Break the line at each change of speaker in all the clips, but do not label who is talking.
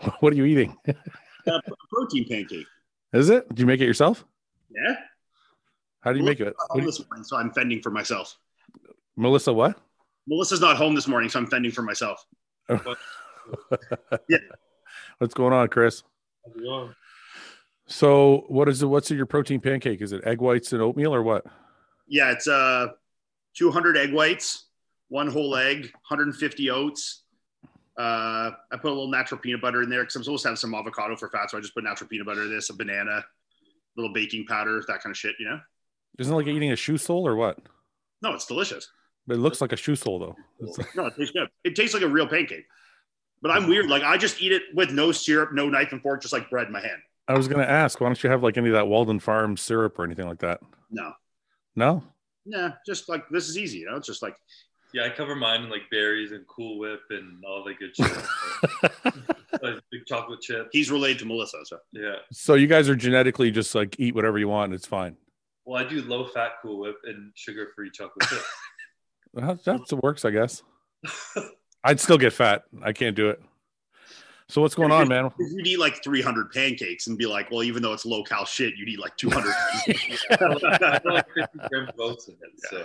What are you eating?
a protein pancake.
Is it? Do you make it yourself?
Yeah.
How do you make it?
Not
What
home
do you-
this morning, so I'm fending for myself.
Melissa, what?
Melissa's not home this morning, so I'm fending for myself. Yeah.
What's going on, Chris? So, what is it? What's your protein pancake? Is it egg whites and oatmeal or what?
Yeah, it's uh, 200 egg whites, one whole egg, 150 oats. Uh, I put a little natural peanut butter in there because I'm supposed to have some avocado for fat, so I just put natural peanut butter in this, a banana, little baking powder, that kind of shit. You know?
Isn't it like eating a shoe sole or what?
No, it's delicious.
But it looks like a shoe sole though. It's like-
No, it tastes good. It tastes like a real pancake. But I'm weird. Like I just eat it with no syrup, no knife and fork, just like bread in my hand.
I was gonna ask, why don't you have like any of that Walden Farm syrup or anything like that?
No,
No,
nah, just like this is easy. You know, it's just like
Yeah, I cover mine in like berries and Cool Whip and all that good shit. like big chocolate chips.
he's related to Melissa. So
Yeah.
so you guys are genetically just like eat whatever you want and it's fine.
Well, I do low fat Cool Whip and sugar free chocolate chips.
Well, That, that works, I guess. I'd still get fat. I can't do it. So what's going on, man?
If you'd eat like 300 pancakes and be like, well, even though it's low cal shit, you'd eat like 200.
I put, like 50 grams of oats in it. So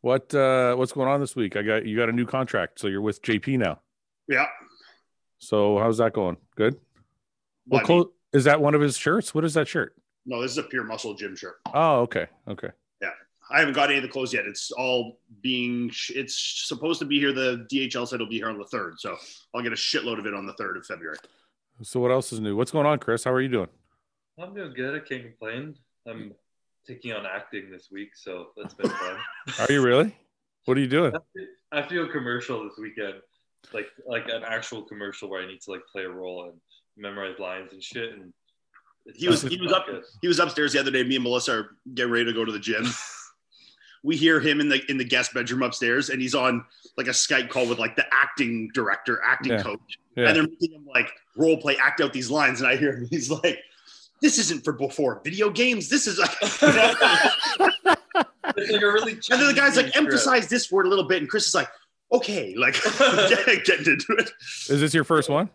What uh what's going on this week? I got you got a new contract, so you're with JP now.
yeah.
So how's that going? Good.
Well,
Well,
I mean,
clo- is that one of his shirts? What is that shirt?
no, this is a pure muscle gym shirt.
Oh, okay, okay.
I haven't got any of the clothes yet. It's all being, sh- it's supposed to be here. The DHL said it'll be here on the third. So I'll get a shitload of it on the third of February.
So what else is new? What's going on, Chris? How are you doing?
I'm doing good. I can't complain. I'm taking on acting this week, so that's been fun.
Are you really? What are you doing?
I have to do a commercial this weekend, like like an actual commercial where I need to like play a role and memorize lines and shit. And it's
He was-
not-
he
it's
was
not
up-
good.
He was upstairs the other day. Me and Melissa are getting ready to go to the gym. We hear him in the in the guest bedroom upstairs, and he's on like a Skype call with like the acting director, acting
Yeah.
coach,
Yeah.
and they're making him like role play, act out these lines. And I hear him, he's like, "This isn't for before video games. This is."
It's like a really.
and then the guy's like,
cheesy script.
"Emphasize this word a little bit," and Chris is like, "Okay," like getting into it.
Is this your first one?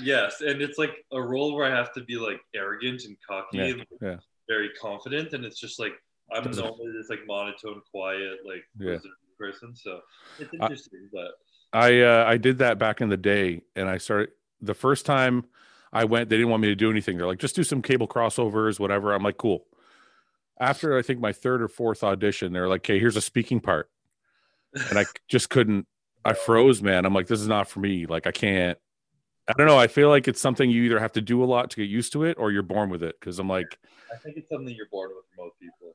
Yes, and it's like a role where I have to be like arrogant and cocky
Yeah,
and like,
yeah.
very confident, and it's just like I'm
Doesn't-
normally this like monotone, quiet, like
Yeah.
reserved person. So it's
I-
interesting, but
I uh, I did that back in the day, and I started the first time I went. They didn't want me to do anything. They're like, just do some cable crossovers, whatever. I'm like, cool. After I think my third or fourth audition, they're like, okay, here's a speaking part, and I just couldn't. I froze, man. I'm like, this is not for me. Like, I can't. I don't know. I feel like it's something you either have to do a lot to get used to it, or you're born with it. Because I'm like,
I think it's something you're born with for most people.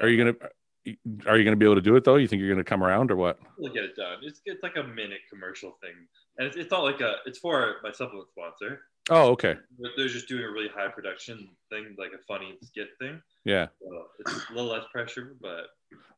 are you gonna are you gonna be able to do it though? You think you're gonna come around or what?
We'll get it done. It's it's like a minute commercial thing, and it's, it's not like a. It's for my supplement sponsor.
Oh, okay.
But they're just doing a really high production thing, like a funny skit thing.
Yeah.
So it's a little less pressure, but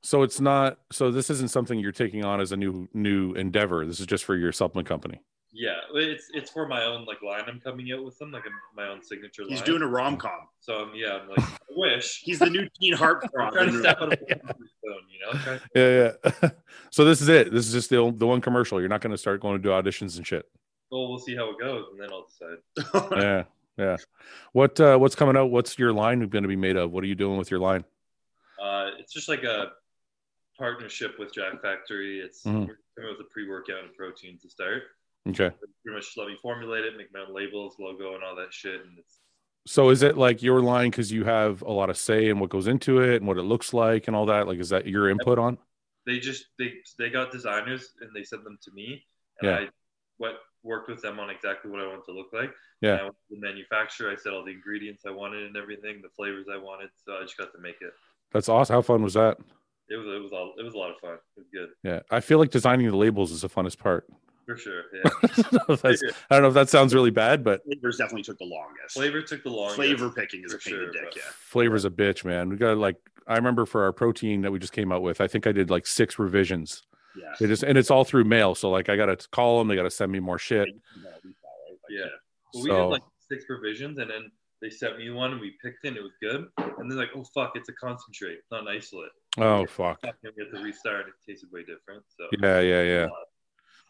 So it's not so this isn't something you're taking on as a new new endeavor. This is just for your supplement company.
yeah, it's it's for my own like line I'm coming out with them, like a, my own signature line.
He's doing a rom com.
So I'm, yeah, I'm like, I wish.
He's the new teen
I'm trying to
heartthrob.
step out of the comfort zone, you know? Trying to-
Yeah, yeah. so this is it. This is just the o- the one commercial. You're not going to start going to do auditions and shit.
Well, we'll see how it goes, and then I'll decide.
Yeah. Yeah. What uh what's coming out? What's your line going to be made of? What are you doing with your line?
Uh, it's just like a partnership with Jack Factory. It's
Mhm.
we're coming up with a pre-workout and protein to start.
Okay.
Pretty much let me formulate it, make my own labels, logo, and all that shit. And it's
So is it like your line cuz you have a lot of say in what goes into it and what it looks like and all that? Like is that your input on?
they just they they got designers and they sent them to me and
Yeah.
I what worked with them on exactly what I wanted to look like.
Yeah.
And I went to the manufacturer, I said all the ingredients I wanted and everything, the flavors I wanted. So I just got to make it.
That's awesome. How fun was that?
It was it was all it was a lot of fun. It was good
Yeah. I feel like designing the labels is the funnest part.
for sure. Yeah.
I don't know if that sounds really bad, but
Flavors definitely took the longest.
Flavor took the longest.
Flavor picking is a
For
pain in the
sure,
dick.
but-
Yeah.
flavor's a bitch, man. We got like I remember for our protein that we just came out with, I think I did like six revisions.
Yeah.
It is and it's all through mail. So like I gotta call them, they gotta send me more shit.
Yeah. Well, we did
So
like six provisions and then they sent me one and we picked it and it was good. And then like, oh fuck, it's a concentrate, not an isolate.
oh fuck.
Fuck, and we had to restart. It tasted way different. So
Yeah, yeah, yeah.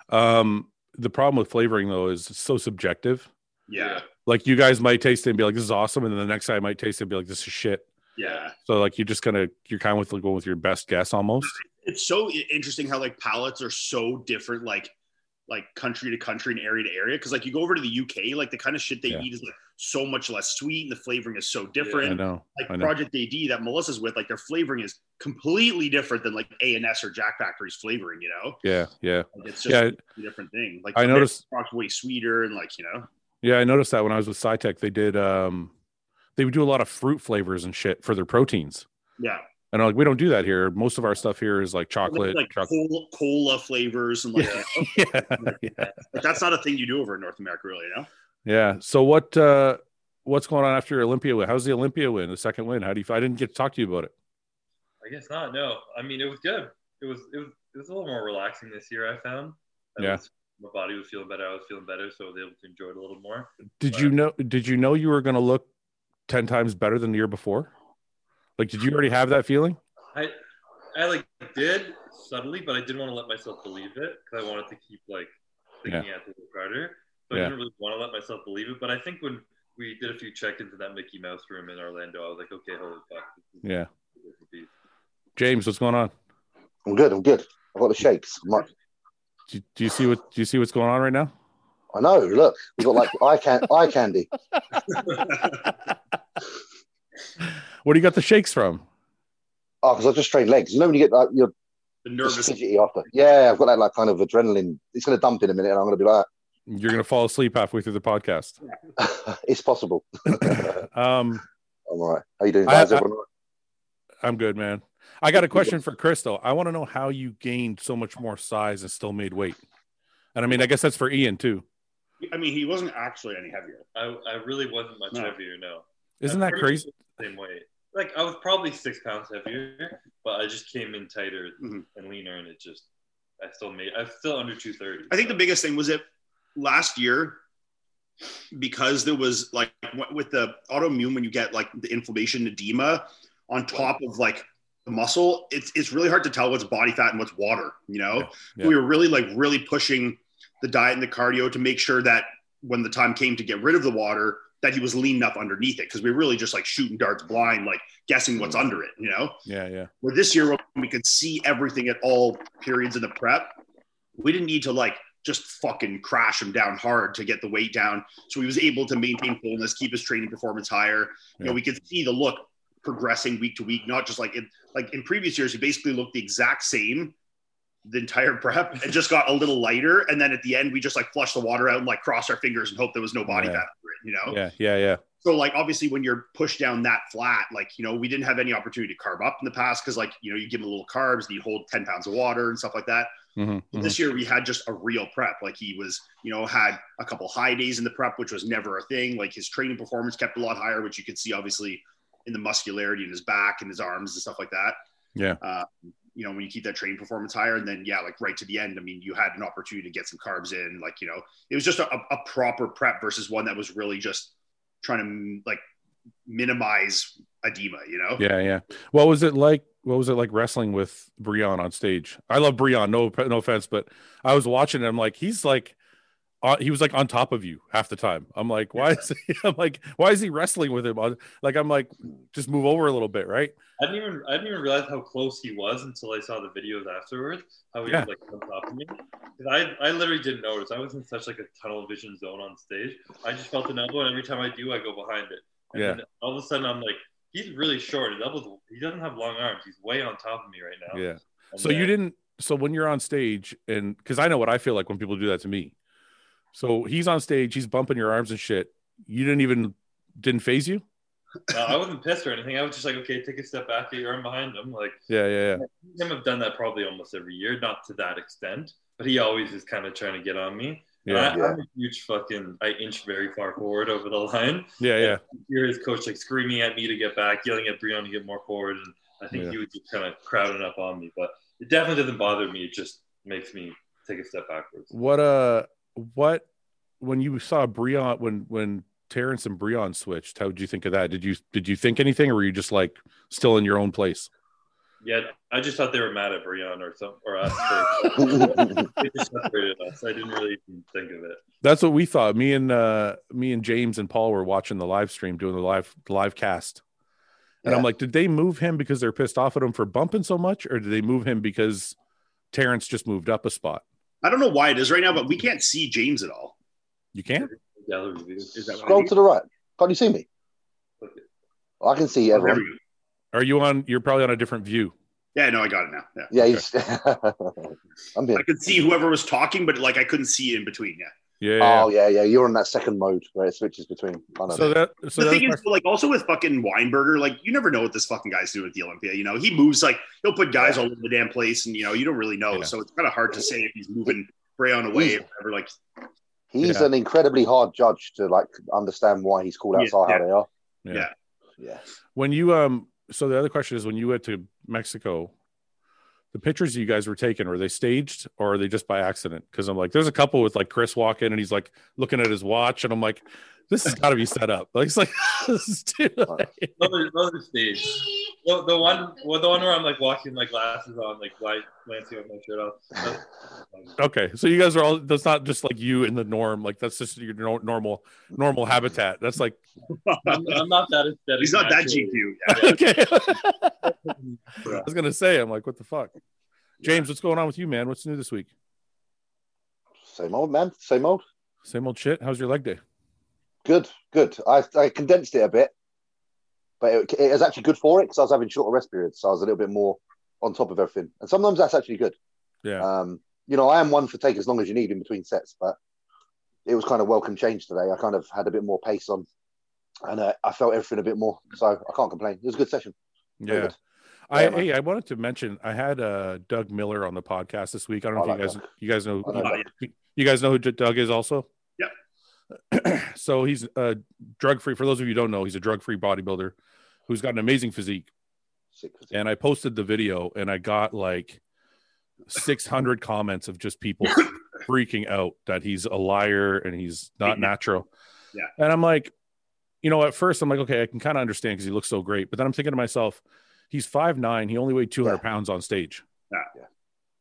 Um the problem with flavoring though is it's so subjective.
Yeah.
Like you guys might taste it and be like, "This is awesome," and then the next guy might taste it and be like, "This is shit."
Yeah.
So like you're just gonna you're kind of with, going with your best guess almost.
It's so i- interesting how like palates are so different, like like country to country and area to area. Cause like you go over to the UK, like the kind of shit they
Yeah.
eat is like so much less sweet and the flavoring is so
I
different.
know. I
like
know.
Project AD that Melissa's with, like their flavoring is completely different than like A and S or Jack Factory's flavoring, you know?
yeah, yeah,
Like, it's just
yeah.
a different thing. Like
I
their
noticed
product's way sweeter and like, you know.
Yeah, I noticed that when I was with SciTech, they did um they would do a lot of fruit flavors and shit for their proteins.
Yeah.
And I'm like, we don't do that here. Most of our stuff here is like chocolate.
like
choc-
cola, cola flavors and like, you know?
yeah. yeah.
Like, that's not a thing you do over in North America, really, you know?
Yeah. So what uh what's going on after your Olympia win? How's the Olympia win? The second win? How do you I didn't get to talk to you about it.
I guess not. No, I mean it was good. It was it was it was a little more relaxing this year. I found. I
Yeah.
was- my body was feeling better. I was feeling better, so I was able to enjoy it a little more.
Did you know did you know you were gonna look ten times better than the year before? Like did you already have that feeling?
I I like did subtly, but I didn't want to let myself believe it because I wanted to keep like thinking at the Carter. So
Yeah.
I didn't really want to let myself believe it. But I think when we did a few check-ins in that Mickey Mouse room in Orlando, I was like, okay, holy fuck. This is
Yeah.
this is beast.
James, what's going on?
I'm good. I'm good. I've got the shakes. I'm like,
Do, do you see what do you see what's going on right now?
I know. Look, we got like eye can eye candy.
Where do you got the shakes from?
Oh, because I just strained legs. You know when you get like you're
The
just
nervous
fidgety after. Yeah, I've got that like kind of adrenaline. It's gonna dump in a minute, and I'm gonna be like,
You're gonna fall asleep halfway through the podcast.
it's possible. I'm
um,
all right. How you doing,
I-
guys?
I-
Everyone all right?
I'm good, man. I got a question for Chris though. I want to know how you gained so much more size and still made weight. And I mean, I guess that's for Ian too.
I mean, he wasn't actually any heavier.
I, I really wasn't much
No.
heavier, no.
Isn't
I'm
that
pretty
crazy?
much the Same weight. Like I was probably six pounds heavier, but I just came in tighter
Mhm.
and leaner, and it just I still made I'm still under two thirty.
I think the biggest thing was that last year, because there was like w- with the autoimmune, when you get like the inflammation, edema on top of like the muscle, it's it's really hard to tell what's body fat and what's water. You know,
Yeah, yeah.
we were really like really pushing the diet and the cardio to make sure that when the time came to get rid of the water, that he was lean enough underneath it because we were really just like shooting darts blind, like guessing what's under it. You know,
Yeah, yeah,
where this year when we could see everything at all periods of the prep, we didn't need to like just fucking crash him down hard to get the weight down. So he was able to maintain fullness, keep his training performance higher. You
Yeah.
know, we could see the look progressing week to week, not just like in like in previous years, he basically looked the exact same the entire prep and just got a little lighter. And then at the end, we just like flushed the water out and like crossed our fingers and hope there was no body
Yeah.
fat under it, you know?
yeah, yeah, yeah.
so like obviously when you're pushed down that flat like you know we didn't have any opportunity to carb up in the past because like you know you give him a little carbs and you hold 10 pounds of water and stuff like that
Mhm,
But
mhm.
this year we had just a real prep like he was you know had a couple high days in the prep which was never a thing like his training performance kept a lot higher which you could see obviously in the muscularity in his back and his arms and stuff like that
Yeah.
uh, you know when you keep that training performance higher and then yeah like right to the end i mean you had an opportunity to get some carbs in like you know it was just a, a proper prep versus one that was really just trying to mm, like minimize edema, you know?
mm-hmm. Yeah, yeah. What was it like? What was it like wrestling with Breon on stage? I love Breon. No, no offense, but I was watching him. Like he's like, on, he was like on top of you half the time. I'm like, why is he? I'm like, why is he wrestling with him? on- Like I'm like, just move over a little bit, right?
I didn't even I didn't even realize how close he was until I saw the videos afterwards. How he
Yeah.
was like on top of me. 'Cause I I literally didn't notice. I was in such like a tunnel vision zone on stage. I just felt an elbow, and every time I do, I go behind it. And
Yeah.
then all of a sudden, I'm like, he's really short. His elbows. He doesn't have long arms. He's way on top of me right now.
Yeah.
And
So you
then-
didn't. So when you're on stage, and because I know what I feel like when people do that to me. So he's on stage, he's bumping your arms and shit. You didn't even didn't phase you.
uh, I wasn't pissed or anything. I was just like, okay, take a step back, get your arm behind him. Like
Yeah, yeah,
him have done that probably almost every year, not to that extent, but he always is kind of trying to get on me.
yeah,
And I,
yeah,
I'm a huge fucking. I inch very far forward over the line.
yeah, yeah.
hear his coach like screaming at me to get back, yelling at Breon to get more forward, and I think
Yeah.
he was just kind of crowding up on me. But it definitely doesn't bother me. It just makes me take a step backwards.
What uh, what when you saw Breon when when Terrence and Breon switched, how did you think of that? Did you did you think anything, or were you just like still in your own place?
Yeah, I just thought they were mad at Brian or some or us. For, they just separated us. I didn't really even think of it.
That's what we thought. Me and uh, me and James and Paul were watching the live stream, doing the live live cast, and I'm
Yeah.
like, did they move him because they're pissed off at him for bumping so much, or did they move him because Terrence just moved up a spot?
I don't know why it is right now, but we can't see James at all.
You can't.
Gallery view.
Is that what
Scroll to the right. Can't you see me? I can see
Oh, There
everyone.
we go.
Are you on? You're probably on a different view.
Yeah, no, I got it now. Yeah.
Yeah, he's. I'm here.
I could see whoever was talking, but like I couldn't see in between. Yeah.
Yeah.
Oh yeah, yeah. You're in that second mode where it switches between. I know.
So that. So
the
that's
thing
my-
is, like, also with fucking Weinberger, like, you never know what this fucking guy's doing at the Olympia. You know, he moves like he'll put guys all over the damn place, and you know, you don't really know.
Yeah.
So it's kind of hard to say if he's moving Brayon away or whatever. Like,
he's
Yeah.
an incredibly hard judge to like understand why he's called
Yeah,
outside
yeah.
how they are.
Yeah.
Yeah.
Yeah.
when you um so the other question is when you went to mexico the pictures you guys were taking were they staged or are they just by accident because i'm like there's a couple with like chris walking and he's like looking at his watch and i'm like this has got to be set up like it's like this is too
Another, another stage. The, the one, well, the one where I'm like walking with my glasses on, like light glancing with my shirt off. That's-
okay so you guys are all that's not just like you in the norm like that's just your nor- normal normal habitat that's like
I'm, I'm not that aesthetic.
he's not that
naturally.
GQ.
okay i was gonna say i'm like what the fuck james what's going on with you man what's new this week
Same old man. Same old.
same old shit how's your leg day
Good. Good. I, I condensed it a bit, but it, it was actually good for it because I was having shorter rest periods, so I was a little bit more on top of everything. And sometimes that's actually good.
yeah
Um, you know, I am one for take as long as you need in between sets, but it was kind of welcome change today. I kind of had a bit more pace on, and uh, I felt everything a bit more. So I can't complain. It was a good session. Very
yeah
good.
I
Yeah, man.
hey, I wanted to mention I had uh Doug Miller on the podcast this week. I don't know
I
if you
like
guys you guys know
I like
Doug.
you, guys know who D- Doug is also. Yep. so he's uh drug free. For those of you who don't know, he's a drug free bodybuilder who's got an amazing physique.
Sick.
And I posted the video and I got like 600 comments of just people freaking out that he's a liar and he's not natural.
Yeah.
And I'm like, you know, at first I'm like, okay, I can kind of understand because he looks so great. But then I'm thinking to myself, he's 5'9. He only weighed 200
Yeah.
pounds on stage.
Yeah.
Yeah.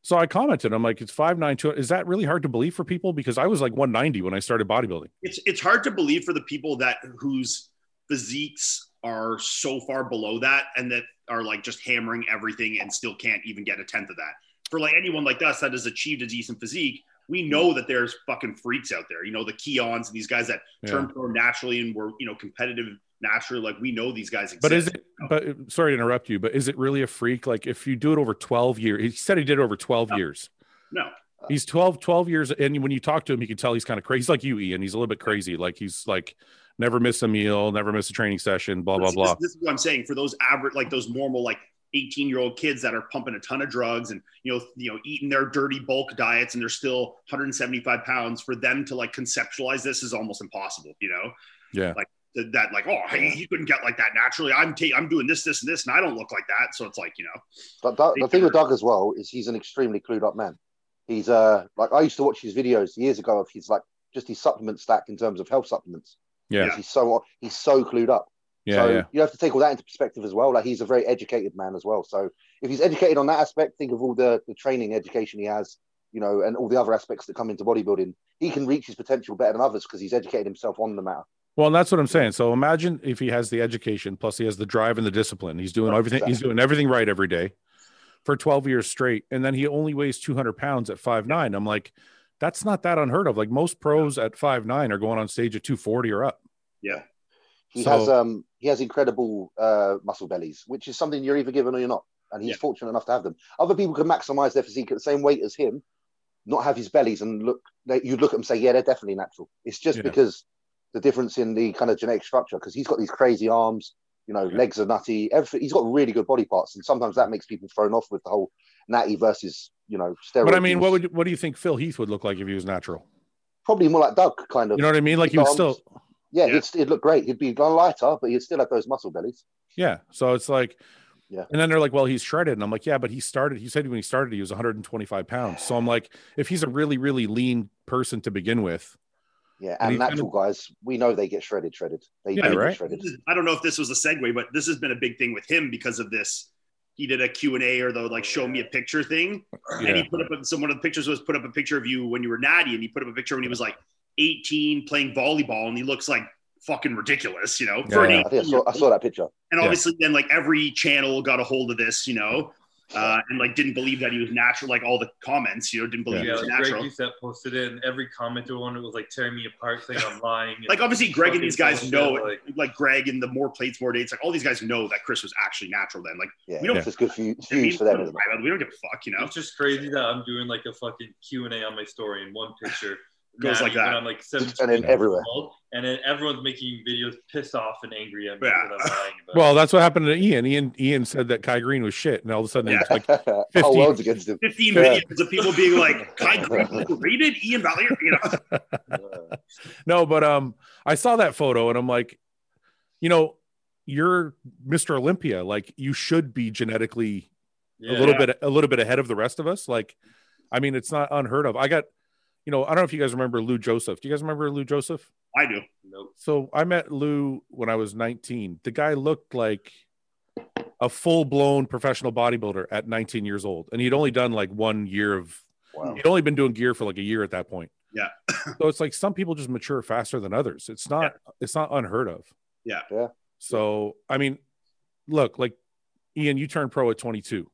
So I commented, I'm like, it's 5'9, 200. Is that really hard to believe for people? Because I was like 190 when I started bodybuilding.
It's it's hard to believe for the people that whose physiques are so far below that, and that are like just hammering everything and still can't even get a tenth of that. For like anyone like us that has achieved a decent physique, we know that there's fucking freaks out there. You know the Keons and these guys that
Yeah.
turned pro naturally and were you know competitive naturally. Like we know these guys exist.
But is it? But sorry to interrupt you. But is it really a freak? Like if you do it over twelve years, he said he did it over twelve
No.
years.
No.
he's 12, 12 years, and when you talk to him, you can tell he's kind of crazy. He's like you, Ian. He's a little bit crazy. Like he's like never miss a meal, never miss a training session, blah blah
This-
blah.
This, this is what I'm saying for those average, like those normal, like 18 year old kids that are pumping a ton of drugs and you know, you know, eating their dirty bulk diets and they're still 175 pounds. For them to like conceptualize this is almost impossible. You know,
Yeah.
like th- that, like oh, hey, you couldn't get like that naturally. I'm ta- I'm doing this, this, and this, and I don't look like that. So it's like you know,
But Doug, the thing with Doug as well is he's an extremely clued up man. He's uh like I used to watch his videos years ago of his like just his supplement stack in terms of health supplements.
Yeah.
He's so he's so clued up.
Yeah,
so
yeah,
you have to take all that into perspective as well. Like he's a very educated man as well. So if he's educated on that aspect, think of all the, the training education he has, you know, and all the other aspects that come into bodybuilding. He can reach his potential better than others because he's educated himself on the matter.
Well, and that's what I'm saying. So imagine if he has the education, plus he has the drive and the discipline. He's doing
Right,
everything. He's doing everything right every day for 12 years straight, and then he only weighs 200 pounds at five nine. I'm like, that's not that unheard of. Like most pros at five nine are going on stage at 240 or up.
He
So-
has um he has incredible uh muscle bellies, which is something you're either given or you're not. And he's
Yeah.
fortunate enough to have them. Other people can maximize their physique at the same weight as him, not have his bellies and look they, you'd look at them and say, Yeah, they're definitely natural. It's just
Yeah.
because the difference in the kind of genetic structure, because he's got these crazy arms, you know,
Yeah.
legs are nutty, everything he's got really good body parts, and sometimes that makes people thrown off with the whole natty versus, you know, steroid.
But I mean, what
use.
would what do you think Phil Heath would look like if he was natural?
probably more like Doug kind of
You know what I mean? Like he would still
yeah,
Yeah.
He'd, he'd look great. He'd be lighter, but he'd still have those muscle bellies.
Yeah. So it's like,
Yeah.
And then they're like, well, he's shredded. And I'm like, yeah, but he started, he said when he started, he was 125 pounds. So I'm like, if he's a really, really lean person to begin with,
Yeah,
And
and,
he kind
natural guys, we know they get shredded, shredded. They
Yeah,
do
right?
get shredded.
I don't know if this was a segue, but this has been a big thing with him because of this he did a Q&A or the like show me a picture thing. And
Yeah.
he put up, some one of the pictures was put up a picture of you when you were natty and he put up a picture when he was like 18 playing volleyball and he looks like fucking ridiculous, you know, for an
Yeah.
I think I saw, I saw that picture.
and
Yeah.
obviously then like every channel got a hold of this you know uh, and like didn't believe that he was natural like all the comments you know didn't believe
Yeah,
he was
like Greg
natural
Doucette posted it, and every commenter on it was like tearing me apart, saying I'm lying. and
like obviously greg and
fucking
these guys
bullshit,
know
Like,
like greg and the more plates more dates like all these guys know that chris was actually natural then like
Yeah,
We don't-
it's just good view-
I mean,
views for them, isn't it?
we don't give a fuck you know
it's just crazy that I'm doing like a fucking Q and A on my story in one picture.
Goes
Now,
like that.
When I'm like 17
And then
years
everywhere.
old, and then everyone's making videos pissed off and angry at me
Yeah.
because I'm lying about
Well, that's what happened to Ian. Ian Ian said that Kai Green was shit, and all of a sudden it's like
The whole world's against him.
15
Yeah.
videos of people being like Kai Green rated Ian Valier you know
it.
no, but um, I saw that photo and I'm like, you know, you're Mr. Olympia. Like you should be genetically
Yeah.
a little
Yeah.
bit a little bit ahead of the rest of us. Like, I mean, it's not unheard of. I got, you know, I don't know if you guys remember Lou Joseph. Do you guys remember Lou Joseph?
I do
Nope.
So I met Lou when I was 19. The guy looked like a full blown professional bodybuilder at 19 years old, and he'd only done like one year of
Wow.
he'd only been doing gear for like a year at that point.
Yeah.
so it's like some people just mature faster than others. It's not it's not unheard of.
Yeah.
Yeah.
So I mean, look, like Ian, you turned pro at 22,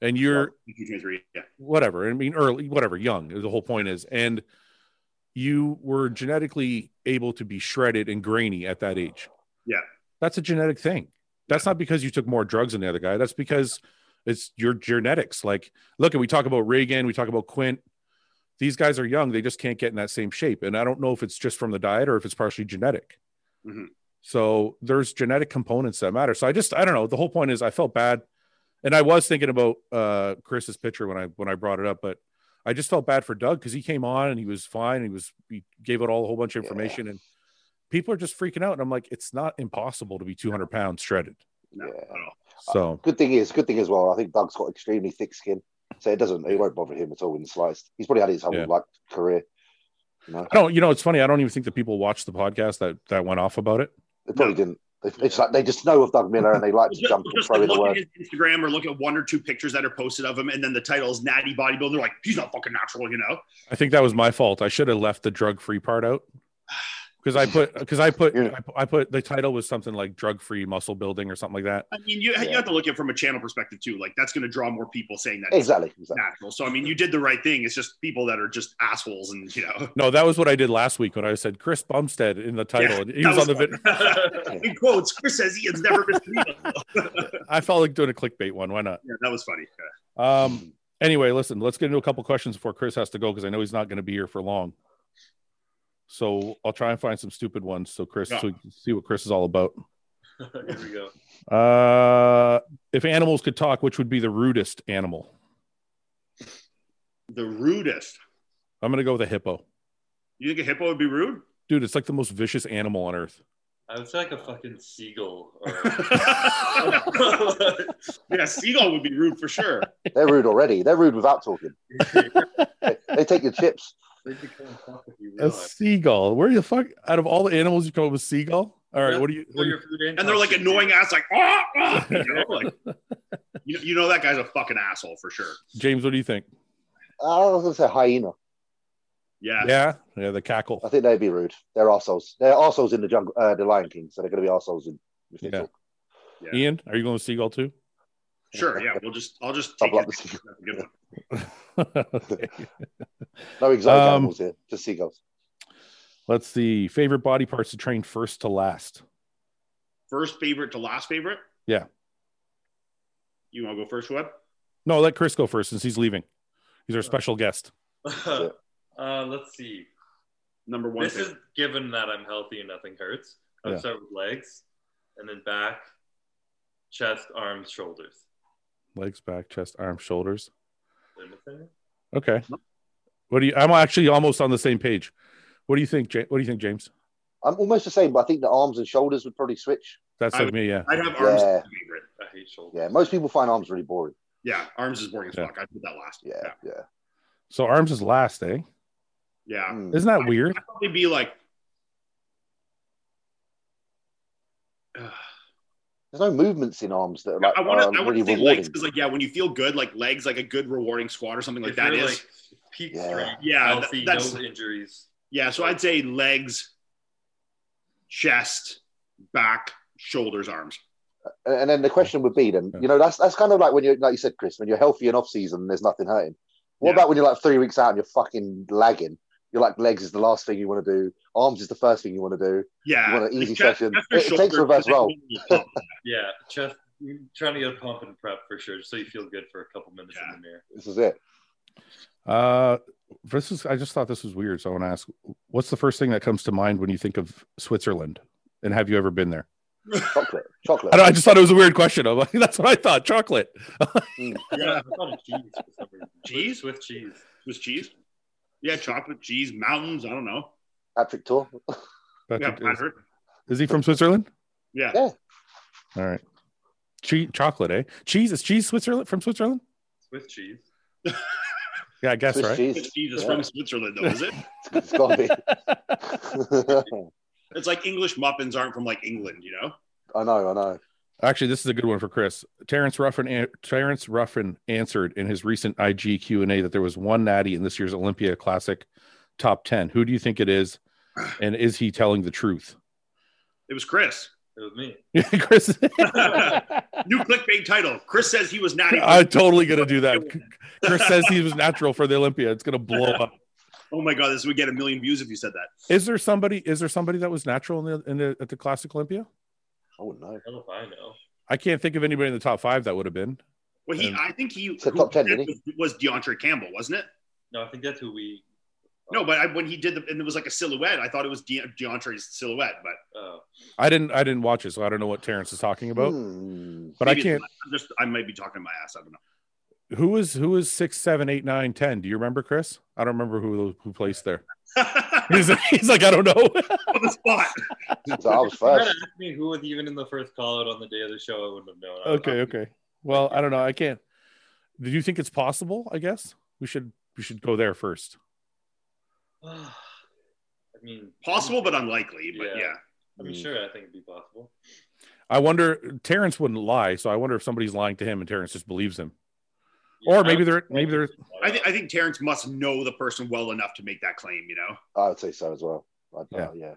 and you're
yeah
whatever. I mean, early, whatever, young. The whole point is, and you were genetically able to be shredded and grainy at that age.
Yeah.
that's a genetic thing. That's not because you took more drugs than the other guy. That's because it's your genetics. Like, look, and we talk about Reagan, we talk about Quint. These guys are young; they just can't get in that same shape. And I don't know if it's just from the diet or if it's partially genetic.
Mhm.
So there's genetic components that matter. So I just I don't know. The whole point is I felt bad and I was thinking about uh, Chris's picture when I when I brought it up, but I just felt bad for Doug because he came on and he was fine. He was he gave out all a whole bunch of information, and people are just freaking out. And I'm like, it's not impossible to be 200 pounds shredded.
No.
Yeah.
So
Good thing is, good thing as well. I think Doug's got extremely thick skin, so it doesn't, it won't bother him at all in the slightest. He's probably had his whole
Yeah.
like career. You know,
I don't, you know, it's funny. I don't even think the people watched the podcast that that went off about it.
they probably didn't. It's, it's like they just know of Doug Miller and they like to
just,
jump and
just
throw in a
look at
word.
his Instagram or look at one or two pictures that are posted of him and then the title is natty bodybuilder like he's not fucking natural you know
I think that was my fault. I should have left the drug free part out because I put because I put
Yeah.
I put- I put the title was something like drug free muscle building or something like that.
I mean, you, you
Yeah.
have to look at it from a channel perspective too. Like that's going to draw more people saying that
Exactly.
it's
exactly.
natural. So I mean, you did the right thing. It's just people that are just assholes, and you know,
No, that was what I did last week when I said Chris Bumstead in the title. and he
that
was,
was
on the
fun.
video.
in quotes, Chris says Ian's never missed a meal.
I felt like doing a clickbait one. Why not?
Yeah, that was funny.
Um, anyway, listen, let's get into a couple questions before Chris has to go because I know he's not going to be here for long. So I'll try and find some stupid ones. So Chris,
Yeah.
so we can see what Chris is all about.
Here we go.
Uh, if animals could talk, which would be the rudest animal?
The rudest.
I'm going to go with a hippo.
You think a hippo would be rude?
Dude, it's like the most vicious animal on earth.
I would say like a fucking seagull.
yeah,
Or...
seagull would be rude for sure.
They're rude already. They're rude without talking. They, they take your chips.
They could come and fuck with you,
A
real life.
seagull. Where the fuck? Out of all the animals, you come up with seagull. All right,
Yeah.
what do you?
Throw your food in,
And they're like
talk shit,
annoying
dude.
ass, like ah, ah, you know, like you know, you know that guy's a fucking asshole for sure.
James, what do you think?
I was gonna say hyena.
Yeah,
Yeah, yeah, the
I
cackle.
think they'd be rude. They're arseholes. They're arseholes in the jungle, uh, the Lion King, so they're gonna be arseholes in. If they
Yeah.
talk.
Yeah.
Ian, are you going with seagull too?
sure. Yeah, we'll just I'll just
I'll
take
block
it.
the seagull.
That's a good one.
Okay.
No exotic
Um,
animals here, just seagulls.
Let's see. Favorite body parts to train first to last.
First favorite to last favorite.
Yeah.
You want to go first, Web?
No, let Chris go first since he's leaving. He's our special guest.
uh, let's see.
Number one.
this
favorite.
is given that I'm healthy and nothing hurts. I would
Yeah.
start with legs, and then back, chest, arms, shoulders.
Legs, back, chest, arms, shoulders.
Did I miss anything?
Okay. What do you? I'm actually almost on the same page. What do you think? Ja- What do you think, James?
I'm almost the same, but I think the arms and shoulders would probably switch.
That's
I
like
would-
me. Yeah.
I'd have arms
Yeah.
as my favorite.
I hate shoulders.
Yeah, most people find arms really boring.
Yeah, arms is boring as
Yeah.
fuck. I put that last.
Yeah,
yeah.
yeah.
So arms is last, eh?
yeah.
Mm.
Isn't that weird?
I'd probably be like.
There's no movements in arms that are like
I want to.
um,
I want
really
to say
rewarding.
legs because, like, yeah, when you feel good, like legs, like a good rewarding squat or something like
If
that
you're,
is.
like peak
Yeah.
strength,
yeah, th-
healthy,
that's
no injuries.
yeah. So I'd say legs, chest, back, shoulders, arms.
And and then the question would be then,
Yeah.
you know, that's that's kind of like when you're like you said, Chris, when you're healthy in off season, there's nothing hurting. What
Yeah.
about when you're like three weeks out and you're fucking lagging? You're like legs is the last thing you want to do, arms is the first thing you want to do.
Yeah,
You want an
like
easy
chest-
session.
chest or
It, it takes
shoulders,
a reverse
like,
role.
Yeah, chest. Trying to get a pump and prep for sure, so you feel good for a couple minutes
Yeah.
in the mirror.
This is it.
Uh, this is. I just thought this was weird, so I want to ask: What's the first thing that comes to mind when you think of Switzerland? And have you ever been there?
Chocolate. Chocolate.
I, don't, I just thought it was a weird question. I'm like, that's what I thought. Chocolate.
Yeah.
I thought of cheese for some reason.
Cheese?
with cheese.
with cheese. Yeah, chocolate, cheese, mountains. I don't know.
Patrick Tor.
Yeah,
Patrick, is,
Patrick.
is he from Switzerland?
Yeah.
Yeah.
All right. Che- chocolate, eh? Cheese is cheese Switzerland from Switzerland?
With cheese.
Yeah, I guess
Swiss
right.
cheese.
Cheese is
Yeah.
from Switzerland, though, is it?
It's gotta be.
It's like English muffins aren't from like England, you know?
I know, I know.
Actually, this is a good one for Chris. Terrence Ruffin an- Terrence Ruffin answered in his recent IG Q&A that there was one natty in this year's Olympia Classic top 10. Who do you think it is? And is he telling the truth?
It was Chris.
It was me.
Chris
New clickbait title. Chris says he was natty.
I'm totally going to do that. Chris says he was natural for the Olympia. It's going to blow up.
oh my god, this would get a million views if you said that.
Is there somebody is there somebody that was natural in the, in the at the Classic Olympia?
I wouldn't
I
know.
don't know if I know.
I can't think of anybody in the top 5 that would have been.
Well, he,
Yeah.
I think he
Um, It's a
who
top 10,
did
didn't
it was DeAndre Campbell, wasn't it?
No, I think that's who we.
No, but I, when he did the, and it was like a silhouette, I thought it was De- DeAndre's silhouette, but
Oh,
I didn't I didn't watch it, so I don't know what Terrence is talking about.
Hmm.
But I
maybe it's
can't.
not. I'm just, I might be talking my ass. I don't know.
Who is who is six, seven, eight, nine, ten? Do you remember, Chris? I don't remember who who placed there. He's, he's like, I don't know.
On the spot.
So I
if you had
was first.
asked me who was even in the first call out on the day of the show, I wouldn't have known. I-
okay,
I-
okay. Well, I don't know. I can't. Do you think it's possible? I guess we should we should go there first.
I mean,
Possible, but unlikely. But
Yeah.
yeah.
I mean, sure, I think it'd be possible.
I wonder. Terrence wouldn't lie, so I wonder if somebody's lying to him and Terrence just believes him. Or
I
maybe
would-
they're- maybe they're-
I, th- I think Terrence must know the person well enough to make that claim, you know?
I would say so as well. I'd, yeah.
Yeah.
yeah.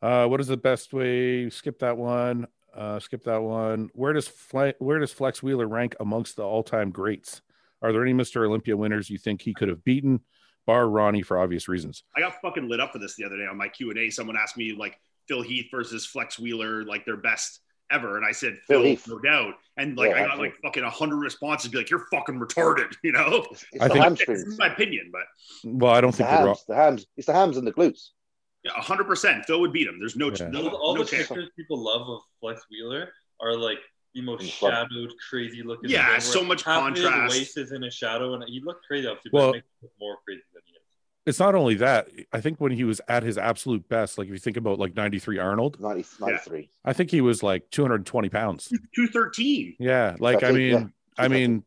Uh, what is the best way? Skip that one. Uh, skip that one. Where does Fle- where does Flex Wheeler rank amongst the all time greats? Are there any Mr. Olympia winners you think he could have beaten, bar Ronnie for obvious reasons?
I got fucking lit up for this the other day on my Q and A. Someone asked me like Phil Heath versus Flex Wheeler, like their best ever, and I said
Phil
Phil,
Heath.
no doubt. And like
Yeah,
I got
absolutely.
like fucking hundred responses, be like you're fucking retarded, you know.
It's, it's
I
the
think-
This is
hamstrings.
my opinion, but
Well, I don't
It's the
think the Ro-
hams. The hams. It's the hams and the glutes.
hundred percent, Phil would beat him. There's no, ch-
Yeah.
no,
all, the- all
no
the
chance.
pictures people love of Flex Wheeler are like the most
Mm, fuck.
shadowed, crazy looking.
Yeah,
thing where
so much
half of his
contrast.
waist is in a shadow, and he looked crazy. Obviously,
Well-
but it makes him look more crazy than he is.
it's not only that. I think when he was at his absolute best, like if you think about like '93 Arnold,
90, 93.
I think he was like 220 pounds.
Two thirteen.
Yeah, like I
That's it,
mean,
yeah.
I mean,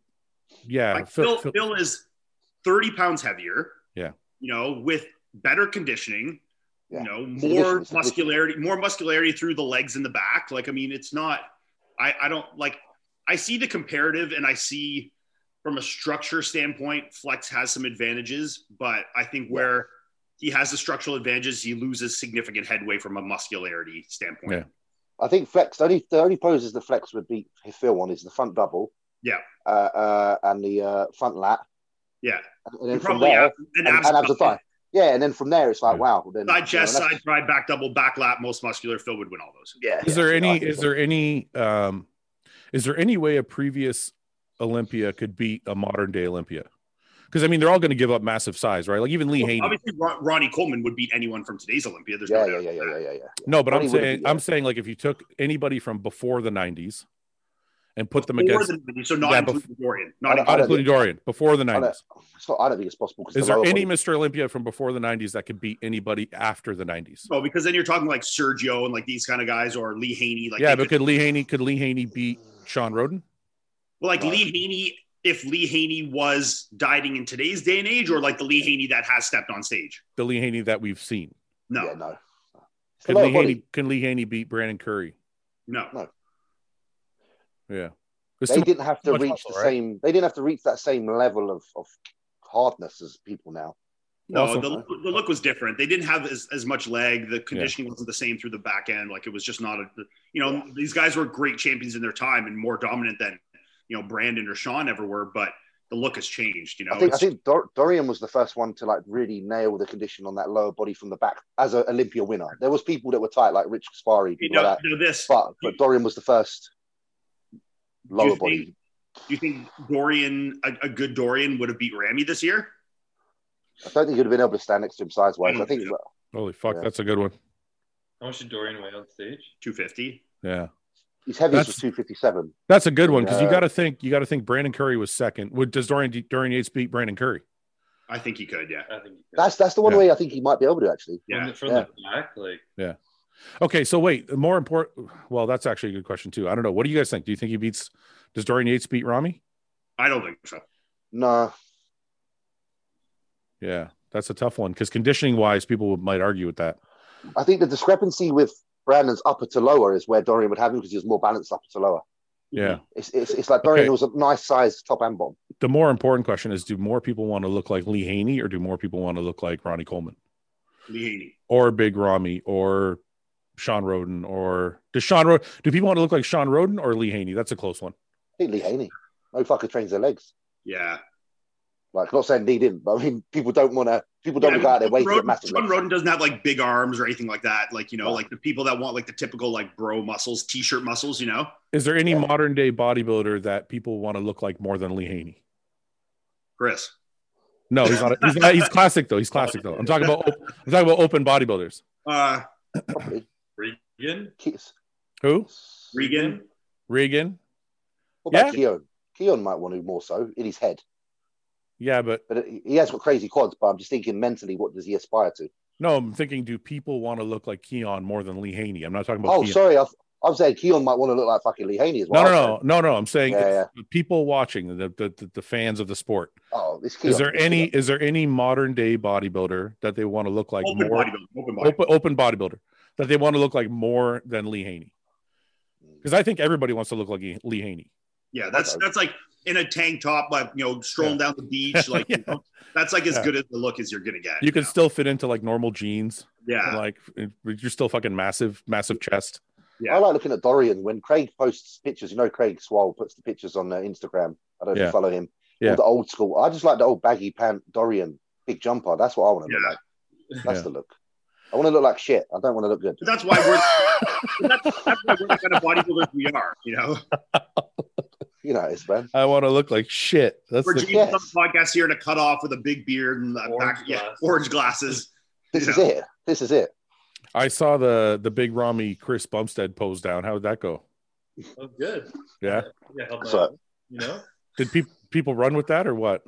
yeah.
Like
Phil- Phil-
Phil, Phil is thirty pounds heavier.
Yeah.
you know, with better conditioning.
Yeah.
You know,
It's addition,
more
it's addition.
muscularity, more muscularity through the legs and the back. Like, I mean, it's not. I I don't like. I see the comparative, and I see from a structure standpoint, Flex has some advantages, but I think where he has the structural advantages, he loses significant headway from a muscularity standpoint.
Yeah.
I think flex. The only the only poses the flex would beat Phil on is the front double.
Yeah.
Uh, uh, and the uh, front lat.
Yeah.
And then
And
from
probably
there,
ab- an
and, and abs the thigh. Yeah, and then from there, it's like
Yeah.
wow. Then
Side chest,
you know,
side drive, back double, back lap, most muscular. Phil would win all those.
that's- Yeah.
is
yeah,
there
yeah, I
any?
think
Is
so.
there any? um Is there any way a previous Olympia could beat a modern day Olympia? Because I mean, they're all going to give up massive size, right? Like even Lee Haney.
Obviously, Ron- Ronnie Coleman would beat anyone from today's Olympia. There's no
Yeah, yeah,
doubt.
yeah, yeah, yeah, yeah, yeah.
no, but I'm
Ronnie would've
saying
beat-
I'm saying like if you took anybody from before the '90s and put them
More
against,
than so not
Yeah,
including Dorian. Not
I don't-
not including
including-
Dorian, before the
I
'90s.
don't, it's not, I don't think it's possible. 'cause
Is
the
there
lower
any
body-
Mr. Olympia from before the 90s that could beat anybody after the 90s?
No, because then you're talking like Sergio and like these kind of guys or Lee Haney. Like
yeah,
they
but could Lee Haney could Lee Haney beat Sean Roden?
Well, like
Right.
Lee Haney, if Lee Haney was dieting in today's day and age, or like the Lee Haney that has stepped on stage.
The Lee Haney that we've seen.
No,
Yeah, no. It's the
Could
lower
Lee
body.
Haney can Lee Haney beat Brandon Curry?
No.
No.
Yeah. It's
They
too-
didn't have to
much
reach
muscle,
the
right?
same. They didn't have to reach that same level of, of hardness as people now.
No,
Also-
the, look- the look was different. They didn't have as, as much leg. The conditioning wasn't the same through the back end. Like it was just not a, you know, these guys were great champions in their time and more dominant than, you know, Brandon or Sean ever were. But the look has changed. You know,
I think I
It's-
think Dor- Dorian was the first one to like really nail the condition on that lower body from the back as an Olympia winner. There was people that were tight like Rich Sparry,
you
people
know,
like that,
you know this.
but but Dorian was the first
do
lower
you, think,
body.
do you think Dorian, a, a good Dorian, would have beat Ramy this year?
I don't think he'd have been able to stand next to him size wise. I
Mm.
think
Holy fuck,
Yeah.
that's a good one.
How much did Dorian weigh on stage?
250.
Yeah.
his heaviest was
That's-
two fifty seven.
That's a good one because you
Yeah.
got to think. You got to think. Brandon Curry was second. Would does Dorian Dorian Yates beat Brandon Curry?
I think he could. Yeah.
I think he could.
That's that's the one
Yeah.
way I think he might be able to actually.
from,
Yeah.
the, from
yeah.
the back, like
Okay, so wait. More important. Well, that's actually a good question too. I don't know. What do you guys think? Do you think he beats? Does Dorian Yates beat Rami?
I don't think so.
No,
Yeah, that's a tough one because conditioning wise, people would, might argue with that.
I think the discrepancy with Brandon's upper to lower is where Dorian would have him because he was more balanced upper to lower.
Yeah.
It's it's, it's like Dorian
Okay.
was a nice size top and bottom.
The more important question is: Do more people want to look like Lee Haney, or do more people want to look like Ronnie Coleman,
Lee Haney.
or Big Rami, or Sean Roden, or does Sean Roden? Do people want to look like Sean Roden or Lee Haney? That's a close one.
I think Lee Haney, no fucker trains their legs.
Yeah.
Like, not saying they didn't, but I mean, people don't want to. People don't
Yeah,
go out their way to get
Roden,
massive.
John
legs.
Roden doesn't have like big arms or anything like that. Like, you know,
No.
like the people that want like the typical like bro muscles, t shirt muscles, you know?
Is there any
Yeah.
modern day bodybuilder that people want to look like more than Lee Haney?
Chris.
No, he's not. He's, not, he's classic though. He's classic though. I'm talking about. op- I'm talking about open bodybuilders.
Uh,
Probably.
Regan.
Keats.
Who?
Regan.
Regan.
What about Keon? Keon might want to more so in his head,
Yeah, but
but he- he has got crazy quads. But I'm just thinking mentally, what does he aspire to?
no, I'm thinking: Do people want to look like Keon more than Lee Haney? I'm not talking about.
Oh,
Keon.
sorry, I, th- I was saying Keon might want to look like fucking Lee Haney as
No,
well.
no, no, no, no. I'm saying
Yeah,
it's the people watching the, the the the fans of the sport.
Oh, this Keon.
Is there
this
any
Keon.
is there any modern day bodybuilder that they want to look like
open
more
bodybuilding. Open body.
open, open bodybuilder that they want to look like more than Lee Haney? Because I think everybody wants to look like Lee Haney.
Yeah, that's
Okay.
that's like in a tank top, like you know, strolling down the beach. Like you know, that's like as
Yeah.
good as the look as you're gonna get.
You can
know?
still fit into like normal jeans. and,
yeah,
like you're still fucking massive, massive chest.
yeah.
I like looking at Dorian when Craig posts pictures. You know, Craig Swole puts the pictures on uh, Instagram. I don't know if
Yeah.
you follow him.
Yeah.
All the old school. I just like the old baggy pant Dorian, big jumper. That's what I want to look
Yeah.
like. That's
Yeah.
the look. I want to look like shit. I don't want to look good.
But that's why we're that's, that's why we're the kind of bodybuilders we are. You know,
You know, it's man.
I want to look like shit. That's
we're
the,
James on
yes.
the podcast here in a cutoff with a big beard and a
Orange
back, yeah,
glasses.
orange glasses.
This is
Yeah.
it. This is it.
I saw the the big Rami Chris Bumstead pose down. How would that go?
Oh, good.
Yeah.
Yeah, help
So-
out. You know,
Did people people run with that or what?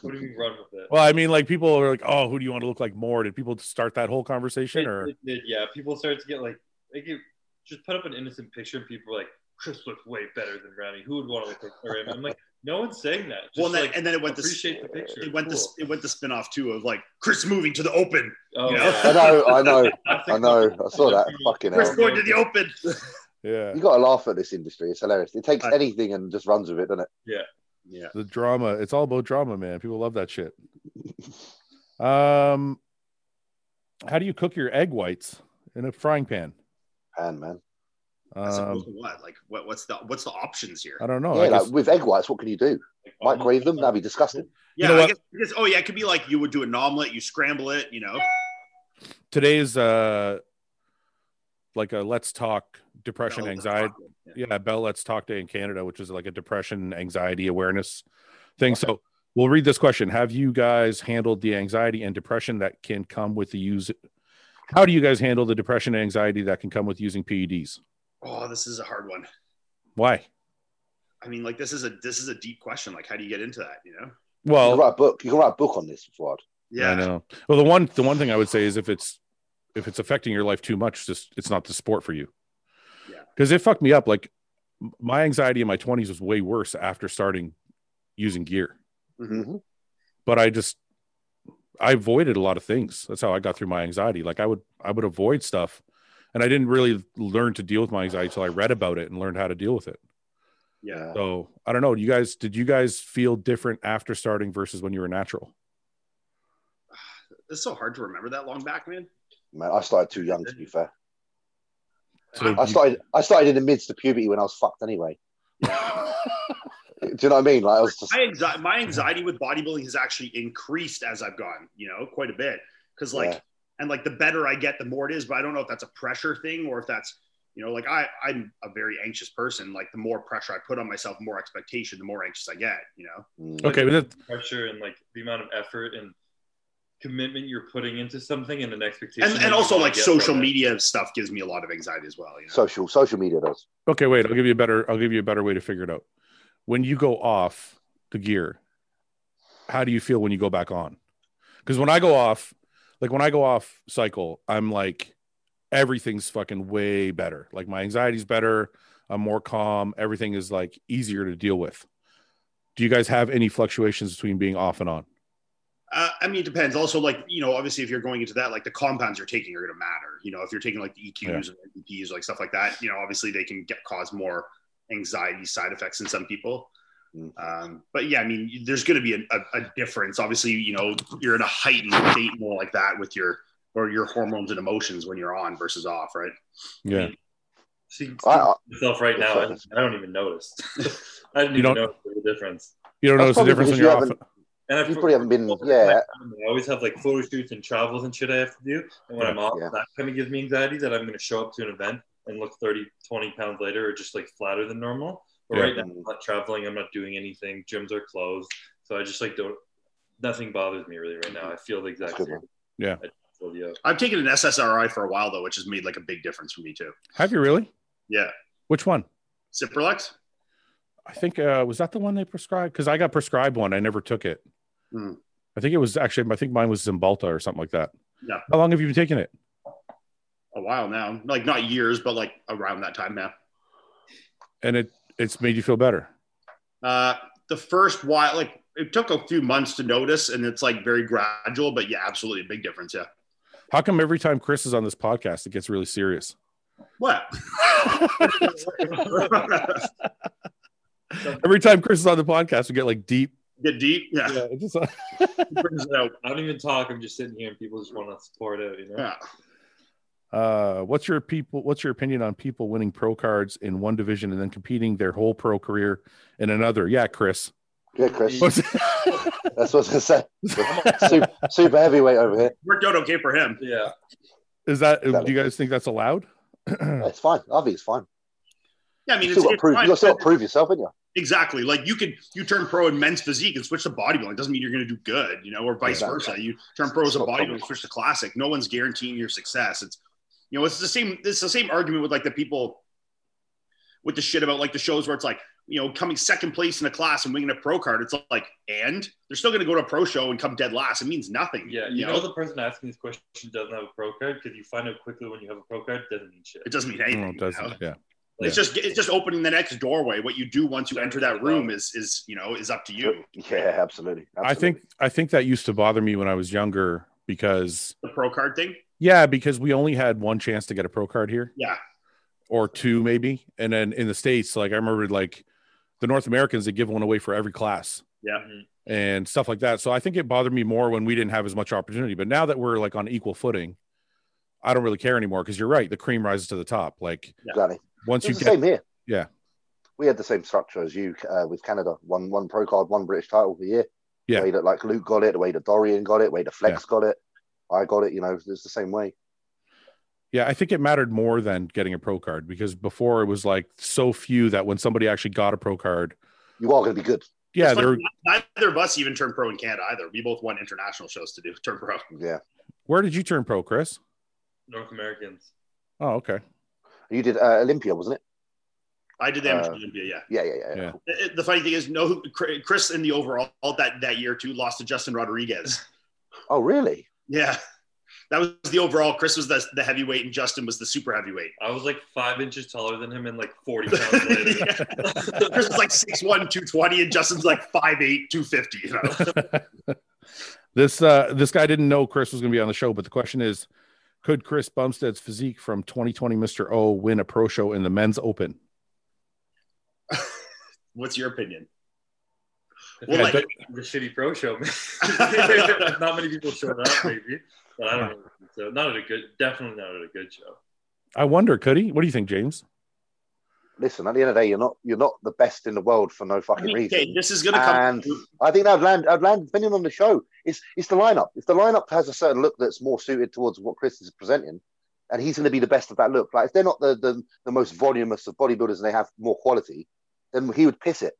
what do we run with it?
Well, I mean, like people are like, oh, who do you want to look like more? Did people start that whole conversation
It-
or
it did, yeah. People started to get like, like you just put up an innocent picture, and people were like, "Chris looks way better than Rami. Who would want to look like Rami?" I'm like, no one's saying that. Just
well, and then,
like,
and then it went to
appreciate the picture.
it went
cool.
this it went the spin off too of like Chris moving to the open,
Oh,
you know?
I
yeah.
know, I know,
That's a
I know. I saw that. Fucking
Chris
hell.
going to the open.
yeah?
You got to laugh at this industry. It's hilarious. It takes
I-
anything and just runs with it, doesn't it?
yeah,
The drama. It's all about drama, man. People love that shit. Um how do you cook your egg whites in a frying pan?
Man, man.
As
Um,
opposed to what like what what's the what's the options here?
I don't know.
yeah,
Oh, I
like,
guess-
with egg whites, what can you do?
Like, almost-
Microwave them? That'd be disgusting.
You
Yeah,
know
I
what?
guess, I guess- Oh yeah, it could be like you would do an omelet, you scramble it, you know.
today's uh like a let's talk depression
Bell-
anxiety
Yeah.
yeah bell let's talk day in canada which is like a depression anxiety awareness thing so we'll read this question have you guys handled the anxiety and depression that can come with the use how do you guys handle the depression and anxiety that can come with using E peds
Oh, this is a hard one.
why
I mean, like this is a this is a deep question. Like, how do you get into that? You know?
You
well
can write a book. You can write a book on this, Rod.
I know. Well, the one the one thing I would say is if it's if it's affecting your life too much, it's just it's not the sport for you.
Yeah.
Because it fucked me up. Like m- my anxiety in my twenties was way worse after starting using gear.
Mm-hmm.
But I just I avoided a lot of things. That's how I got through my anxiety. Like I would I would avoid stuff and I didn't really learn to deal with my anxiety until I read about it and learned how to deal with it.
Yeah.
So I don't know. You guys, did you guys feel different after starting versus when you were natural?
It's so hard to remember that long back, man.
Man, I started too young to be fair.
So
I
you-
started I started in the midst of puberty when I was fucked anyway. Do you know what I mean? Like I was just
My anxiety, my anxiety with bodybuilding has actually increased as I've gone, you know, quite a bit. Cause like,
Yeah.
and like the better I get, the more it is. But I don't know if that's a pressure thing or if that's, you know, like I, I'm a very anxious person. Like the more pressure I put on myself, the more expectation, the more anxious I get, you know?
mm,
okay, but that,
pressure and like the amount of effort and commitment you're putting into something and an expectation.
And,
that
and also
you're
like
gonna get
social
from it.
media stuff gives me a lot of anxiety as well, you know?
social social media does.
okay, wait. I'll give you a better. I'll give you a better way to figure it out. When you go off the gear, how do you feel when you go back on? Because when I go off, like when I go off cycle, I'm like everything's fucking way better. Like my anxiety's better. I'm more calm. Everything is like easier to deal with. Do you guys have any fluctuations between being off and on?
Uh, I mean, it depends. Also, like you know, obviously, if you're going into that, like the compounds you're taking are going to matter. You know, if you're taking like the EQs
Yeah.
and EPs, like stuff like that, you know, obviously they can get cause more anxiety side effects in some people.
Mm.
Um, but yeah, I mean, you- there's going to be a, a, a difference. Obviously, you know, you're in a heightened state more like that with your or your hormones and emotions when you're on versus off, right?
Yeah.
See,
I- I-
myself right now, I, I don't even notice. I didn't
You
even
don't-
notice the difference.
You don't notice
That's
the
probably
difference when
because you
you're off.
haven't-
And I
You probably haven't been- yeah.
I always have like photo shoots and travels and shit I have to do. And when
Yeah,
I'm off,
yeah.
that kind of gives me anxiety that I'm going to show up to an event and look 30, 20 pounds later or just like flatter than normal. But
Yeah.
right now, I'm not traveling. I'm not doing anything. Gyms are closed. So I just like don't, nothing bothers me really right now. I feel the exact
good
same.
one.
Yeah.
I feel the, uh,
I've taken an SSRI for a while though, which has made like a big difference for me too.
Have you really?
Yeah,
Which one?
Ciprolex.
I think uh was that the one they prescribed? Because I got prescribed one. I never took it.
Hmm.
I think it was actually I think mine was Zimbalta or something like that.
Yeah.
How long have you been taking it?
A while now, like not years, but like around that time now.
And it it's made you feel better.
Uh, the first while, like it took a few months to notice, and it's like very gradual. But yeah, absolutely a big difference. Yeah.
How come every time Chris is on this podcast, it gets really serious?
What?
Every time Chris is on the podcast, we get like deep.
Get deep? Yeah.
Yeah, it's just,
Brings it out.
I don't even talk. I'm just sitting here and people just want to support it, you know?
Yeah.
uh, what's your people? What's your opinion on people winning pro cards in one division and then competing their whole pro career in another? Yeah, Chris.
Yeah, Chris.
What's-
That's what I was gonna say. super, super heavyweight over here.
Worked out okay for him.
Yeah.
is that? Do you guys think that's allowed?
It's fine. I think it's fine.
Yeah, I mean,
You
it's,
still got to
it's
prove.
fine.
You still got to prove yourself, haven't you?
exactly. Like you could, you turn pro in men's physique and switch to bodybuilding. It doesn't mean you're going to do good, you know, or vice
Yeah.
versa. You turn pro as a
Stop
bodybuilder
talking.
and switch to classic. No one's guaranteeing your success. It's, you know, it's the same. It's the same argument with like the people with the shit about like the shows where it's like, you know, coming second place in a class and winning a pro card. It's like, and they're still going to go to a pro show and come dead last. It means nothing.
Yeah, you know the person asking this question doesn't have a pro card because you find out quickly when you have a pro card doesn't mean shit.
it doesn't mean anything.
No, it
you know?
doesn't. Yeah.
It's just it's just opening the next doorway. What you do once you enter that room is is you know is up to you.
Yeah, absolutely.
I think I think that used to bother me when I was younger because
The pro card thing.
yeah, because we only had one chance to get a pro card here
Yeah.
or two maybe, and then in the states, like I remember like the North Americans they give one away for every class
Yeah.
Mhm.
and stuff like that. So I think it bothered me more when we didn't have as much opportunity. But now that we're like on equal footing, I don't really care anymore because you're right, the cream rises to the top. Like
exactly.
once you
It's the
get
same here.
Yeah.
We had the same structure as you uh, with Canada. One one pro card, one British title per year.
Yeah.
The way that like Luke got it, the way that Dorian got it, the way that Flex got it, I got it. You know, it's the same way.
Yeah, I think it mattered more than getting a pro card because before it was like so few that when somebody actually got a pro card,
You are going to be good.
yeah,
It's
they're
funny, neither of us even turned pro in Canada either. We both won international shows to do turn pro.
Yeah.
where did you turn pro, Chris?
North Americans.
Oh, okay.
You did uh, Olympia, wasn't it?
I did that
Uh,
in Olympia. Yeah.
Yeah, yeah, yeah.
Yeah.
yeah.
It- it- The funny thing is, no, who- Cr- Chris in the overall that that year too lost to Justin Rodriguez.
Oh, really?
Yeah. That was the overall. Chris was the, the heavyweight and Justin was the super heavyweight.
I was like five inches taller than him and like 40 pounds later.
Chris was like 6'1, 220, and Justin's like 5'8, 250. You know?
this uh this guy didn't know Chris was going to be on the show, but the question is, Could Chris Bumstead's physique from 2020 Mr. O win a pro show in the men's open?
What's your opinion?
Well,
Yeah,
like-
but-
the shitty pro show, man. not many people showed up, maybe. But I don't know. So not at a good, definitely not at a good show.
I wonder, could he? What do you think, James?
Listen, at the end of the day, you're not you're not the best in the world for no fucking reason.
Okay, this is going to come.
And- I think that'd land. I'd land depending on the show. It's it's the lineup. If the lineup has a certain look that's more suited towards what Chris is presenting, and he's going to be the best of that look. Like if they're not the the, the most voluminous of bodybuilders and they have more quality, then he would piss it.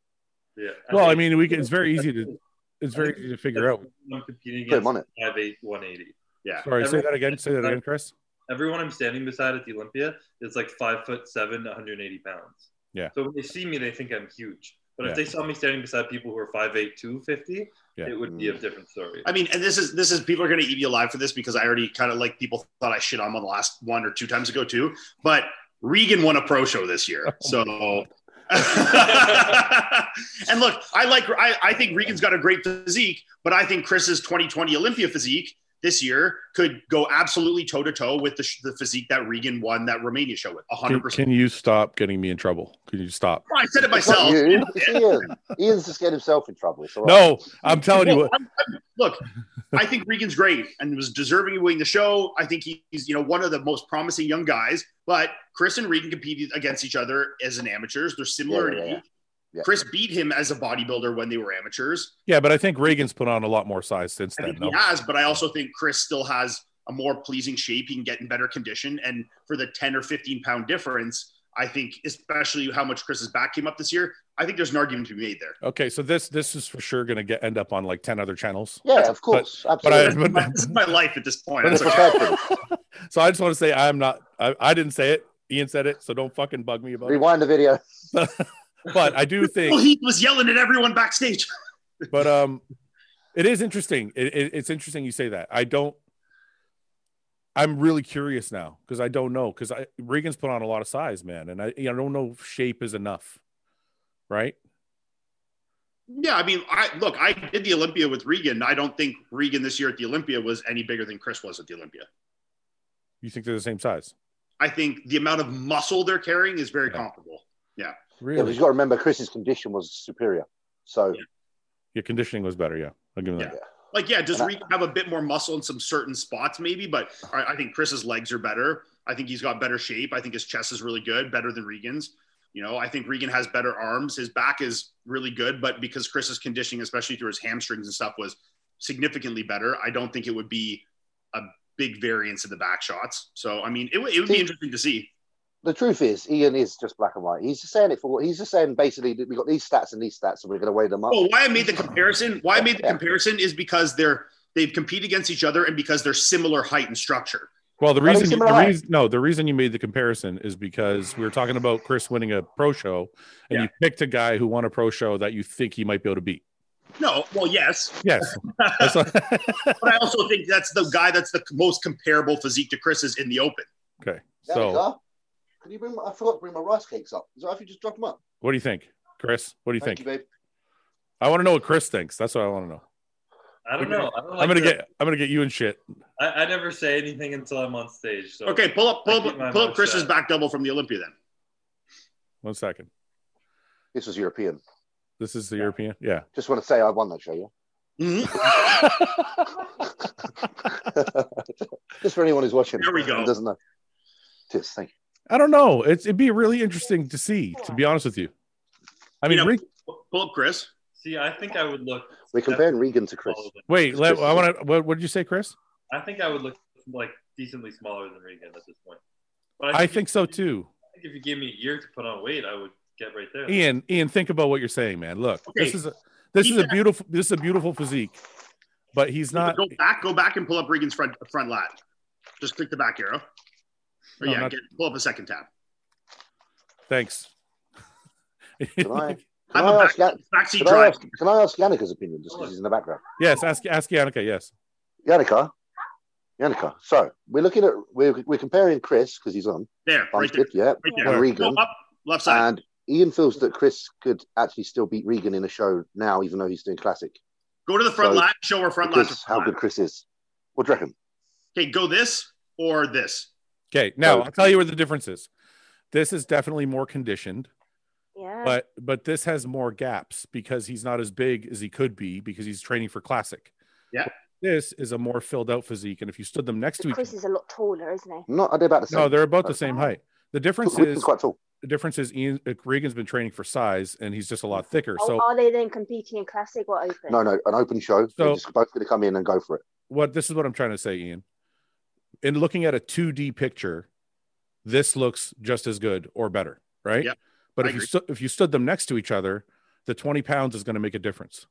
Yeah.
well, I
think-
mean, we can, it's very easy to it's very easy to figure out.
I'm competing
Put him
against
on
5'8",
it.
180.
Yeah.
Sorry, say that again. Say that again, Chris.
Everyone I'm standing beside at the Olympia is like five foot seven, 180 pounds.
Yeah.
So when they see me, they think I'm huge. But
Yeah.
if they saw me standing beside people who are 5'8", 250,
Yeah.
it would be a different story.
I mean, and this is this is people are going to eat me alive for this because I already kind of like people thought I shit on him on the last one or two times ago too. But Regan won a pro show this
Oh
year, so. and look, I like I, I think Regan's got a great physique, but I think Chris's 2020 Olympia physique this year could go absolutely toe to toe with the, sh- the physique that Regan won that Romania show with 100.
Can,
percent
can you stop getting me in trouble? Can you stop?
I said it
It's not
myself.
you. It's Ian. Ian's just getting himself in trouble. It's all right.
No, I'm telling you
Well,
what.
I'm- I'm- look, I think Regan's great and was deserving of winning the show. I think he's, you know, one of the most promising young guys. But Chris and Regan competed against each other as an amateurs. They're similar
Yeah, yeah,
in
yeah.
age.
Yeah.
Chris beat him as a bodybuilder when they were amateurs.
Yeah, but I think Reagan's put on a lot more size since
I
then.
think
No.
he has, but I also think Chris still has a more pleasing shape. He can get in better condition. And for the 10 or 15 pound difference, I think, especially how much Chris's back came up this year, I think there's an argument to be made there.
Okay, so this this is for sure going to get end up on like ten other channels.
Yeah, of course,
But I,
absolutely.
but,
this is my life at this point.
But
It's
it's
like,
prepared for this.
so I just want to say I'm not. I, I didn't say it. Ian said it. So don't fucking bug me about it.
Rewind the video.
But I do think.
well, he was yelling at everyone backstage.
but um it is interesting it, it, it's interesting you say that i don't i'm really curious now because i don't know because i regan's put on a lot of size man and i i don't know if shape is enough right
Yeah, I mean, I look, I did the Olympia with Regan. I don't think Regan this year at the Olympia was any bigger than Chris was at the Olympia.
you think they're the same size
I think the amount of muscle they're carrying is very
Yeah.
comparable.
Yeah, but
really
you've got to remember Chris's condition was superior. So
Yeah.
your conditioning was better yeah i'll give them that
Like, yeah, does
And I-
Regan have a bit more muscle in some certain spots, maybe? But I, I think Chris's legs are better. I think he's got better shape. I think his chest is really good, better than Regan's. You know, I think Regan has better arms. His back is really good, but because Chris's conditioning, especially through his hamstrings and stuff, was significantly better, I don't think it would be a big variance in the back shots. So, I mean, it, would- it would be
See-
interesting to see.
the truth is, Ian is just black and white. He's just saying it for what he's just saying. Basically, that we got these stats and these stats, and we're going to weigh them up.
Well, Oh, why I made the comparison, why I made the
Yeah.
comparison is because they're they've competed against each other and because they're similar height and structure.
well the
Gotta be
reason, the
similar height.
reason no the reason you made the comparison is because we were talking about chris winning a pro show and
Yeah.
you picked a guy who won a pro show that you think he might be able to beat
No, well, yes,
yes That's what-
but I also think that's the guy that's the most comparable physique to Chris's in the open.
okay
There we
so
go. Can you bring? My, I forgot to bring my rice cakes up. Is that if you just drop them up?
what do you think chris what do you
Thank
think
you, babe.
I want to know what Chris thinks. That's what I want to know.
I don't know. I don't like
I'm gonna
the-
get I'm gonna get you in shit.
I, I never say anything until I'm on stage. So
Okay, pull up, pull
I keep my
up, pull
mouth
up Chris's
shut.
back double from the Olympia. Then
One second.
This was European.
This is the European. Yeah.
Just want to say I won that show. Yeah. just for anyone who's watching.
There we go.
and Doesn't know. Cheers. Thank you.
I don't know. It's it'd be really interesting to see. To be honest with you, I mean,
You know-
Reg-
Mm-hmm. pull up Chris.
See, I think I would look.
We're comparing Regan to Chris.
smaller than-
wait. Let,
Chris-
I want to. What, what did you say, Chris?
I think I would look like decently smaller than Regan at this point. But
I think so too.
I think if you gave me a year to put on weight, I would get right there.
Ian, Ian, think about what you're saying, man. Look, this
Okay.
is a this is a
Yeah.
beautiful this is a beautiful physique, but he's not.
go back, go back, and pull up Regan's front front lat. Just click the back arrow. Or
No,
yeah,
not-
get, pull up a second tab.
Thanks.
Can I,
I'm
can
a
I ask? Yan-
Backseat
Can I
drive.
ask, can I ask Yannika's opinion just because he's in the background?
yes, ask ask Yannicka. Yes.
Yannicka, Yannicka. So we're looking at we're, we're comparing Chris because he's on.
There, right there,
Bumstead, yeah,
right
and
there. Go
Regan. Uh,
up, left side.
And Ian feels that Chris could actually still beat Regan in a show now, even though he's doing classic.
go to the front
so-
lat. Show her front lat.
Because how good Chris is. What do you reckon?
Okay, go this or this.
Okay, now I'll tell you where the difference is. This is definitely more conditioned,
Yeah.
but but this has more gaps because he's not as big as he could be because he's training for classic.
Yeah.
This is a more filled out physique, and if you stood them next to each
Chris
other,
is a lot taller, isn't he?
Not, I did about the same.
no, they're about the same height. The difference
Which is
is
quite tall.
the difference is Ian Regan's been training for size, and he's just a lot thicker.
Oh,
So
are they then competing in classic or open?
No, no, an open show.
So-
they're just both going to come in and go for it.
what this is what I'm trying to say, Ian. In looking at a 2D picture, this looks just as good or better, right?
Yeah,
but
I
if you
agree.
stu- if you stood them next to each other, the 20 pounds is going to make a difference.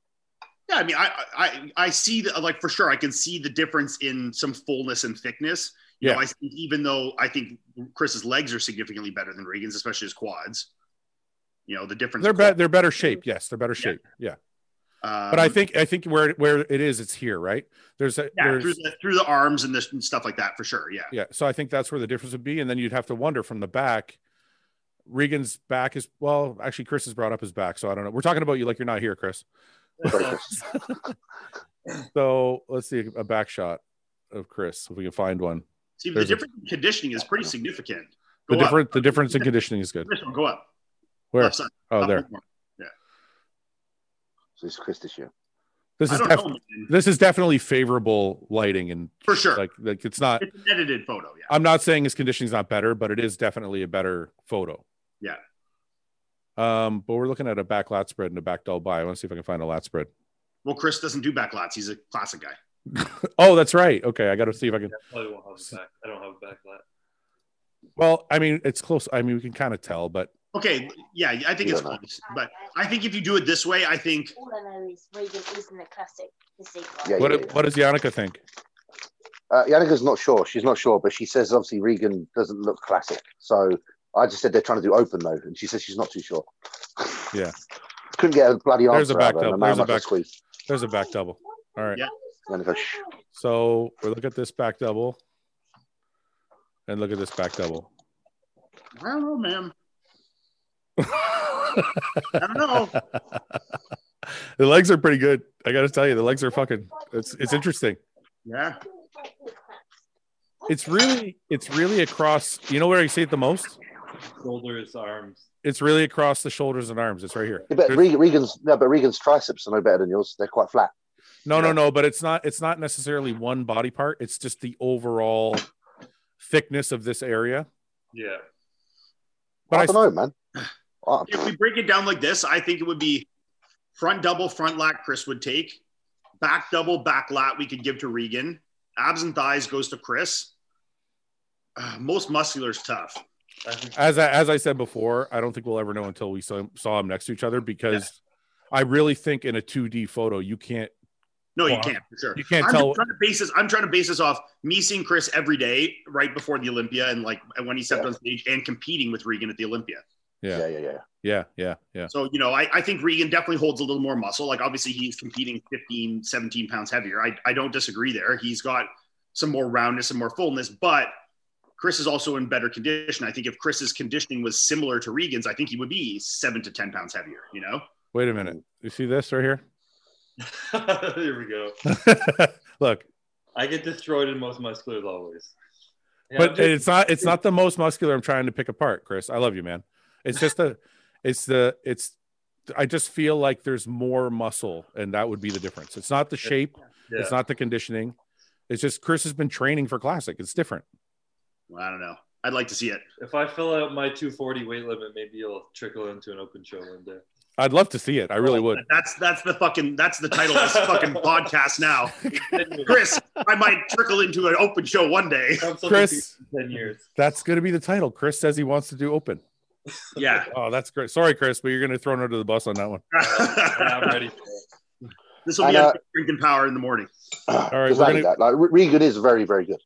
Yeah, I mean, I I I see the like for sure. I can see the difference in some fullness and thickness. You
Yeah.
know, I think even though I think Chris's legs are significantly better than Regan's, especially his quads. You know the difference.
They're
in quad-
better. They're better shape. Yes, they're better shape. Yeah,
Um,
but I think I think where where it is, it's here, right? There's a
yeah,
there's
through the through the arms and, the, and stuff like that for sure. Yeah,
yeah. So I think that's where the difference would be, and then you'd have to wonder from the back. Regan's back is well, actually, Chris has brought up his back, so I don't know. We're talking about you like you're not here, Chris.
Sorry, Chris.
So let's see a back shot of Chris if we can find one.
see the
There's a-
difference in conditioning is pretty significant.
The
Go up.
different the difference in conditioning is good.
This one, go up.
Where?
Left side,
Oh,
up
there.
one more.
So it's Chris this year.
This
I
is
don't
def-
know, man.
this is definitely favorable lighting and
For sure.
Like like it's not.
It's an edited photo. Yeah.
I'm not saying his conditioning's not better, but it is definitely a better photo.
Yeah.
Um, but we're looking at a back lat spread and a back double by. I want to see if I can find a lat spread.
Well, Chris doesn't do back lats. He's a classic guy.
Oh, that's right. Okay, I got to see if I can.
I probably won't have a back. I don't have a back lat.
Well, I mean, it's close. I mean, we can kind of tell, but
Okay. Yeah, I think
You
it's
don't know.
close, but I think if you do it this way, I think
uh, All I know is Regan isn't a classic physique.
Yeah,
what what does Yannicka think?
Uh, Yannika's not sure. She's not sure, but she says obviously Regan doesn't look classic. So I just said they're trying to do open though, and she says she's not too sure.
Yeah.
Couldn't get a bloody answer.
There's a back
out of her,
up.
no matter
There's a
how much I
back-
squeezed.
There's a back double. All right.
Yeah.
Yannicka, shh.
So we look at this back double, and look at this back double.
I don't know, ma'am. I don't know.
the legs are pretty good. I got to tell you, the legs are fucking. It's it's interesting.
Yeah.
It's really it's really across. You know where I see it the most?
Shoulders, arms.
It's really across the shoulders and arms. It's right here.
Yeah, but
There's-
Regan, Regan's no, but Regan's triceps are no better than yours. They're quite flat.
no, no, no. But it's not. It's not necessarily one body part. It's just the overall thickness of this area.
Yeah.
But
I
I,
don't know, man. I-
If we break it down like this, I think it would be front double, front lat Chris would take. Back double, back lat we could give to Regan. Abs and thighs goes to Chris. Uh, most muscular is tough.
I think
as I, as I said before, I don't think we'll ever know until we saw, saw them next to each other because I really think in a 2D photo you can't
No, you
Well,
can't for sure.
you can't
I'm
tell
just trying to base this. I'm trying to base this off me seeing Chris every day right before the Olympia and like when he stepped on stage and competing with Regan at the Olympia.
Yeah.
yeah, yeah, yeah.
Yeah, yeah, yeah.
So, you know, I, I think Regan definitely holds a little more muscle. Like, obviously, he's competing 15, 17 pounds heavier. I, I don't disagree there. He's got some more roundness and more fullness, but Chris is also in better condition. I think if Chris's conditioning was similar to Regan's, I think he would be seven to 10 pounds heavier, you know?
Wait a minute. You see this right here?
Here we go.
Look,
I get destroyed in most musculars always. Yeah,
but
just-
it's not it's not the most muscular I'm trying to pick apart, Chris. I love you, man. It's just the it's the it's I just feel like there's more muscle and that would be the difference. It's not the shape,
yeah.
it's not the conditioning. It's just Chris has been training for classic. It's different.
Well, I don't know. I'd like to see it.
If I fill out my 240 weight limit, maybe it'll trickle into an open show one day.
I'd love to see it. I really would.
That's that's the fucking that's the title of this fucking podcast now. Chris, I might trickle into an open show one day.
Chris.
Chris, ten years.
That's going to be the title. Chris says he wants to do open.
Yeah.
Oh, that's great. Sorry, Chris, but you're going to throw under the bus on that one.
I'm ready. For it.
this will be
And, uh,
on drinking power in the morning.
All
right,
right,
we're
like
gonna-
that. Like, Re- Regan is very, very good.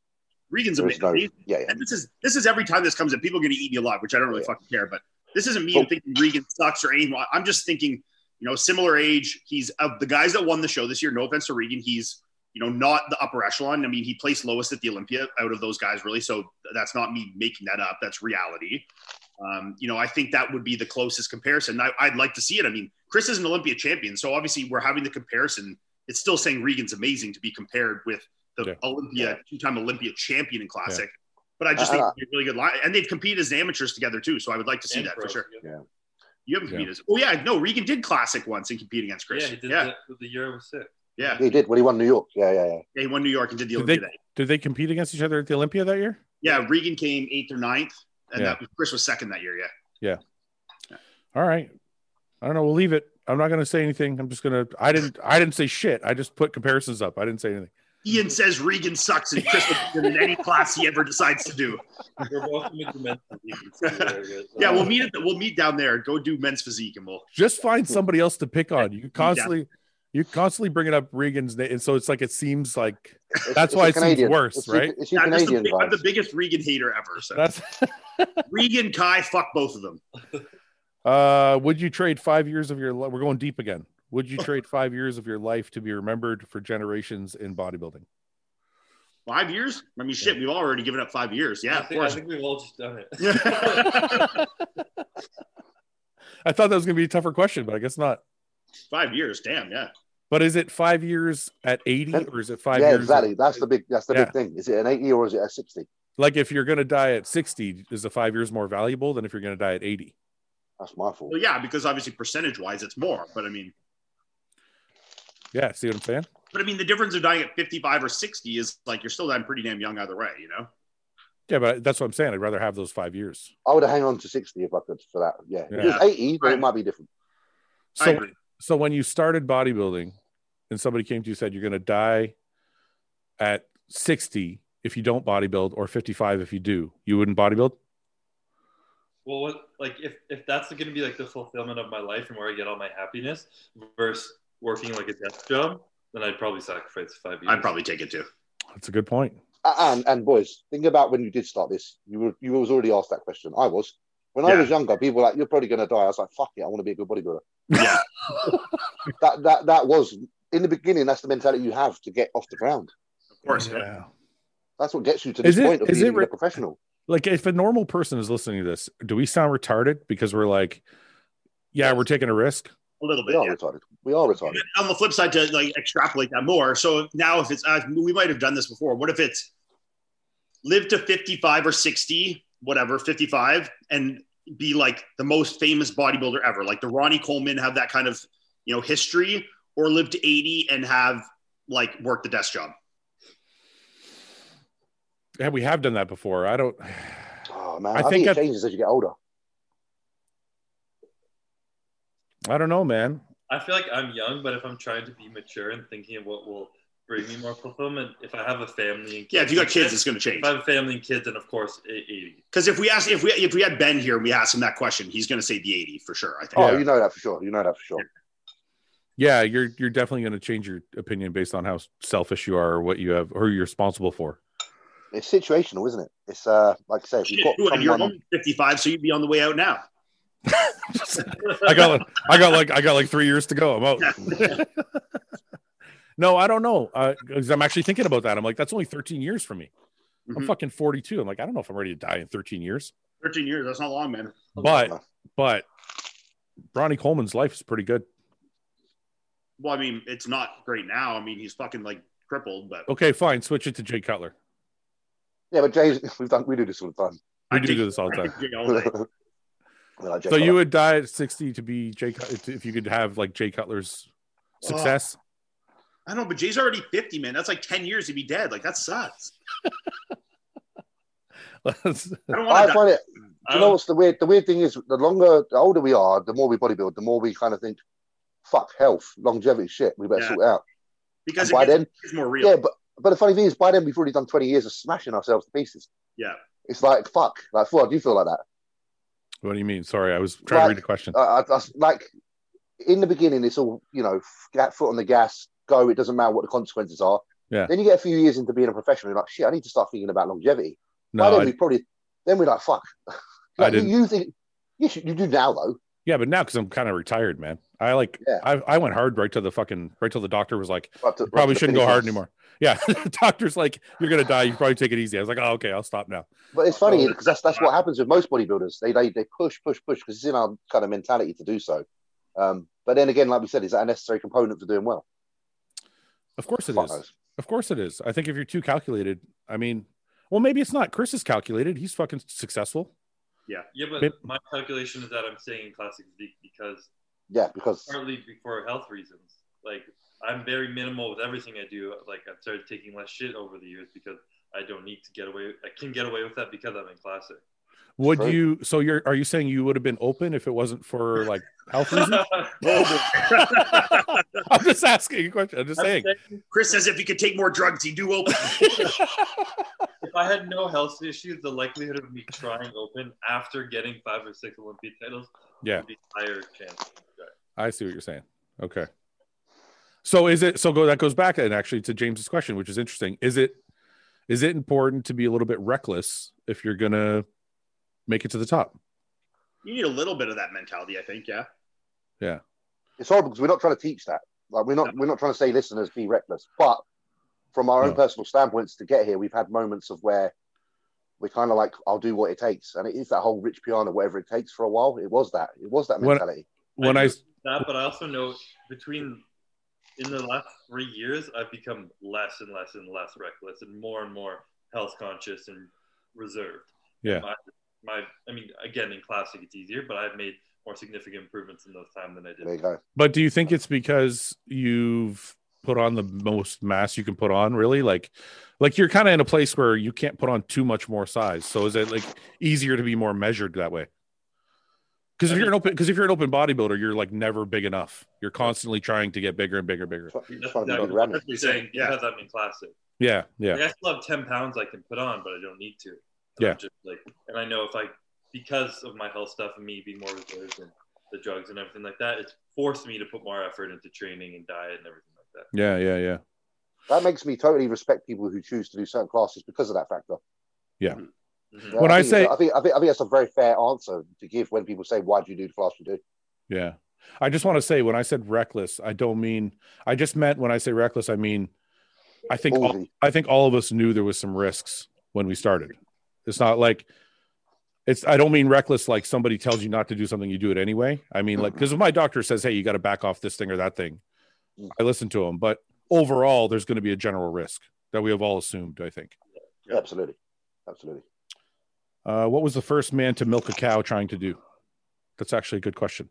Regan's
There's
amazing.
no,
He's
yeah, yeah.
and this is this is every time this comes up, people are going to eat me alive, which I don't really
Yeah.
fucking care. But this isn't me
Oh.
thinking Regan sucks or anything. I'm just thinking, you know, similar age. He's of the guys that won the show this year. No offense to Regan, he's you know not the upper echelon. I mean, he placed lowest at the Olympia out of those guys, really. So that's not me making that up. That's reality. Um, you know, I think that would be the closest comparison. I, I'd like to see it. I mean, Chris is an Olympia champion, so obviously we're having the comparison. It's still saying Regan's amazing to be compared with the
Yeah.
Olympia, two-time Olympia champion in classic. But I
Uh,
just think
uh,
it'd be a really good line, and they've competed as amateurs together too. So I would like to see
And
that for
pros,
sure.
Yeah,
You haven't
Yeah.
competed as oh yeah, no, Regan did classic once and competed against
yeah
Chris.
he
Yeah,
did
yeah.
The, the year I was sick.
yeah,
He did when he won New York. Yeah, yeah, yeah.
He won New York and did the
Did
Olympia.
they-
that year.
Did they compete against each other at the Olympia that year?
Yeah, Regan came eighth or ninth, and
Yeah.
that was, Chris was second that year. Yeah,
All right. I don't know. We'll leave it. I'm not going to say anything. I'm just going to. I didn't. I didn't say shit. I just put comparisons up. I didn't say anything.
Ian says Regan sucks and Chris will beat him in any class he ever decides to do.
We're welcome into men's physique. It's really good.
Yeah, we'll meet. At the, we'll meet down there. Go do men's physique, and we'll.
Just find somebody else to pick on. You constantly, you constantly bringing up Regan's name, and so it's like it seems like
It's-
That's
it's
why
a
it seems
Canadian.
worse,
it's
right?
You, it's you
I'm, just the,
Canadian
big- I'm the
vibes.
biggest Regan hater ever. So
that's.
Regan, Kai, fuck both of them.
Uh, would you trade five years of your? Li- We're going deep again. Would you trade five years of your life to be remembered for generations in bodybuilding?
Five years? I mean, shit, we've already given up five years. Yeah,
I
of
think, I
course.
think we've all just done it.
I thought that was going to be a tougher question, but I guess not.
five years, damn, yeah.
But is it five years at eighty, or is it five
yeah,
years?
exactly. That's the big. That's the
Yeah.
big thing. Is it an eighty or is it a sixty?
Like if you're going to die at sixty, is the five years more valuable than if you're going to die at eighty?
That's my fault.
Well, yeah, because obviously percentage wise, it's more. But I mean,
Yeah, see what I'm saying?
but I mean, the difference of dying at 55 or 60 is like you're still dying pretty damn young either way, you know?
Yeah, but that's what I'm saying. I'd rather have those five years.
I would have hang on to sixty if I could for that. Yeah,
Yeah.
it was eighty, but
Right.
it might be different.
I
So
agree.
so when you started bodybuilding and somebody came to you and said you're going to die at 60 if you don't bodybuild or 55 if you do you wouldn't bodybuild
Well, what, like if, if that's going to be like the fulfillment of my life and where I get all my happiness versus working like a desk job, then I'd probably sacrifice five years.
I'd probably take it too.
that's a good point
A- And and boys, think about when you did start this. You were you was already asked that question. I was. When I
Yeah.
was younger, people were like, "You're probably going to die." I was like, "Fuck it, I want to be a good bodybuilder."
Yeah.
That that that was in the beginning. That's the mentality you have to get off the ground.
Of course. Yeah.
yeah
That's what gets you to
Is
this
it-
point of
is
being
it re-
a professional.
like if a normal person is listening to this do we sound retarded because we're like yeah we're taking a risk
A little
We
bit.
are
yeah.
retarded. We are retarded.
But on the flip side, to like extrapolate that more. So now, if it's, uh, we might have done this before. What if it's live to 55 or 60, whatever, 55, and be like the most famous bodybuilder ever? Like the Ronnie Coleman have that kind of, you know, history, or live to 80 and have like work the desk job?
yeah we have done that before i don't
Oh man,
I
I, think,
think
it
I-
changes as you get older.
i don't know man
I feel like I'm young, but if I'm trying to be mature and thinking of what will bring me more fulfillment, if I have a family and
Yeah. If you got kids, it's going to change.
if I have a family and kids, then of course a- 80.
Because if we asked, if we if we had Ben here and we asked him that question, he's going to say the 80 for sure. I think.
Oh,
Yeah.
you know that for sure. You know that for sure.
yeah you're you're definitely going to change your opinion based on how selfish you are or what you have or you're responsible for
It's situational, isn't it? It's uh, like I say, if
Shit,
you've got
dude, you're
someone.
only 55, so you'd be on the way out now.
I got like, I got like I got like three years to go. I'm out. no, I don't know. Uh, 'cause I'm actually thinking about that. I'm like, that's only 13 years for me. I'm
Mhm.
fucking 42. I'm like, I don't know if I'm ready to die in 13 years.
13 years. That's not long, man.
But but Ronnie Coleman's life is pretty good.
Well, I mean, it's not great now. I mean, he's fucking like crippled, but
Okay, fine. Switch it to Jay Cutler.
Yeah, but James, we've done we do this all the time.
We
I
do
think-
do this all the time.
Yeah, all day.
We're like, Jake,
So
I
you
like-
would die at 60 to be Jay Cut- if you could have like Jay Cutler's
Uh,
success.
I know, but Jay's already 50, man. That's like 10 years to be dead. Like, that sucks. I don't want
I
to Oh. die. um,
find it. Do
I
you know
don't-
what's the weird? The weird thing is, the longer, the older we are, the more we bodybuild, the more we kind of think, "Fuck health, longevity, shit. We better
Yeah.
sort it out."
Because
And
it
by
gets,
then,
it's more real.
yeah, but but the funny thing is, by then we've already done twenty years of smashing ourselves to pieces.
Yeah.
it's like fuck. Like, Ford, do you feel like that?
what do you mean? Sorry, I was trying to read the question.
I, I, I, like in the beginning, it's all you know, f- get foot on the gas, go. It doesn't matter what the consequences are.
Yeah.
Then you get a few years into being a professional, you're like, shit, I need to start thinking about longevity. By
No,
then
I-
we probably, then we're like, fuck. Like, you-
didn't.
You think, yes, you do now though.
Yeah, but now because I'm kind of retired, man. I like
Yeah.
I I went hard right to the fucking right till the doctor was like,
Right to- right
probably
to
shouldn't go
finish
hard
this.
anymore. Yeah, the doctor's like, you're gonna die. You probably take it easy. I was like, oh okay, I'll stop now.
But it's funny
Oh,
because that's that's what happens with most bodybuilders. They they, they push, push, push because it's in our kind of mentality to do so. Um, but then again, like we said, is that a necessary component for doing well?
Of course it
Fuck
is.
knows.
Of course it is. I think if you're too calculated, I mean, well, maybe it's not. Chris is calculated. He's fucking successful.
Yeah, but
Bit-
my calculation is that I'm staying in classic physique because
Yeah, because
partly for health reasons. Like I'm very minimal with everything I do. Like I've started taking less shit over the years because I don't need to get away. I can get away with that because I'm in classic.
Would
True.
you? So you're? Are you saying you would have been open if it wasn't for like health reasons? I'm just asking a question. I'm just
I'm
saying.
saying
Chris says if he could take more drugs, he'd do open.
if I had no health issues, the likelihood of me trying open after getting five or six Olympic titles
Yeah.
would be higher chance.
I see what you're saying. Okay. So is it so go that goes back then actually to James's question, which is interesting. Is it is it important to be a little bit reckless if you're gonna make it to the top?
you need a little bit of that mentality, I think. Yeah.
it's horrible because we're not trying to teach that. Like we're not we're not trying to say listeners be reckless, but from our
No.
own personal standpoints to get here, we've had moments of where we're kind of like, I'll do what it takes, and it is that whole rich piano, whatever it takes for a while. It was that. It was that
When-
mentality.
When I,
know that, but I also know between in the last three years, I've become less and less and less reckless, and more and more health conscious and reserved.
Yeah.
my, my I mean, again, in classic, it's easier, but I've made more significant improvements in those time than I
There you
did.
go.
but do you think it's because you've put on the most mass you can put on, really? Like like you're kind of in a place where you can't put on too much more size. So is it like easier to be more measured that way? Because if you're an open because if you're an open bodybuilder, you're like never big enough. You're constantly trying to get bigger and bigger, bigger.
Try-
That's
trying to
exactly
be random.
what I'm saying
Yeah.
because I'm in classic.
Yeah, yeah.
Like, I still have ten pounds I can put on, but I don't need to. And
Yeah.
I'm just like, and I know if I, because of my health stuff and me being more reserved and the drugs and everything like that, it's forced me to put more effort into training and diet and everything like that.
Yeah, yeah, yeah.
That makes me totally respect people who choose to do certain classes because of that factor.
Mhm.
Yeah,
When I
think
say-
it's- I think, I think I think that's a very fair answer to give when people say, "Why do you do the class you do?"
Yeah. I just want to say when I said reckless, I don't mean I just meant when I say reckless, I mean I think all,
Ballsy.
I think all of us knew there was some risks when we started. It's not like it's I don't mean reckless like somebody tells you not to do something you do it anyway. I mean like cuz if my doctor says hey you got to back off this thing or that thing, I listen to him, but overall there's going to be a general risk that we have all assumed, I think.
Yeah.
Absolutely, absolutely.
Uh, what was the first man to milk a cow trying to do? That's actually a good question.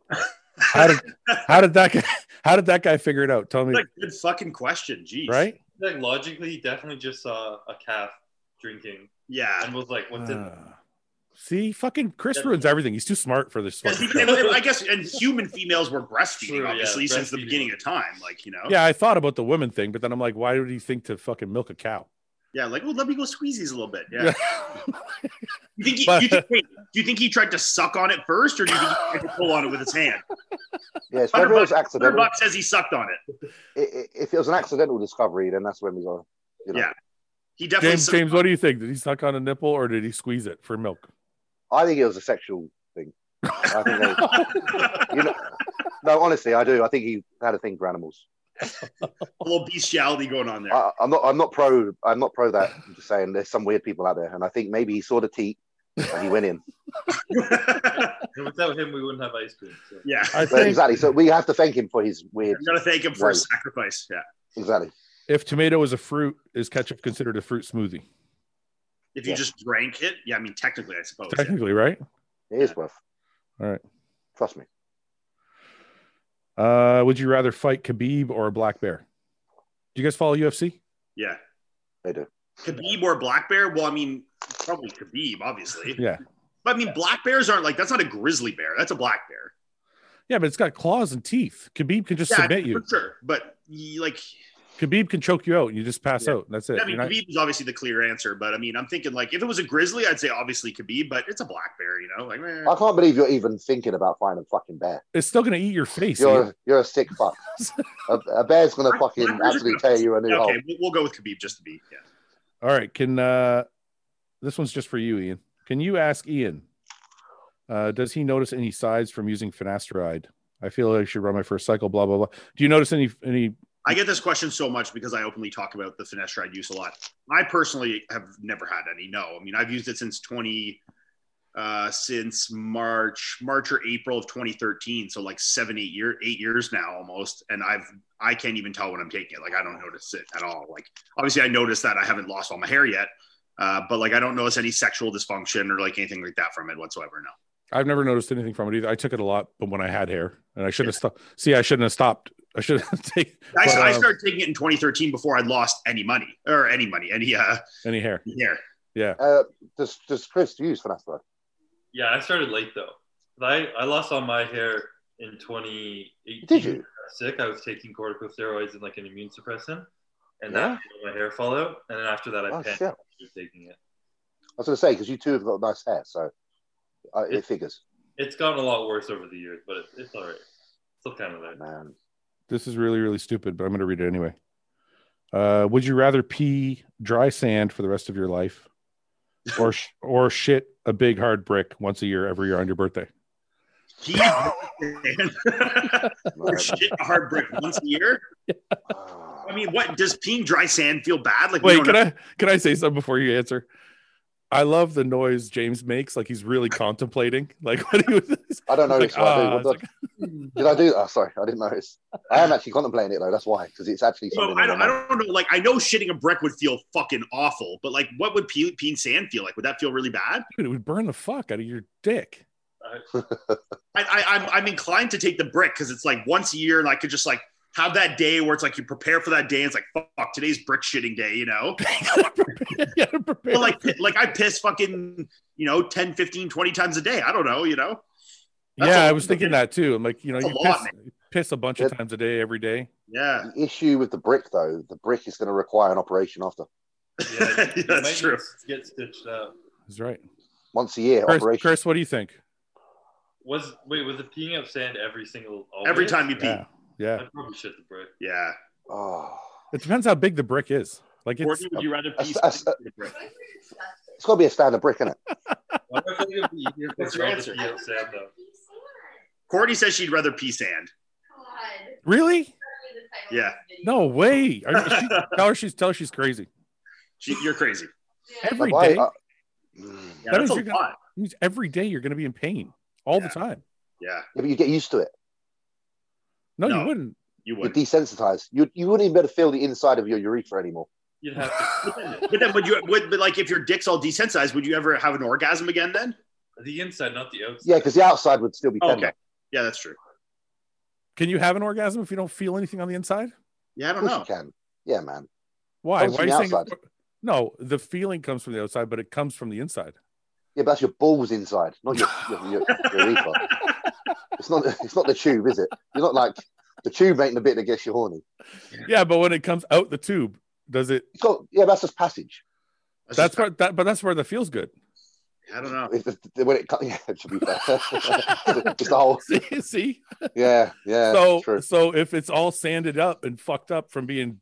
How did how did that guy, how did that guy figure it out? Tell me,
That's a good fucking question. Jeez.
right?
Mm-hmm. Like logically, he definitely just saw a calf drinking
Yeah.
and was like, "What's in?" there?"
Ah. See, fucking Chris ruins everything. He's too smart for this.
Yes,
Fucking
and- and I guess, and human females were breastfeeding,
True, yeah,
obviously, since the
breastfeeding.
beginning of time. Like, you know,
yeah, I thought about the women thing, but then I'm like, why would he think to fucking milk a cow?
yeah, like, oh, let me go squeeze these a little bit. Yeah. You think he,
But-
you think, wait, do you think he tried to suck on it first, or do you think he tried to pull on it with his hand?
Yeah, it's
Hundred
whether it was
Hunter
accidental.
Buck says he sucked on it.
I- I- if it was an accidental discovery, then that's when we go. You know,
Yeah. He definitely
James,
sucked
James, what do you think? Did he suck on a nipple or did he squeeze it for milk?
I think it was a sexual thing. I think they- you know, no, honestly, I do. I think he had a thing for animals.
a little bestiality going on there.
I, I'm not. I'm not pro. I'm not pro that. I'm just saying, there's some weird people out there, and I think maybe he saw the teat and he went in.
And without him, we wouldn't have ice cream. So.
yeah.
I
But
think
exactly. So we have to thank him for his weird.
I'm going to thank him for his
Right.
sacrifice. Yeah.
Exactly.
if tomato is a fruit, is ketchup considered a fruit smoothie?
Oh, If you
Yeah.
just drank it, yeah, I mean, technically, I suppose. yeah.
Technically, right?
It is worth.
All right.
Trust me.
Uh, would you rather fight Khabib or a black bear? Do you guys follow UFC?
Yeah.
They do.
Khabib or Black Bear? Well, I mean, probably Khabib, obviously.
Yeah.
But I mean, black bears aren't like that's not a grizzly bear. That's a black bear.
Yeah, but it's got claws and teeth. Khabib can just submit you.
for sure. But y- like,
Khabib can choke you out and you just pass
Yeah.
out. That's it.
I mean,
You're not-
Khabib is obviously the clear answer. But I mean, I'm thinking like if it was a grizzly, I'd say obviously Khabib. But it's a black bear, you know? Like, eh.
I can't believe you're even thinking about finding a fucking bear.
it's still going to eat your face.
You're
Ian.
you're a sick fuck. a, a bear's gonna fucking
Black bears are
absolutely
gonna-
tear you a new hole.
okay, we'll, we'll go with Khabib just to be. Yeah.
All right. Can uh, this one's just for you, Ian? Can you ask Ian? Uh, does he notice any sides from using finasteride? I feel I should run my first cycle. Blah blah blah. Do you notice any any?
I get this question so much because I openly talk about the finasteride use a lot. I personally have never had any. No, I mean I've used it since twenty, uh, since March, March or April of 2013. So like seven, eight year, eight years now almost. And I've I can't even tell when I'm taking it. Like I don't notice it at all. Like obviously I notice that I haven't lost all my hair yet, uh, but like I don't notice any sexual dysfunction or like anything like that from it whatsoever. No.
I've never noticed anything from it either. I took it a lot, but when I had hair, and I shouldn't have stopped. See, I shouldn't have stopped. I should have taken
I,
but,
I
um,
started taking it in 2013 before I lost any money or any money, any uh,
any hair.
hair.
Yeah,
Uh, does does Chris use finasteride?
Yeah, I started late though. But I, I lost all my hair in 2018.
Did you?
Sick. I was taking corticosteroids and like an immune suppressant, and
Yeah.
that made my hair fall out. And then after that, I
Oh
panicked
shit! I
after taking it.
was gonna say because you two have got nice hair, so uh, it figures.
It's gotten a lot worse over the years, but it, it's all right. Still kind of there.
Man,
this is really really stupid, but I'm going to read it anyway. Uh, would you rather pee dry sand for the rest of your life, or sh- or shit a big hard brick once a year every year on your birthday?
He or
man.
shit a hard brick once a year.
Ah.
I mean, what does peeing dry sand feel bad? Like, we
Wait,
don't
can
know.
I can I say something before you answer? I love the noise James makes. Like he's really contemplating. Like what he was.
I don't know
Like,
if I do.
ah,
What
it's
the- Did I do? Oh, sorry, I didn't notice. I am actually contemplating it though. That's why, because it's actually
So
something.
I
in
don't,
my
I
mind.
don't know. Like, I know shitting a brick would feel fucking awful, but like, what would pee, peeing sand feel like? Would that feel really bad?
Dude, it would burn the fuck out of your dick.
I, I, I'm, I'm inclined to take the brick because it's like once a year, and I could just like have that day where it's like you prepare for that day. And it's like fuck, fuck, today's brick shitting day, you know?
you gotta prepare.
But like, pi- like I piss fucking you know 10, 15, 20 times a day. I don't know, you know. that's
yeah,
a-
I was thinking that too. I'm like, you know,
That's a
you
lot,
piss, piss a bunch of times a day, every day.
Yeah,
The issue with the brick though, the brick is going to require an operation after
Yeah, you- you
That's
might need
true.
to Get stitched up.
That's right.
once a year.
Chris,
operation.
Chris, what do you think?
Was wait was it peeing up sand every single always?
every time you pee.
Yeah,
Yeah.
yeah.
I probably shit the brick.
Oh,
It depends how big the brick is. Like it's
Courtney, would you rather
I-
pee
I-
sand or brick?
it's got to be a standard brick, isn't it?
I wonder if it would be easier for
What's your
a girl
answer?
to pee up sand though.
Courtney says she'd rather pee sand.
really
Yeah.
no way. Are you- she- tell her she's tell her she's crazy.
She, you're crazy.
Every
Like,
day,
why- uh, I-
Yeah,
That
that's
means
a
you're
lot.
gonna- means every day you're going to be in pain all
Yeah.
the time.
Yeah,
yeah, but you get used to it.
No, you
No.
wouldn't.
you
You're
would.
desensitized. You you wouldn't even be able to feel the inside of your urethra anymore.
You'd have to.
But then would you would but like if your dick's all desensitized, would you ever have an orgasm again then?
the inside, not the outside.
Yeah, because the outside would still be
Oh, Okay.
tender.
Yeah, that's true.
Can you have an orgasm if you don't feel anything on the inside?
Yeah, I
Of
don't
course
know.
you can. Yeah, man.
Why?
Comes
Why are
from
you
the
saying?
outside.
No, the feeling comes from the outside, but it comes from the inside.
Yeah, but that's your balls inside, not your, your, your, your urethra. It's not it's not the tube, is it? You're not like the tube ain't the bit that gets you horny.
Yeah, but when it comes out the tube, does it?
It's got yeah, that's just passage.
That's
just-
where that, but that's where that feels good.
I don't know.
If the, when it co- yeah, to be fair, it's the whole
See, see.
yeah, Oh. yeah.
so
true.
so if it's all sanded up and fucked up from being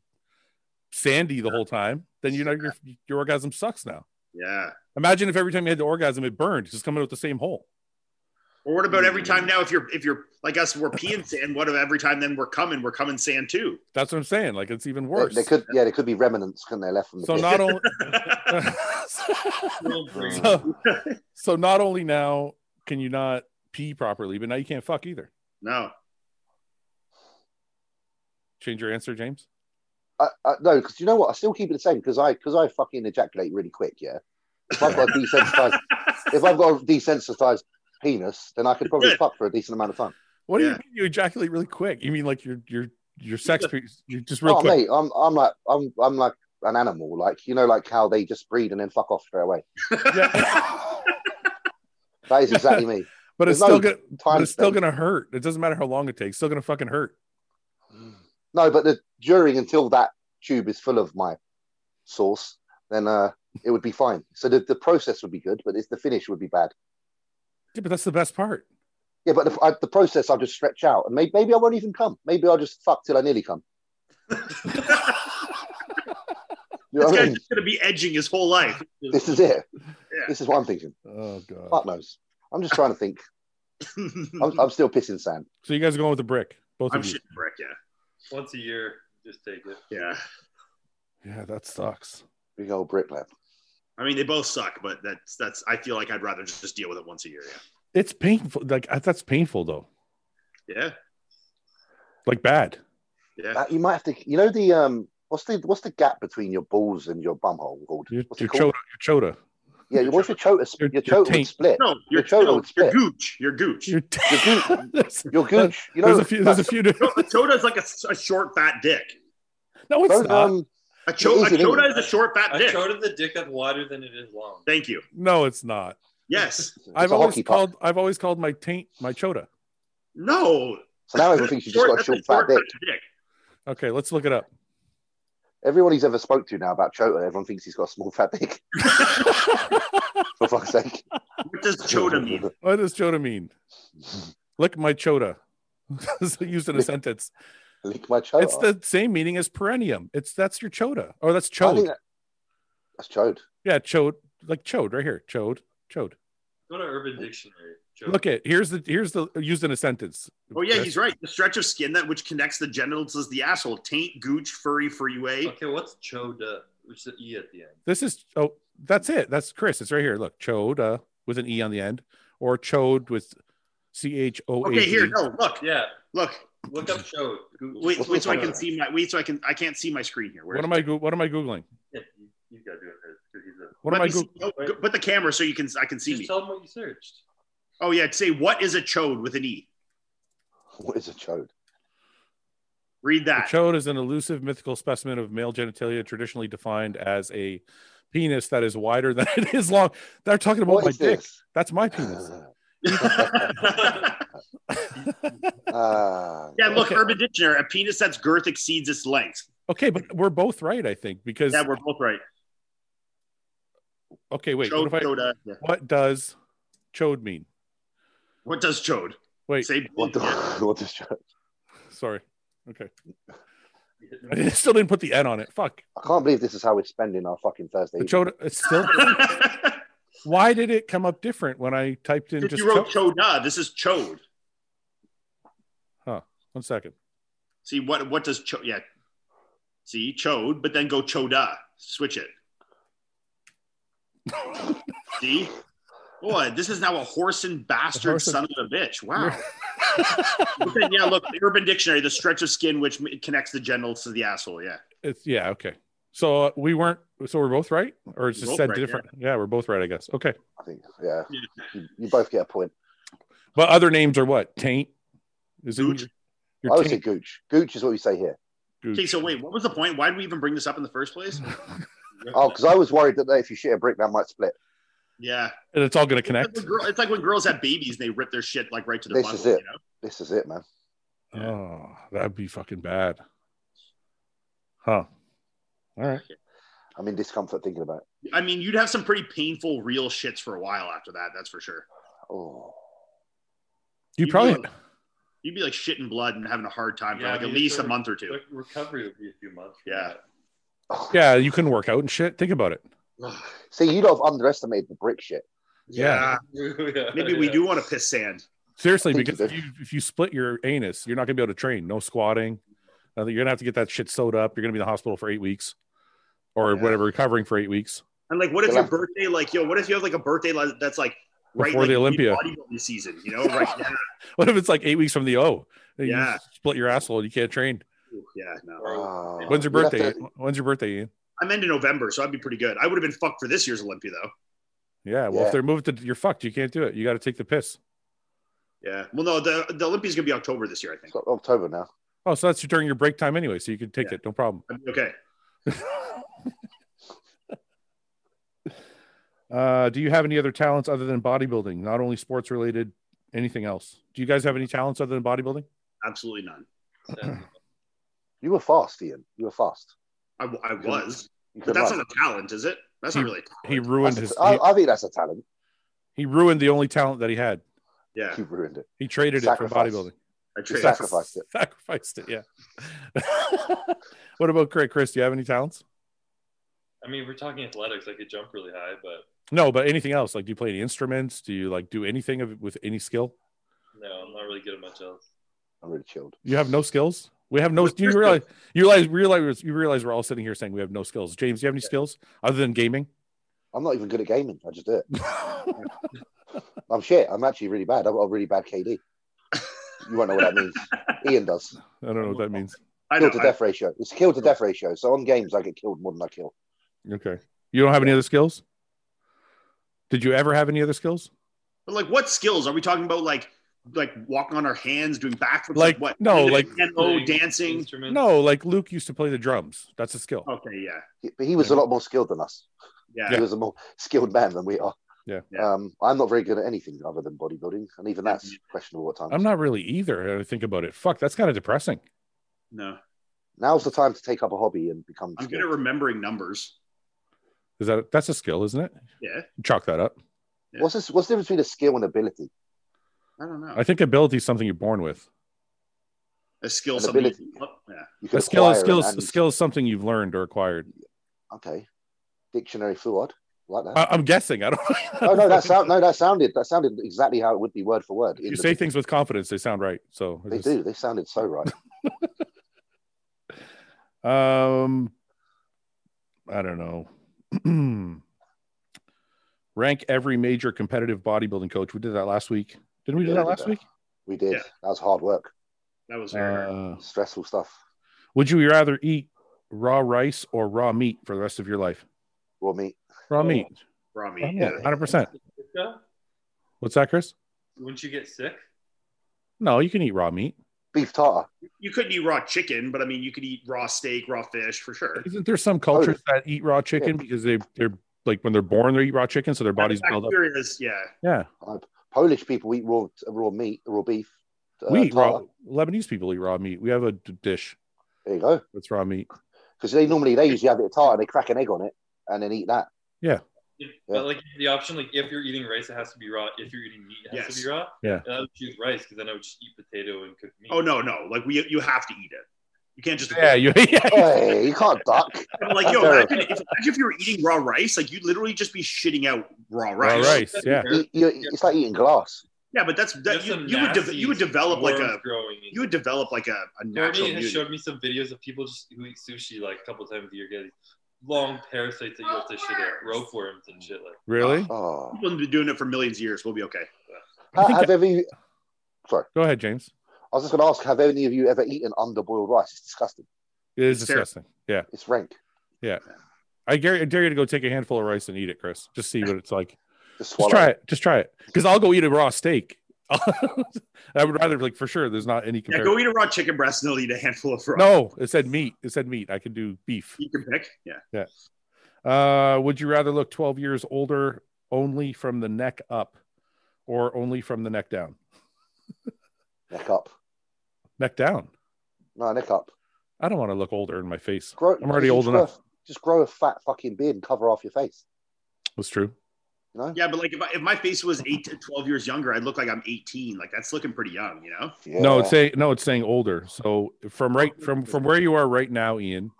sandy the whole time, then you know your your orgasm sucks now.
Yeah.
Imagine if every time you had the orgasm, it burned, just coming out the same hole.
Or what about every time now if you're if you're like us we're peeing sand, what if every time then we're coming, we're coming sand too?
That's what I'm saying. Like it's even
There,
worse.
there could yeah, there could be remnants, couldn't there, left from the
so
pit?
not only
Real brain.
so, so not only now can you not pee properly, but now you can't fuck either.
no.
Change your answer, James.
I, I, no, because you know what? I still keep it the same because I because I fucking ejaculate really quick. Yeah, if I've got a desensitized, if I've got a desensitized penis, then I could probably
Good.
fuck for a decent amount of time.
What do you
Yeah.
mean you ejaculate really quick? You mean like your your your sex piece? You're just real
oh
quick.
mate, I'm I'm like I'm I'm like an animal, like you know, like how they just breed and then fuck off straight away.
Yeah.
That is exactly me.
but it's
There's
still
no
gonna
Time
but it's still
spent.
gonna hurt. It doesn't matter how long it takes. It's still gonna fucking hurt.
No, but the during until that tube is full of my sauce, then uh, it would be fine. So the, the process would be good, but it's the finish would be bad.
Yeah, but that's the best part.
Yeah, but the, I, the process I'll just stretch out, and maybe, maybe I won't even come. Maybe I'll just fuck till I nearly come. You know
This
what I
guy's
mean?
just gonna be edging his whole life.
This is it.
Yeah.
This is what I'm thinking.
Oh god.
Fuck knows. I'm just trying to think. I'm, I'm still pissing sand.
So you guys are going with the brick, both
I'm
of you.
shitting brick, yeah.
Once a year, just take it.
Yeah.
Yeah, that sucks.
Big old brick lab.
I mean they both suck, but that's that's I feel like I'd rather just deal with it once a year,
It's painful. Like I- that's painful though.
yeah. Yeah.
Like bad.
Yeah.
That, Uh, you might have to, you know, the um, what's the what's the gap between your balls and your bumhole called?
Your,
What's it
your
called?
chota, your chota,
yeah, your, what's your chota?
your-
Your,
your
chota would
taint.
split.
No, your,
Your chota
no,
would
your
split.
gooch. Your gooch.
your,
Your
there's,
Your gooch. You know,
there's a few. There's a few.
No,
different-
a chota is like a, a short fat dick.
No, it's
those,
not.
um,
A, cho-
It
a
is, it is.
chota is a short fat
I
dick.
showed him the dick that's wider than it is long.
Thank you.
No, it's not.
Yes.
it's
I've
a
always
hockey puck.
called. I've always called my taint my chota.
No.
So now everyone thinks you just got a
that's
short fat dick.
dick.
Okay, let's look it up.
Everyone he's ever spoke to now about chota, everyone thinks he's got a small fat dick. For fuck's sake.
What does chota mean?
What does chota mean? Lick my chota. It's used in a sentence.
Lick my chota.
It's the same meaning as perennium. It's that's your chota, or that's
I think
chode.
that- that's chode.
Yeah, chode, like chode, right here. Chode, chode.
Go to Urban Dictionary. Joe.
Look at here's the here's the used in a sentence.
Oh yeah,
Chris.
he's right. The stretch of skin that which connects the genitals is the asshole. Taint, gooch, furry,
Uh,
freeway.
Okay, what's choda? Which is the e at the end.
This is oh, that's it. That's Chris. It's right here. Look, chode uh, with an e on the end, or chode with c h o a.
Okay, here. No, look,
Yeah,
look.
look up chode. Google-
Wait,
What's
wait, so I
this
can
one?
see my. Wait, so I can. I can't see my screen here. Where
What am I? Go- what am I googling?
Yeah, you, you gotta do it Chris, 'cause he's a-
What
Let
am I?
me
Go-
see- oh, go- put the camera so you can. I can see
Just
me.
tell him what you searched.
Oh yeah, say what is a chode with an e.
What is a chode?
Read
The
that.
chode is an elusive mythical specimen of male genitalia traditionally defined as a penis that is wider than it is long. They're talking about
What
my
is
dick.
this?
That's my penis.
Uh.
Ah,
yeah, look,
Okay.
Urban Dictionary. A penis that's girth exceeds its length.
okay, but we're both right, I think, because
Yeah, we're both right.
okay, wait,
chode,
what, if I,
chode, uh, yeah.
what does chode mean?
What does chode?
Wait.
Say
What, the, what does chode?
Sorry. Okay. I still didn't put the N on it. Fuck.
I can't believe this is how we're spending our fucking Thursday.
The chode
evening.
it's still why did it come up different when I typed in
If
just
you wrote
chode?
choda. This is chode.
one second.
See what what does chode? Yeah. See chode, but then go choda. Switch it. See. Boy, this is now a horse and bastard
Horse and-
son of a bitch. Wow. Okay, yeah, look, the Urban Dictionary, the stretch of skin which m- connects the genitals to the asshole. Yeah.
It's yeah, okay. So uh, we weren't so we're both right? Or it's
We're
just
both
said
right, yeah.
different. yeah, we're both right, I guess. Okay.
I think, yeah.
Yeah.
You, you both get a point.
But other names are what? Taint? Is it
Gooch.
your,
I
your
would say
taint?
gooch. Gooch is what we say here.
Okay,
Gooch?
so wait, what was the point? Why did we even bring this up in the first place?
Oh, because I was worried that if you shit a brick, that might split.
Yeah.
And it's all gonna
It's
connect.
like, when girl- it's like when girls have babies and they rip their shit like right to the
This
butthole,
is it.
you know?
This is it, man.
Yeah.
Oh, that'd be fucking bad. Huh. All right.
I'm in discomfort thinking about it.
I mean, you'd have some pretty painful real shits for a while after that, that's for sure.
Oh,
You
You
probably
would. You'd be like shitting blood and having a hard time for
Yeah,
like
I mean,
at least
sure.
a month or two.
Like, recovery would be a few months. from
Yeah.
that.
yeah, you can work out and shit. Think about it.
see, you lot have underestimated the brick shit.
Yeah.
Yeah,
Maybe we
yeah.
do want to piss sand.
Seriously,
I think
because
you
if
did.
you, if you split your anus, you're not gonna be able to train. No squatting. Nothing. You're gonna have to get that shit sewed up. You're gonna be in the hospital for eight weeks, or
Yeah.
whatever, recovering for eight weeks.
And like, what if
Good
your
luck.
birthday, like, yo, what if you have like a birthday li- that's like right
Before
like,
the
in
Olympia.
bodybuilding season, you know? Right now.
What if it's like eight weeks from the O? You
Yeah.
split your asshole. and You can't train.
Yeah, no.
Oh,
When's your
you'd have
birthday?
to-
When's your birthday, Ian?
I'm into November, so I'd be pretty good. I would have been fucked for this year's Olympia, though.
Yeah. Well,
Yeah.
if they're moved to, you're fucked. You can't do it. You got to take the piss.
Yeah. Well, no, the the Olympia's gonna be October this year, I think.
it's October now.
Oh, so that's during your break time anyway, so you can take
Yeah.
it, no problem.
I'd be okay.
uh, do you have any other talents other than bodybuilding? Not only sports related, anything else? Do you guys have any talents other than bodybulding?
Absolutely none.
You were fast, Ian. You were fast.
I, w- I
Yeah.
was,
You
but
could
that's
run.
not a talent, is it? That's
Hmm.
not really. A
He
talent.
ruined
That's a-
his.
I,
He,
I think that's a talent.
he ruined the only talent that he had.
Yeah,
You ruined it.
He traded it
Sacrifice.
for bodybuilding.
I
You
trained.
sacrificed it.
Sacrificed it. Yeah. what about Chris? Chris, do you have any talents?
I mean, if we're talking athletics. I could jump really high, but
No, but anything else? Like, do you play any instruments? Do you like do anything of, with any skill?
no, I'm not really good at much else.
I'm really chilled.
You have no skills. We have no.
What's
Do you
your
realize? You realize? Realize? You realize we're all sitting here saying we have no skills. James, do you have any skills other than gaming?
I'm not even good at gaming. I just do it. I'm shit. I'm actually really bad. I've got a really bad KD. You won't know what that means. Ian does.
I don't know what that means.
I know.
Kill to
I-
death ratio. It's kill to death ratio. So on games, I get killed more than I kill.
Okay. You don't have any other skills? Did you ever have any other skills?
but like, what skills are we talking about? Like, like walking on our hands, doing backflips,
Like,
what?
no, like-
piano, dancing.
Instruments.
No, like Luke used to play the drums. That's a skill.
Oh.
Okay, yeah,
He- But he was a lot more skilled than us.
yeah.
He was a more skilled man than we are.
Yeah.
Yeah.
Um, I'm not very good at anything other than bodybuilding, and even that's questionable at times.
I'm not really either. I think about it. Fuck, that's kind of depressing.
No,
Now's the time to take up a hobby and become.
I'm good
skilled.
at remembering numbers.
Is that that's a skill, isn't it?
Yeah,
Chalk that up.
yeah.
What's this, What's the difference between a skill and ability?
I don't know.
I think ability is something you're born with.
a skill,
An
something. Oh,
ability.
Yeah.
You can
A skill is
acquire
skill.
and-
A skill is something you've learned or acquired.
Okay. Dictionary fluid, like that.
I, I'm guessing. I don't.
oh no, that sound no, that sounded that sounded exactly how it would be word for word. in
You
the-
say things with confidence; they sound right. So
They do. They sounded so right.
do. Um, I don't know. Rank every major competitive bodybuilding coach. We did that last week. Didn't we do
Yeah,
that
we did
last
that.
week?
We did.
Yeah.
That was hard work.
That was very hard.
Uh,
Stressful stuff.
would you rather eat raw rice or raw meat for the rest of your life?
Raw meat.
Raw
Oh,
meat.
Rami.
Raw meat,
Yeah.
100%.
Yeah.
What's that, Chris?
Wouldn't you get sick?
No, you can eat raw meat.
Beef tartar.
You couldn't eat raw chicken, but I mean, you could eat raw steak, raw fish for sure.
Isn't there
Oh,
some cultures that eat raw chicken because they they're like when they're born they eat raw chicken, so their bodies build up.
Bacteria is- yeah.
Yeah,
Polish people eat raw raw meat, raw beef. uh,
we eat raw.
tartar.
Lebanese people eat raw meat. We have a d- dish
There you go.
that's raw meat.
Because they normally they usually have it tartar. They crack an egg on it and then eat that.
But like the option, like if you're eating rice, it has to be raw. If you're eating meat, it has
Yes.
to be raw.
Yeah.
And I would choose rice because then I would just eat potato and cook meat.
Oh no, no. Like we, you have to eat it. You can't just
Yeah, you, yeah.
Hey, you can't duck.
But, like yo,
Sure.
imagine if, imagine if you were eating raw rice, like you'd literally just be shitting out raw rice.
raw rice. Yeah,
You- you- it's like eating glass.
Yeah, but that's that.
There's
You,
some
you would de-
nasty
you would develop like
worms
a
growing.
you would develop like a, a natural
Courtney has
immunity.
showed me some videos of people just who eat sushi like a couple times a year getting long parasites that you have to shit out, rope worms and shit like.
really.
Oh.
People have been doing it for millions of years. We'll be okay.
I think
have any?
Go ahead, James.
I was just going to ask, have any of you ever eaten underboiled rice? It's disgusting.
It is
It's terrible.
disgusting. Yeah,
It's rank.
I dare, I dare you to go take a handful of rice and eat it, Chris. Just see what it's like.
Just swallow.
Just try it. Just try it. Because I'll go eat a raw steak. I would rather like for sure. There's not any
Yeah,
comparison.
go eat a raw chicken breast and they'll eat a handful of raw.
no, it said meat. It said meat. I could do beef.
you can pick. Yeah,
Uh, would you rather look 12 years older only from the neck up or only from the neck down?
Neck up.
Neck down.
No, neck up.
I don't want to look older in my face.
Grow,
I'm already
just
old
grow a-
enough.
just grow a fat fucking beard and cover off your face.
That's true.
You know?
yeah. But like if, I, if my face was eight to twelve years younger, I'd look like I'm eighteen. Like that's looking pretty young, you know.
Yeah.
No, it's saying no, it's saying older. So from right from from where you are right now, Ian.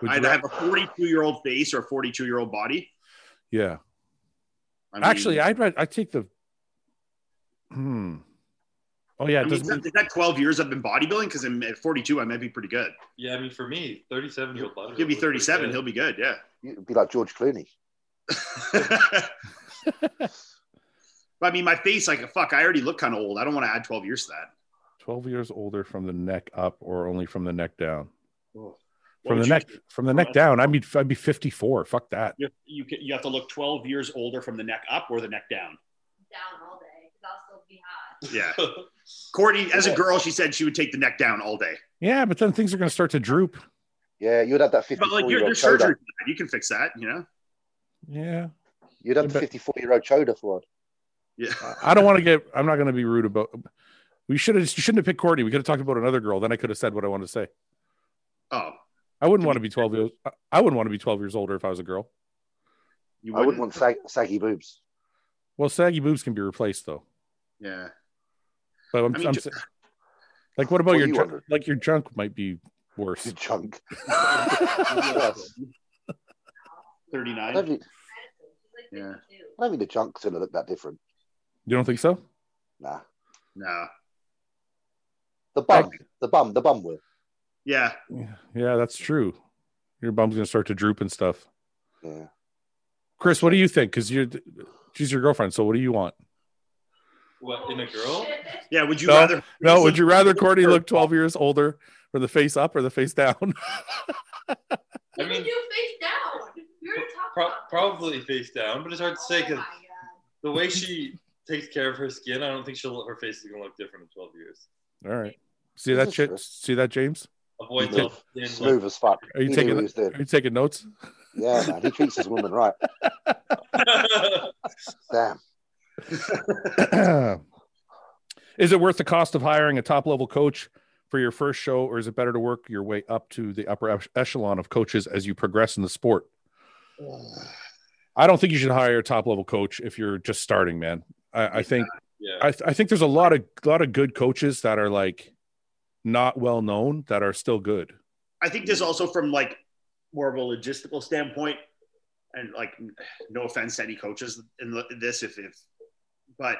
would you
I'd
ra-
have a 42 year old face or a 42 year old body.
yeah.
I mean-
Actually, I'd rather I take the hmm. Oh yeah,
I
it
mean, is,
doesn't
that, is that 12 years I've been bodybuilding? Because I'm at 42, I might be pretty good.
Yeah, I mean for me, 37 year old body.
He'll be 37, he'll be good. Yeah.
You'd be like George Clooney.
but I mean, my face, like, fuck, I already look kind of old. I don't want to add 12 years to that.
12 years older from the neck up or only from the neck down.
What
From
would
the
you
neck
do?
from the neck down, I mean I'd be 54. Fuck that.
You, you, can- you have to look 12 years older from the neck up or the neck down.
down all day because I'll still be hot.
Yeah. Courtney, as a girl, she said she would take the neck down all day.
Yeah, but then things are going to start to droop.
Yeah, you'd have that 54
But like,
year
your,
old
your surgery,
choda.
you can fix that, you know?
Yeah.
You'd have the
But-
54 year old choda for
Yeah.
I- I don't want to get, I'm not going to be rude about, we should have, you shouldn't have picked Courtney. We could have talked about another girl. Then I could have said what I wanted to say.
Oh,
I wouldn't want to be 12 years, I- I wouldn't want to be 12 years older if I was a girl.
you
I wouldn't want sag- saggy boobs.
Well, saggy boobs can be replaced though.
Yeah.
But I'm,
I mean,
I'm
ju-
sa- like, what about
What
your,
you
junk-
wonder?
like your junk might be worse.
You chunk.
Yes.
I
39.
don't think,
She's
Yeah.
like 52.
I don't think the chunk's going to look that different.
You don't think so?
Nah.
No.
The bum. The bum. The bum will.
Yeah.
Yeah, that's true. Your bum's going to start to droop and stuff.
Yeah.
Chris, what do you think? Because you're, she's your girlfriend. So what do you want?
What Uh, in a girl?
Shit.
Yeah. Would you
No.
rather?
No, would you rather Courtney look 12 years older or the face up or the face down?
I
You
mean-
can do face down. You already talked
Pro-
about
probably face down, but it's hard to say
Oh
because
my
the way she takes care of her skin, I don't think she'll her face is gonna look different in 12 years.
All right. See
This
that
is
shit?
true.
See that, James?
Avoid
No.
the skin.
Smooth as fuck.
Are you
he
taking
knew what he
the-
was doing.
Are you taking notes?
Yeah, man. He treats his woman right. Damn.
is it worth the cost of hiring a top level coach for your first show, or is it better to work your way up to the upper ech- echelon of coaches as you progress in the sport? I don't think you should hire a top level coach if you're just starting, man. I, I think
yeah.
I, th- I think there's a lot of lot of good coaches that are like not well known that are still good.
I think this also from like more of a logistical standpoint, and like no offense to any coaches in the- this, if if, but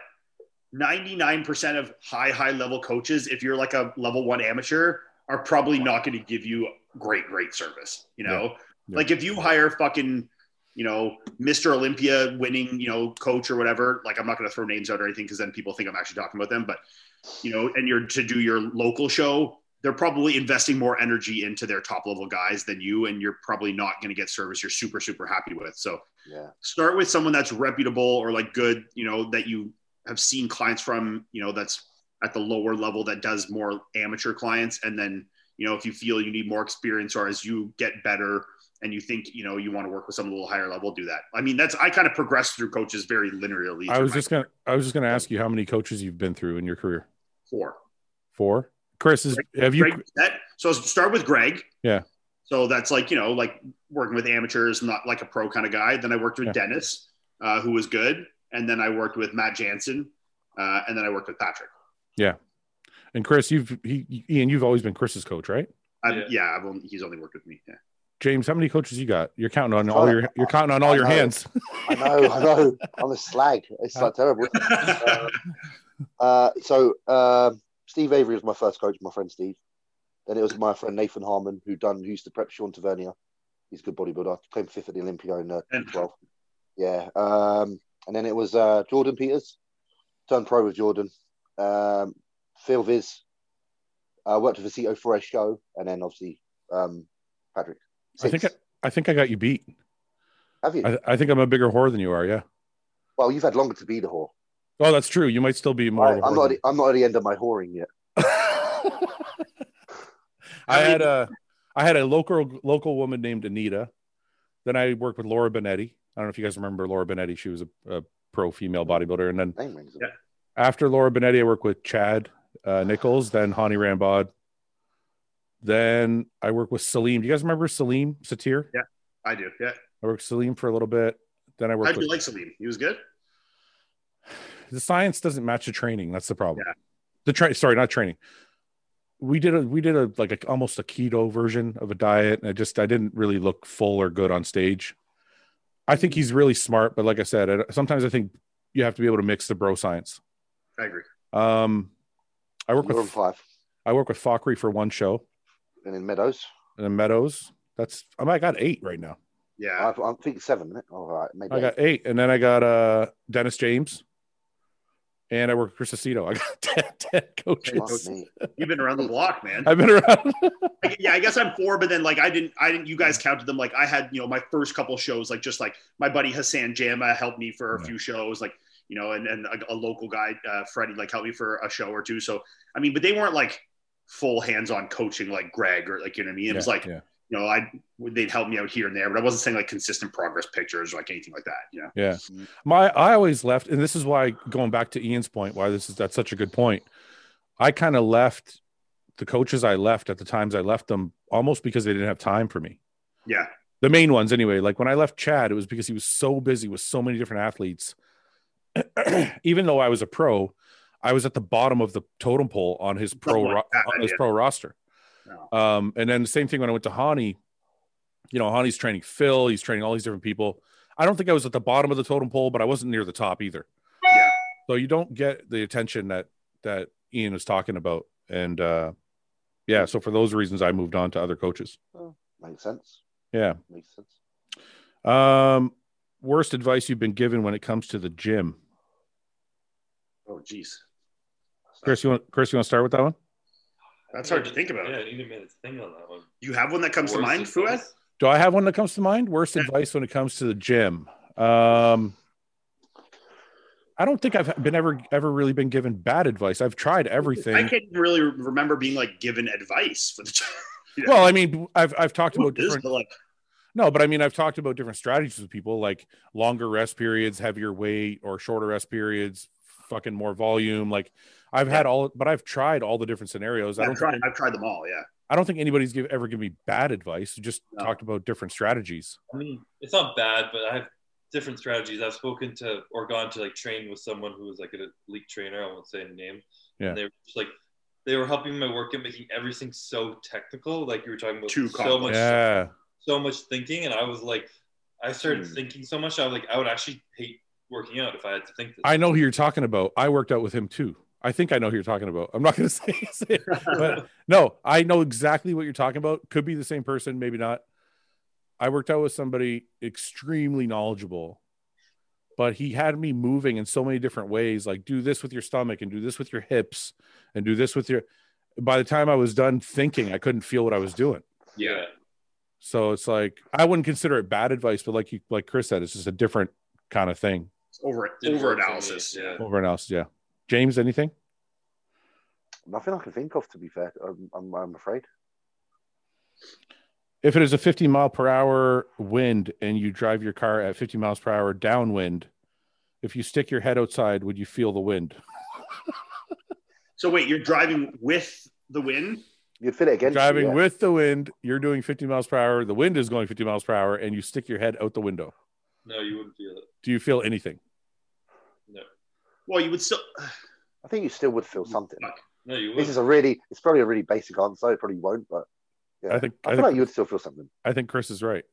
ninety nine percent of high high level coaches, if you're like a level one amateur, are probably not going to give you great great service. You know,
Yeah.
like if you hire fucking you know Mr. Olympia winning you know coach or whatever, like I'm not going to throw names out or anything because then people think I'm actually talking about them, but you know, and you're to do your local show, they're probably investing more energy into their top level guys than you, and you're probably not going to get service you're super, super happy with. So
Yeah.
start with someone that's reputable or like good, you know, that you have seen clients from, you know, that's at the lower level that does more amateur clients. And then, you know, if you feel you need more experience or as you get better and you think, you know, you want to work with someone a little higher level, do that. I mean, that's, I kind of progressed through coaches very linearly.
I
through
was
my
just gonna I was just gonna ask you how many coaches you've been through in your career.
core.
Four. Chris is have you
Greg Bissett. So start with Greg.
Yeah.
So that's like you know like working with amateurs, not like a pro kind of guy. Then I worked with
Yeah.
Dennis, uh, who was good, and then I worked with Matt Jansen, uh, and then I worked with Patrick.
and Chris you've he Ian you've always been Chris's coach, right?
I've, yeah,
Yeah.
I've only, he's only worked with me. Yeah.
James, how many coaches you got? You're counting on
Oh,
all your you're counting on all
I
your
know.
hands.
I know. I know. I'm a slag. It's like terrible. Um, Uh, so um, Steve Avery was my first coach, my friend Steve. Then it was my friend Nathan Harmon, who done who used to prep Sean Tavernier. He's a good bodybuilder. Came fifth at the Olympia in uh,
And-
12. Yeah. Um, and then it was uh, Jordan Peters. Turned pro with Jordan. Um, Phil Viz. I worked with Vecito for a show, and then obviously um, Patrick.
I think I,
Six.
I think I got you beat.
have you?
I, I think I'm a bigger whore than you are. Yeah.
well, you've had longer to be the whore.
Oh, that's true. You might still be more.
I,
of a
am
whore
not.
than-
I'm not at the end of my whoring yet.
I
I mean-
had a I had a local local woman named Anita. Then I worked with Laura Benetti. I don't know if you guys remember Laura Benetti. She was a, a pro female bodybuilder. And then
Name rings. a
Yeah.
bell.
after Laura Benetti, I worked with Chad uh, Nichols, then Hani Rambod. Then I worked with Salim. Do you guys remember Salim Satir?
Yeah. I do. Yeah.
I worked with Salim for a little bit. Then I
How'd
worked
you
with
like Salim? He was good.
the science doesn't match the training. That's the problem.
Yeah.
The train, sorry, not training. We did a we did a like a, almost a keto version of a diet, and I just I didn't really look full or good on stage. I think he's really smart, but like I said, I, sometimes I think you have to be able to mix the bro science.
I agree.
Um, I work
You were on
with
five,
I work with Fockery for one show,
and in Meadows.
and then Meadows. That's I, mean, I got eight right now.
Yeah.
Uh,
I, I think seven. Isn't it? All right, maybe.
I got eight, and then I got uh Dennis James, and I work with Chris Aceto. I got 10, 10
eight.
coaches.
Fuck me.
You've been around the block, man.
I've been around.
I- yeah, I guess I'm four, but then like I didn't, I didn't. You guys counted them. Like I had, you know, my first couple shows, like just like my buddy Hassan Jama helped me for a
Yeah.
few shows, like you know, and and a, a local guy uh, Freddie like helped me for a show or two. So I mean, but they weren't like full hands-on coaching like Greg or like you know what I mean. It was
Yeah,
like
yeah.
you know, I they'd help me out here and there, but I wasn't saying like consistent progress pictures or like anything like that. You know,
Yeah. My I always left, and this is why going back to Ian's point, why this is that's such a good point. I kind of left the coaches I left at the times I left them almost because they didn't have time for me.
yeah,
The main ones anyway. Like when I left Chad, it was because he was so busy with so many different athletes. Even though I was a pro, I was at the bottom of the totem pole on his pro
Something like that,
on his
yeah.
pro roster. Um, and then the same thing when I went to Hani, you know, Hani's training Phil, he's training all these different people. I don't think I was at the bottom of the totem pole, but I wasn't near the top either.
Yeah.
So you don't get the attention that that Ian was talking about. And uh yeah, so for those reasons I moved on to other coaches.
Makes sense.
Yeah.
Makes sense.
Um worst advice you've been given when it comes to the gym.
oh geez,
Chris, you want Chris, you want to start with that one?
That's hard to think about.
Yeah, I need a minute's thing on that one.
You have one that comes to
Worst
mind, Fuad?
advice?
Do I have one that comes to mind? Worst
Yeah.
advice when it comes to the gym. Um, I don't think I've been ever ever really been given bad advice. I've tried
I
everything.
can't even really remember being like given advice for the yeah.
Well, I mean, I've I've talked about
This is
different.
like,
No, but I mean, I've talked about different strategies with people, like longer rest periods, heavier weight, or shorter rest periods, fucking more volume. Like I've had all, but I've tried all the different scenarios. I
I've,
don't.
tried,
Think,
I've tried them all. Yeah.
I don't think anybody's give, ever given me bad advice. Just
No.
talked about different strategies.
I mean, it's not bad, but I have different strategies. I've spoken to or gone to like train with someone who was like an elite trainer. I won't say any name.
Yeah.
And they were just like, they were helping my work and making everything so technical. Like you were talking about
Too
so
complex.
much,
Yeah,
so much thinking. And I was like, I started
Hmm.
thinking so much. I was like, I would actually hate working out if I had to think this.
I know who you're talking about. I worked out with him too. I think I know who you're talking about. I'm not going to say, say it, but no, I know exactly what you're talking about. Could be the same person, maybe not. I worked out with somebody extremely knowledgeable, but he had me moving in so many different ways like, do this with your stomach and do this with your hips and do this with your. By the time I was done thinking, I couldn't feel what I was doing.
Yeah.
So it's like, I wouldn't consider it bad advice, but like you, like Chris said, it's just a different kind of thing.
It's Over
Didn't
over
work for me,
analysis.
yeah.
Over and else. Yeah. James, anything?
Nothing I can think of, to be fair. I'm, I'm, I'm afraid.
if it is a 50 mile per hour wind and you drive your car at 50 miles per hour downwind, if you stick your head outside, would you feel the wind?
So wait, you're driving with the wind?
You'd feel it again.
Driving with the wind, you're doing 50 miles per hour, the wind is going 50 miles per hour, and you stick your head out the window.
No, you wouldn't feel it.
Do you feel anything?
No.
Well, you would still.
I think you still would feel something.
No, you
This
wouldn't.
is a really, it's probably a really basic answer. It probably won't, but yeah.
I think I,
I feel
think
like you would still feel something.
I think Chris is right.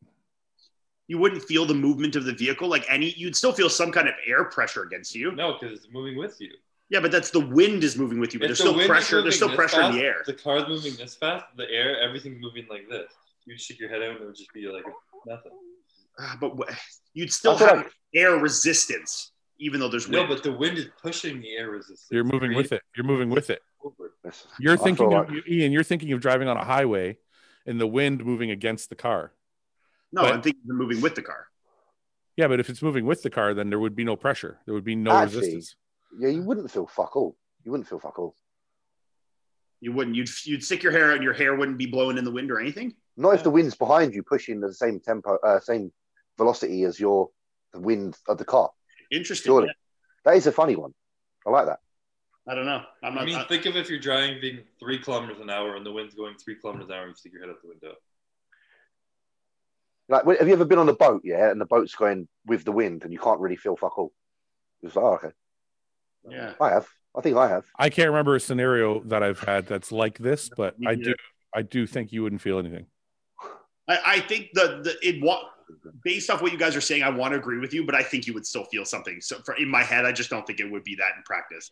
You wouldn't feel the movement of the vehicle, like any. You'd still feel some kind of air pressure against you.
No, because it's moving with you.
Yeah, but that's the wind is moving with you. But there's
If the
still
wind is
pressure.
moving
There's still
this
pressure in
fast,
the air.
The car's moving this fast, the air, everything's moving like this. You'd shake your head out and it would just be like nothing.
Ah, But wh- you'd still
That's what
have air resistance, even though there's
No,
wind.
but the wind is pushing the air resistance.
You're moving with it. You're moving with it.
Over.
Yes. I
You're
feel
thinking
like-
of, Ian, you're thinking of driving on a highway and the wind moving against the car.
no,
but-
I'm thinking you're moving with the car.
Yeah, but if it's moving with the car, then there would be no pressure. There would be no
Actually-
resistance.
Yeah, you wouldn't feel fuck all. You wouldn't feel fuck all.
You wouldn't. You'd you'd stick your hair out, and your hair wouldn't be blowing in the wind or anything.
Not if the wind's behind you pushing the same tempo, uh, same velocity as your the wind of the car.
Interesting.
Surely, that is a funny one. I like that.
I don't know. I'm not.
I mean,
I-
think of if you're driving three kilometers an hour and the wind's going three kilometers an hour, you stick your head out the window.
Like, wh- have you ever been on a boat, yeah, and the boat's going with the wind, and you can't really feel fuck all? It's like, oh, okay,
yeah.
I have. I think I have.
I can't remember a scenario that I've had that's like this, but
Me
I
neither.
do I do think you wouldn't feel anything.
I, I think the the it what based off what you guys are saying, I want to agree with you, but I think you would still feel something. So for, in my head, I just don't think it would be that in practice.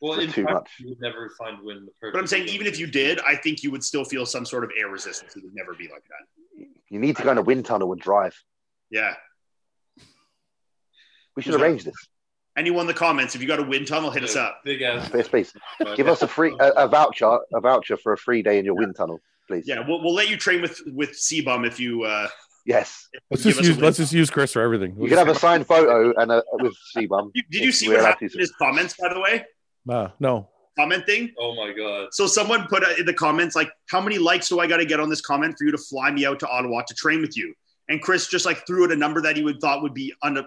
Well,
That's
in
too
fact,
much.
you would never find wind in the perfect.
But I'm saying even if you did, I think you would still feel some sort of air resistance. It would never be like that.
You need to go in a wind tunnel and drive.
Yeah.
We should
Who's that?
arrange this.
Anyone in the comments, if you got a wind tunnel, hit us up.
Big ass.
Please, please give us a free a, a voucher, a voucher for a free day in your wind tunnel, please.
Yeah, we'll, we'll let you train with with Seabum if you. Uh,
Yes,
Let's
Give
just
us a
use
win.
let's just use Chris for everything.
you can have a signed photo and a with Seabum.
you- did you see
We're
what
allowed
happened
to
in
use
his comments? By the way,
Uh, no.
comment thing.
Oh my god.
So someone put uh, in the comments like, "How many likes do I got to get on this comment for you to fly me out to Ottawa to train with you?" And Chris just like threw out a number that he would thought would be un-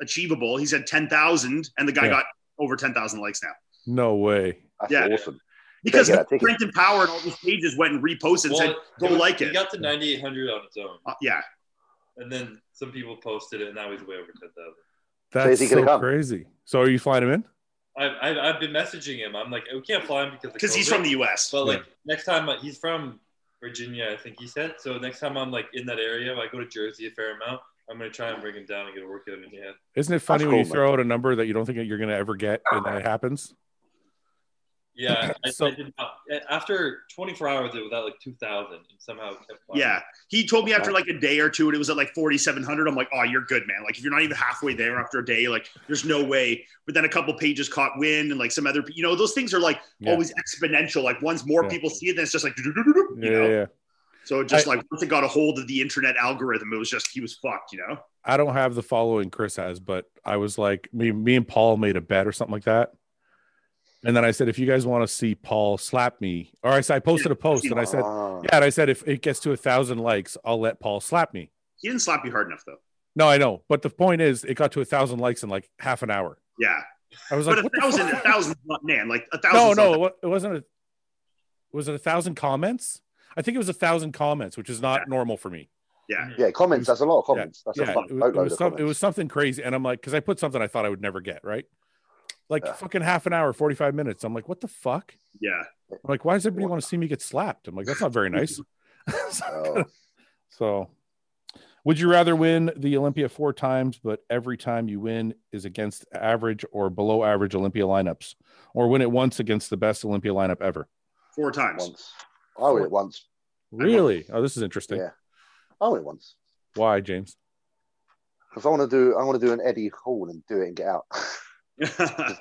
unachievable. He said ten thousand, and the guy
Yeah.
got over ten thousand likes now
No way.
That's
Yeah.
awesome.
because
yeah, take it.
Strength and Power and all these pages went and reposted and said, "Go like
he
it."
got to 9,800 on its own.
Uh, yeah,
And then some people posted it, and now he's way over 10,000.
So is
That's
he
so,
gonna come?
crazy. So are you flying him in?
I've, I've, I've been messaging him. I'm like, we can't fly him because of
because he's
COVID."
from the U.S.
But like next time, uh, he's from Virginia, I think he said. So next time I'm like in that area, I go to Jersey a fair amount. I'm gonna try and bring him down and get a workout in hand.
Isn't it funny when
cool,
you throw out a number that you don't think that you're gonna ever get and then it happens?
Yeah, I,
So-
I did not. After 24 hours, it was at like 2,000, and somehow it kept. climbing.
Yeah, he told me after like a day or two, and it was at like forty seven hundred. I'm like, oh, you're good, man. Like if you're not even halfway there after a day, like there's no way. But then a couple pages caught wind, and like some other, you know, those things are like
Yeah.
always exponential. Like once more
Yeah.
people see it, then it's just like, you
Yeah,
know.
yeah.
So it just like once it got a hold of the internet algorithm, it was just he was fucked, you know.
I don't have the following Chris has, but I was like, me, me and Paul made a bet or something like that. And then I said, if you guys want to see Paul slap me, or I, said, I posted a post and I said,
Ah.
yeah, and I said, if it gets to a thousand likes, I'll let Paul slap me.
He didn't slap you hard enough though.
No, I know. But the point is, it got to a thousand likes in like half an hour.
Yeah,
I was
but
like,
a
what the
thousand, a
fuck?
thousand, man, like a thousand.
No, no, it wa- it wasn't a, was it a thousand comments? I think it was a thousand comments, which is not
Yeah.
normal for me.
Yeah, comments. That's a lot of comments. That's
yeah,
a fuck
it, was, it,
boatload
was
of
some, it was
comments.
something crazy. And I'm like, because I put something I thought I would never get, right? Like
Yeah.
fucking half an hour, 45 minutes. I'm like, what the fuck?
yeah,
I'm like, why does everybody want to see me get slapped? I'm like, that's not very nice.
Oh.
so, would you rather win the Olympia four times, but every time you win is against average or below average Olympia lineups, or win it once against the best Olympia lineup ever?
four times.
once. I went it once.
Really? Oh, this is interesting.
Yeah. I went it once
Why, James?
because I want to do. I want to do an Eddie Hall and do it and get out
yeah,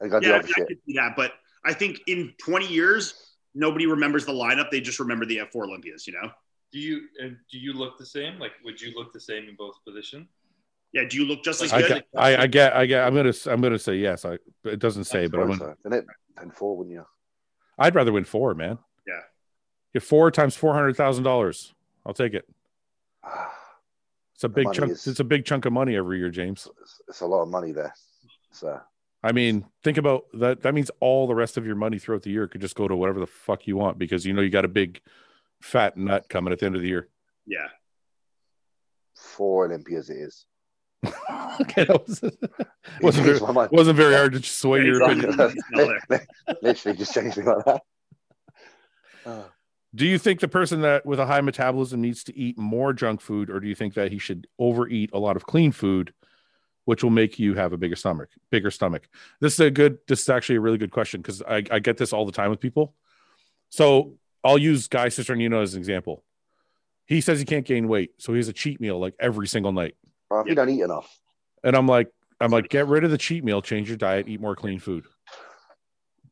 and go do
I, I
other shit.
could see that, but I think in twenty years, nobody remembers the lineup; they just remember the F four Olympias, you know.
Do you and do you look the same? Like, would you look the same in both positions?
Yeah, do you look just as
I,
It's
good?
get, I, I get, I get. I'm gonna, I'm gonna say yes. I, it doesn't say, but I'm gonna,
Then it ten four when you.
I'd rather win four, man.
Yeah.
Get four times four hundred thousand dollars. I'll take it.
Ah,
It's a big
money
chunk.
is-
It's a big chunk of money every year, James.
It's, it's a lot of money there. uh, So
I mean, think about that. That means all the rest of your money throughout the year could just go to whatever the fuck you want because you know you got a big fat nut coming at the end of the year.
yeah,
four Olympias it is.
okay, that was,
It
wasn't very,
changed my mind.
wasn't very hard to just sway your opinion.
Literally just changed me like that. Uh,
Do you think the person that with a high metabolism needs to eat more junk food, or do you think that he should overeat a lot of clean food, which will make you have a bigger stomach? Bigger stomach. This is a good. This is actually a really good question because I, I get this all the time with people. So I'll use Guy Cisternino as an example. He says he can't gain weight, so he has a cheat meal like every single night.
bro, if
Yeah.
You don't eat enough.
And I'm like, I'm like, get rid of the cheat meal, change your diet, eat more clean food.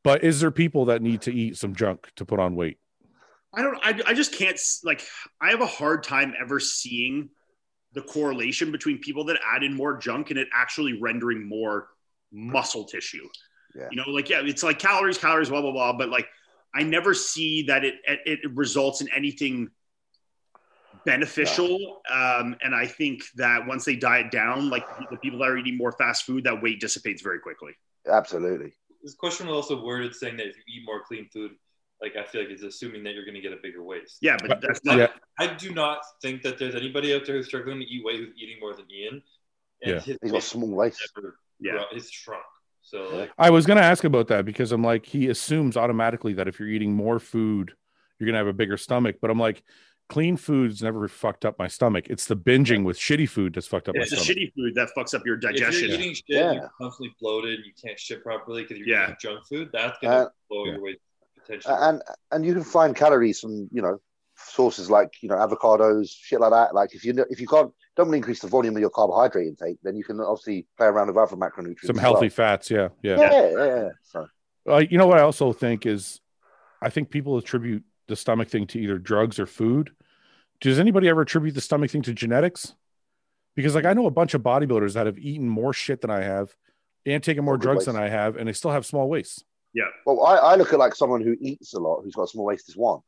But is there people that need to eat some junk to put on weight?
I don't. I, I just can't s- like. I have a hard time ever seeing the correlation between people that add in more junk and it actually rendering more muscle tissue.
Yeah.
You know, like yeah, it's like calories, calories, blah blah blah. But like, I never see that it it, it results in anything beneficial. Um, and I think that once they diet down, like the people that are eating more fast food, that weight dissipates very quickly.
Absolutely.
This question was also worded saying that if you eat more clean food, like I feel like it's assuming that you're going to get a bigger waist.
Yeah, but that's not.
Yeah.
I do not think that there's anybody out there who's struggling to eat weight who's eating more than Ian. And
Yeah.
his
He's got a
waist
small waist.
never
Yeah.
grow- his shrunk. So like,
I was going to ask about that because I'm like, he assumes automatically that if you're eating more food, you're going to have a bigger stomach. But I'm like, clean food's never fucked up my stomach. It's the binging with shitty food that's fucked up my
It's the
stomach.
shitty food that fucks up your
if you're
digestion.
eating shit,
Yeah.
you're constantly bloated, and you can't shit properly because you're
Yeah.
eating junk food. That's going to
Uh,
blow
Yeah.
your weight potentially.
and and you can find calories from you know sources like you know avocados, shit like that. Like if you if you can't don't want to increase the volume of your carbohydrate intake, then you can obviously play around with other macronutrients.
Some
as
healthy
well.
fats. Yeah. Yeah.
Yeah, yeah, yeah. yeah. So,
Uh, you know what I also think is, I think people attribute the stomach thing to either drugs or food. Does anybody ever attribute the stomach thing to genetics? Because like I know a bunch of bodybuilders that have eaten more shit than I have, and taken more
Good
drugs
waist.
than I have, and they still have small waists.
well, I, I look at like someone who eats a lot, who's got a small waist, is one.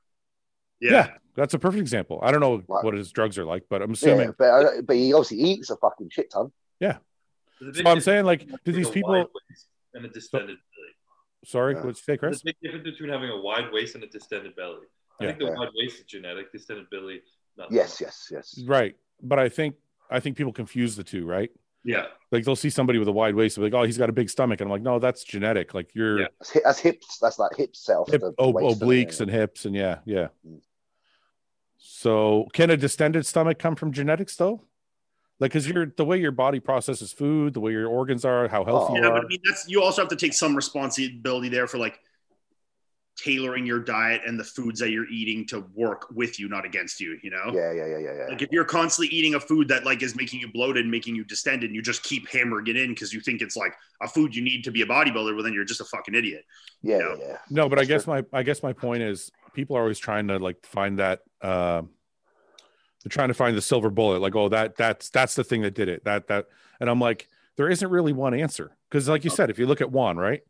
Yeah. That's a perfect example. I don't know
Wow.
what his drugs are like, but I'm
Yeah,
assuming
but I- but he obviously eats a fucking shit ton.
The big
So I'm
difference
saying, like,
between
do these
a
people?
wide waist and a distended belly?
Sorry,
Yeah.
what'd you say, Chris?
There's a big difference between having a wide waist and a distended belly. I
Yeah.
think the
Yeah.
wide waist is genetic, distended belly, not
Yes, yes, yes.
Right, but I think I think people confuse the two, right?
Yeah.
Like they'll see somebody with a wide waist, and be like, "Oh, he's got a big stomach," and I'm like, "No, that's genetic. Like your
Yeah.
That's, hi- that's hips. That's like hip self.
hip,
the
ob-
waist and-
obliques and hips, and yeah, yeah."
Mm.
So, can a distended stomach come from genetics, though? Like, because your the way your body processes food, the way your organs are, how healthy
Oh.
you
Yeah,
are.
but I mean that's you also have to take some responsibility there for like tailoring your diet and the foods that you're eating to work with you, not against you, you know?
Yeah, yeah, yeah, yeah, yeah.
Like if you're constantly eating a food that like is making you bloated, making you distended, and you just keep hammering it in because you think it's like a food you need to be a bodybuilder, well then you're just a fucking idiot.
yeah,
you know.
yeah, yeah.
No, but I
Sure.
guess my I guess my point is people are always trying to like find that uh, they're trying to find the silver bullet. Like, oh, that that's that's the thing that did it. That that, and I'm like, there isn't really one answer because, like you said, if you look at one, right,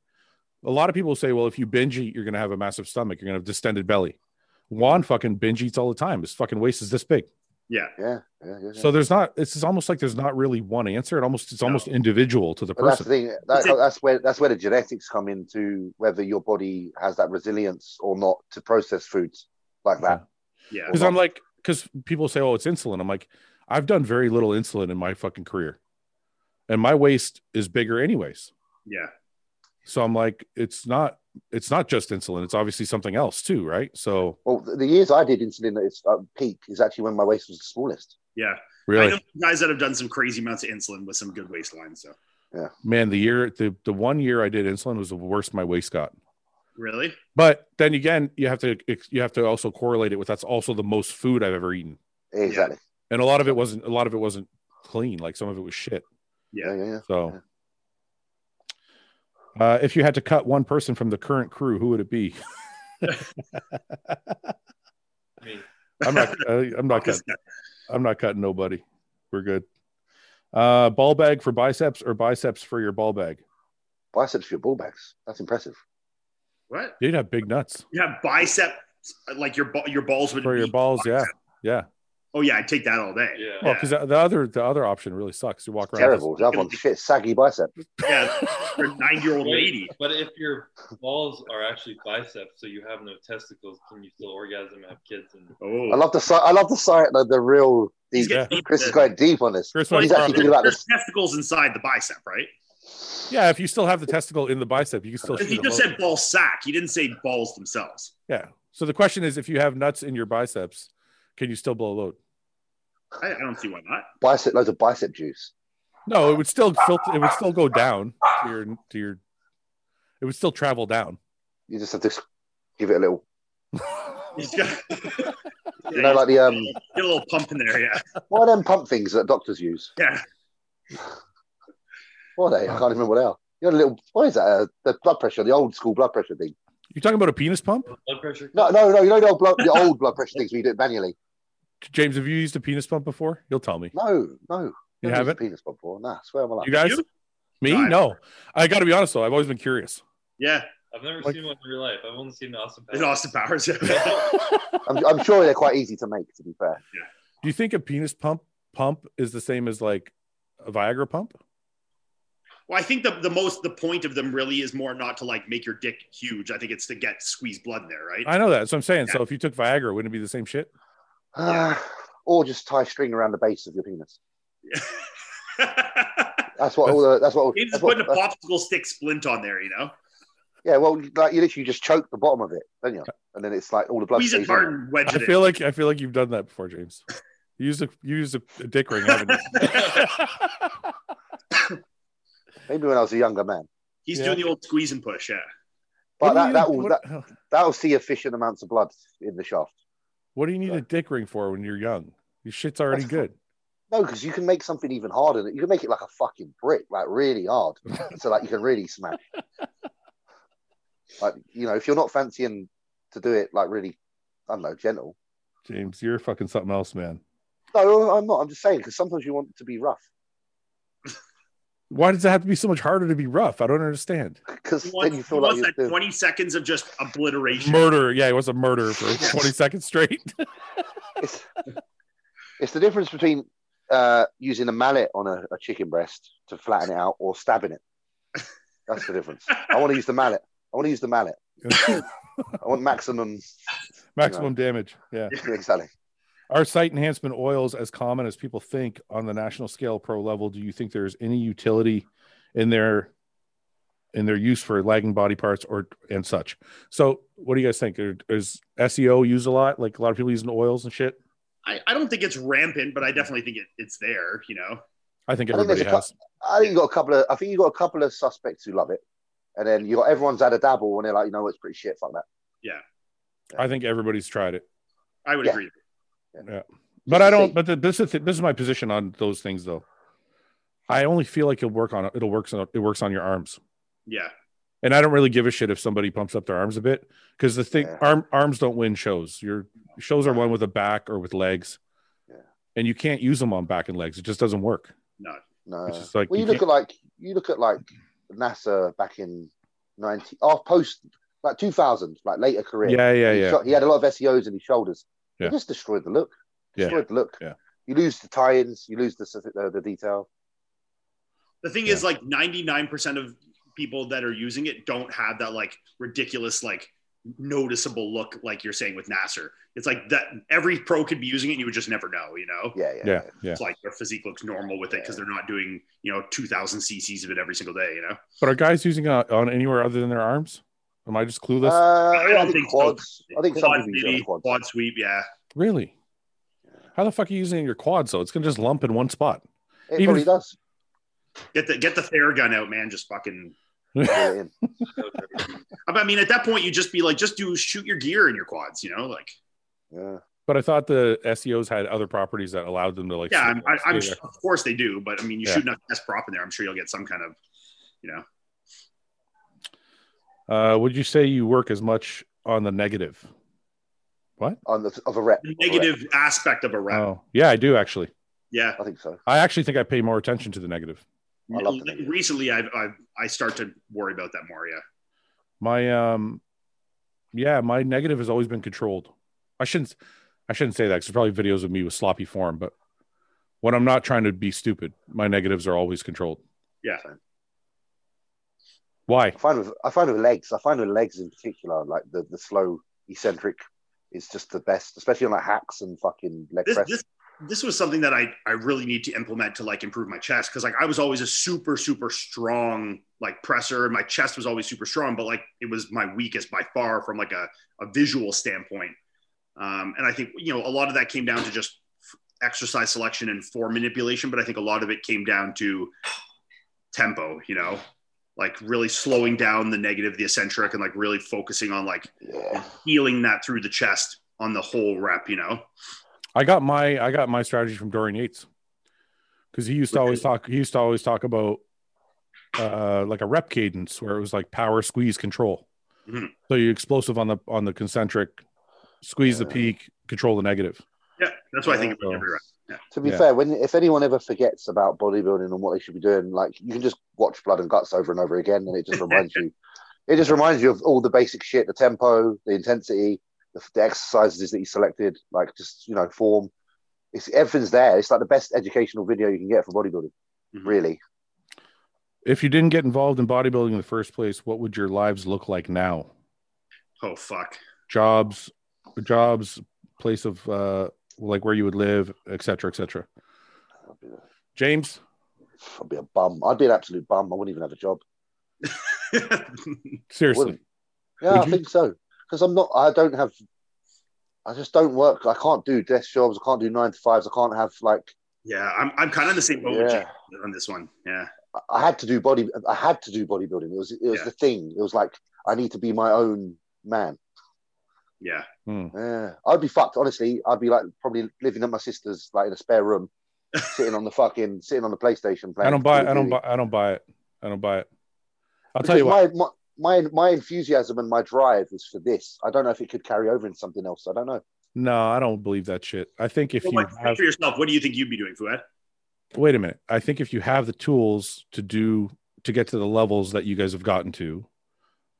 a lot of people say, well, if you binge eat, you're gonna have a massive stomach, you're gonna have distended belly. Juan fucking binge eats all the time. His fucking waist is this big.
Yeah.
yeah, yeah, yeah, yeah.
So there's not. It's just almost like there's not really one answer. It almost it's almost individual to the
But that's the
person.
thing. That,
It's a-
that's where that's where the genetics come into whether your body has that resilience or not to process foods like that.
Yeah.
Because I'm like, because people say, oh, it's insulin. I'm like, I've done very little insulin in my fucking career, and my waist is bigger anyways.
Yeah.
So I'm like, it's not. It's not just insulin. It's obviously something else too, right? So
Well, the, the years I did insulin at its uh, peak is actually when my waist was the smallest.
Yeah. I know
really,
guys that have done some crazy amounts of insulin with some good waistlines. So
man, the year the the one year I did insulin was the worst my waist got.
really?
But then again, you have to you have to also correlate it with that's also the most food I've ever eaten,
Exactly.
and a lot of it wasn't a lot of it wasn't clean. Like some of it was shit.
Yeah, yeah, yeah.
So, uh, if you had to cut one person from the current crew, who would it be?
I mean,
I'm not. uh, I'm not cutting. I'm not cutting nobody. We're good. Uh, ball bag for biceps or biceps for your ball bag.
Biceps for your ball bags. That's impressive.
what?
You'd have big nuts
You have bicep like your ba- your balls would
for your
be-
balls. Yeah, yeah.
Oh yeah, I'd take that all day.
yeah.
Well, because the other the other option really sucks. You walk around.
Terrible. The other one, shit, saggy bicep.
Yeah. For a nine year old
Wait,
lady.
But if your balls are actually biceps, so you have no testicles, can you still orgasm and have kids? And
Oh
I love the si- I love the site. The, the real
He's
deep.
Yeah.
getting deep
Chris is
there.
going deep on this.
Chris
Well,
went
He's
from-
there's-
actually thinking about
there's
this.
testicles inside the bicep, right?
yeah, if you still have the testicle in the bicep, you can still.
'Cause
shoot
he
a
just
load.
said ball sack. He didn't say balls themselves.
yeah. So the question is, if you have nuts in your biceps, can you still blow a load?
I, I don't see why not.
Bicep, loads of bicep juice.
No, it would still filter. It would still go down to your to your. It would still travel down.
You just have to give it a little.
He's got,
You know, like the um,
get a little pump in there. Yeah,
what are them pump things that doctors use?
yeah.
What are they? I can't even remember what they are. You know, the little. What is that? Uh, the blood pressure, the old school blood pressure thing.
You talking about a penis pump,
blood pressure.
No, no, no. You know the old blood, the old blood pressure things where you do it manually.
James? Have you used a penis pump before? You'll tell me.
No, no.
You
Never used a
haven't.
Penis pump before. Nah, swear on my life.
You guys?
You?
Me?
No, I-
No. I got to be honest though. I've always been curious.
yeah.
I've never
Like-
seen one in real life. I've only seen Austin.
It's
Powers.
Austin Powers. Yeah.
I'm, I'm sure they're quite easy to make. To be fair,
Do you think a penis pump pump is the same as like a Viagra pump?
well, I think the, the most the point of them really is more not to like make your dick huge. I think it's to get squeeze blood in there, right?
I know that. So I'm saying, so if you took Viagra, wouldn't it be the same shit?
or just tie string around the base of your penis. That's what all the. That's what.
He's
That's
just
what uh,
putting a popsicle stick splint on there, you know.
yeah, well, like you literally just choke the bottom of it, don't you? And then it's like all the blood.
Squeeze it
stays
hard
in.
and wedge
I
it. in.
feel like I feel like you've done that before, James. You used a you used a, a dick ring, haven't you?
Maybe when I was a younger man,
He's
Yeah.
doing the old squeeze and push. Yeah.
but
What do
that,
you-
that will that,
what-
that'll see efficient amounts of blood in the shaft.
What do you need a dick ring for when you're young? Your shit's already
That's
good.
No, because you can make something even harder. You can make it like a fucking brick, like really hard, so like you can really smash. Like you know, if you're not fancying to do it, like really, I don't know, gentle.
James, you're fucking something else, man.
No, I'm not. I'm just saying because sometimes you want to be rough
Why does it have to be so much harder to be rough? I don't understand.
because
He
then you
wants, he
feel like
wants
you're
that
doing.
20 seconds of just obliteration.
Murder. Yeah, he was a murderer for 20 seconds straight.
It's, it's the difference between uh, using a mallet on a, a chicken breast to flatten it out or stabbing it. That's the difference. I want to use the mallet. I want to use the mallet. I want maximum.
Maximum damage. Yeah.
Exactly.
Are site enhancement oils as common as people think on the national scale pro level? Do you think there's any utility in their in their use for lagging body parts or and such? So what do you guys think? Are- Is SEO used a lot? Like a lot of people using oils and shit?
I, I don't think it's rampant, but I definitely think it, it's there, you know.
I think
I think
everybody
there's a cou-
has.
I think you got a couple of. I think you got a couple of suspects who love it, and then you got everyone's had a dabble and they're like, you know, what, it's pretty shit. Fuck that.
I think everybody's tried it,
I would
Yeah.
agree.
but
Just
I
to
don't.
see.
But th- this is th- this is my position on those things, though. I only feel like it'll work on it'll works on it works on your arms,
Yeah.
and I don't really give a shit if somebody pumps up their arms a bit because the thing
Yeah.
arm arms don't win shows. Your shows are one with a back or with legs,
Yeah.
and you can't use them on back and legs. It just doesn't work.
No.
It's just like
well,
you
you look at like you look at like NASA back in ninety, oh, post like two thousand, like later career.
Yeah, yeah,
he,
yeah.
shot- he had a lot of SEOs in his shoulders.
Yeah.
He just destroyed the look.
Yeah.
Destroyed the look.
Yeah.
You lose the tie-ins. You lose the uh, the detail.
The thing is, like, 99% of people that are using it don't have that, like, ridiculous, like, noticeable look, like you're saying with Nasser. It's like that every pro could be using it and you would just never know, you know?
Yeah, yeah,
yeah, yeah.
It's like their physique looks normal with it because they're not doing, you know, 2,000 cc's of it every single day, you know?
But are guys using it on anywhere other than their arms? Am I just clueless?
Uh,
I
yeah, I
don't
think
think so.
quads. I think some
Quad,
people use it
maybe,
on quads.
quad sweep, yeah.
really? How the fuck are you using it in your quads though? It's gonna just lump in one spot.
It
Even
probably
if-
does.
Get the get the Theragun out, man. Just fucking.
Fill it in.
I mean, at that point, you just be like, just do shoot your gear in your quads, you know, like.
Yeah.
But I thought the SEOs had other properties that allowed them to like.
Yeah,
shoot
I'm, I,
those.
I'm
Yeah.
sure, of course they do, but I mean, you
Yeah.
shoot enough test prop in there. I'm sure you'll get some kind of.
Uh, would you say you work as much on the negative?
On the of a rep.
The
of a rep.
negative aspect of a rep.
Oh, yeah, I do actually.
Yeah.
I think so.
I actually think I pay more attention to the negative.
I love the negative.
Recently, I've, I've I start to worry about that more. Yeah.
My um, yeah, my negative has always been controlled. I shouldn't, I shouldn't say that because probably videos of me with sloppy form. But when I'm not trying to be stupid, my negatives are always controlled.
Yeah.
Why?
I find with I find with legs. I find with legs in particular, like the the slow eccentric is just the best, especially on like hacks and fucking leg
This
press.
this this was something that I I really need to implement to like improve my chest because like I was always a super super strong like presser and my chest was always super strong, but like it was my weakest by far from like a a visual standpoint. Um, and I think you know a lot of that came down to just f- exercise selection and form manipulation, but I think a lot of it came down to tempo. You know, like really slowing down the negative, the eccentric, and like really focusing on like
yeah.
healing that through the chest on the whole rep. You know,
I got my I got my strategy from Dorian Yates because he used to always talk. He used to always talk about uh, like a rep cadence where it was like power, squeeze, control.
Mhm.
So you're explosive on the on the concentric, squeeze the
Yeah.
peak, control the negative.
yeah, that's what I think about
Yeah.
every rep.
To be
Yeah.
fair, when if anyone ever forgets about bodybuilding and what they should be doing, like you can just watch Blood and Guts over and over again, and it just reminds you. It just reminds you of all the basic shit: the tempo, the intensity, the, the exercises that you selected, like just you know form. It's everything's there. It's like the best educational video you can get for bodybuilding,
Mhm.
really.
If you didn't get involved in bodybuilding in the first place, what would your lives look like now?
Oh fuck.
Jobs, jobs, place of uh, like where you would live, etc., etc.
I'd be, a-
James,
I'd be a bum. I'd be an absolute bum. I wouldn't even have a job.
seriously,
Wouldn't. Yeah,
Would
I
you?
think so. Because I'm not. I don't have. I just don't work. I can't do desk jobs. I can't do nine to fives. I can't have like
yeah, I'm, I'm kind of in the same boat with
Yeah.
you on this one. Yeah.
I had to do body. I had to do bodybuilding. It was it was
Yeah.
the thing. It was like I need to be my own man.
Yeah.
Yeah. I'd be fucked. Honestly, I'd be like probably living at my sister's, like in a spare room, sitting on the fucking sitting on the PlayStation. Playing
I don't buy. it.
Call of
I don't
Duty.
buy. I don't buy it. I don't buy it. I'll
Because
tell you what.
My, my my my enthusiasm and my drive was for this. I don't know if it could carry over in something else. I don't know.
No, I don't believe that shit. I think if
Well,
you
like, think
have,
for yourself, what do you think you'd be doing, Fuad?
wait a minute. I think if you have the tools to do to get to the levels that you guys have gotten to,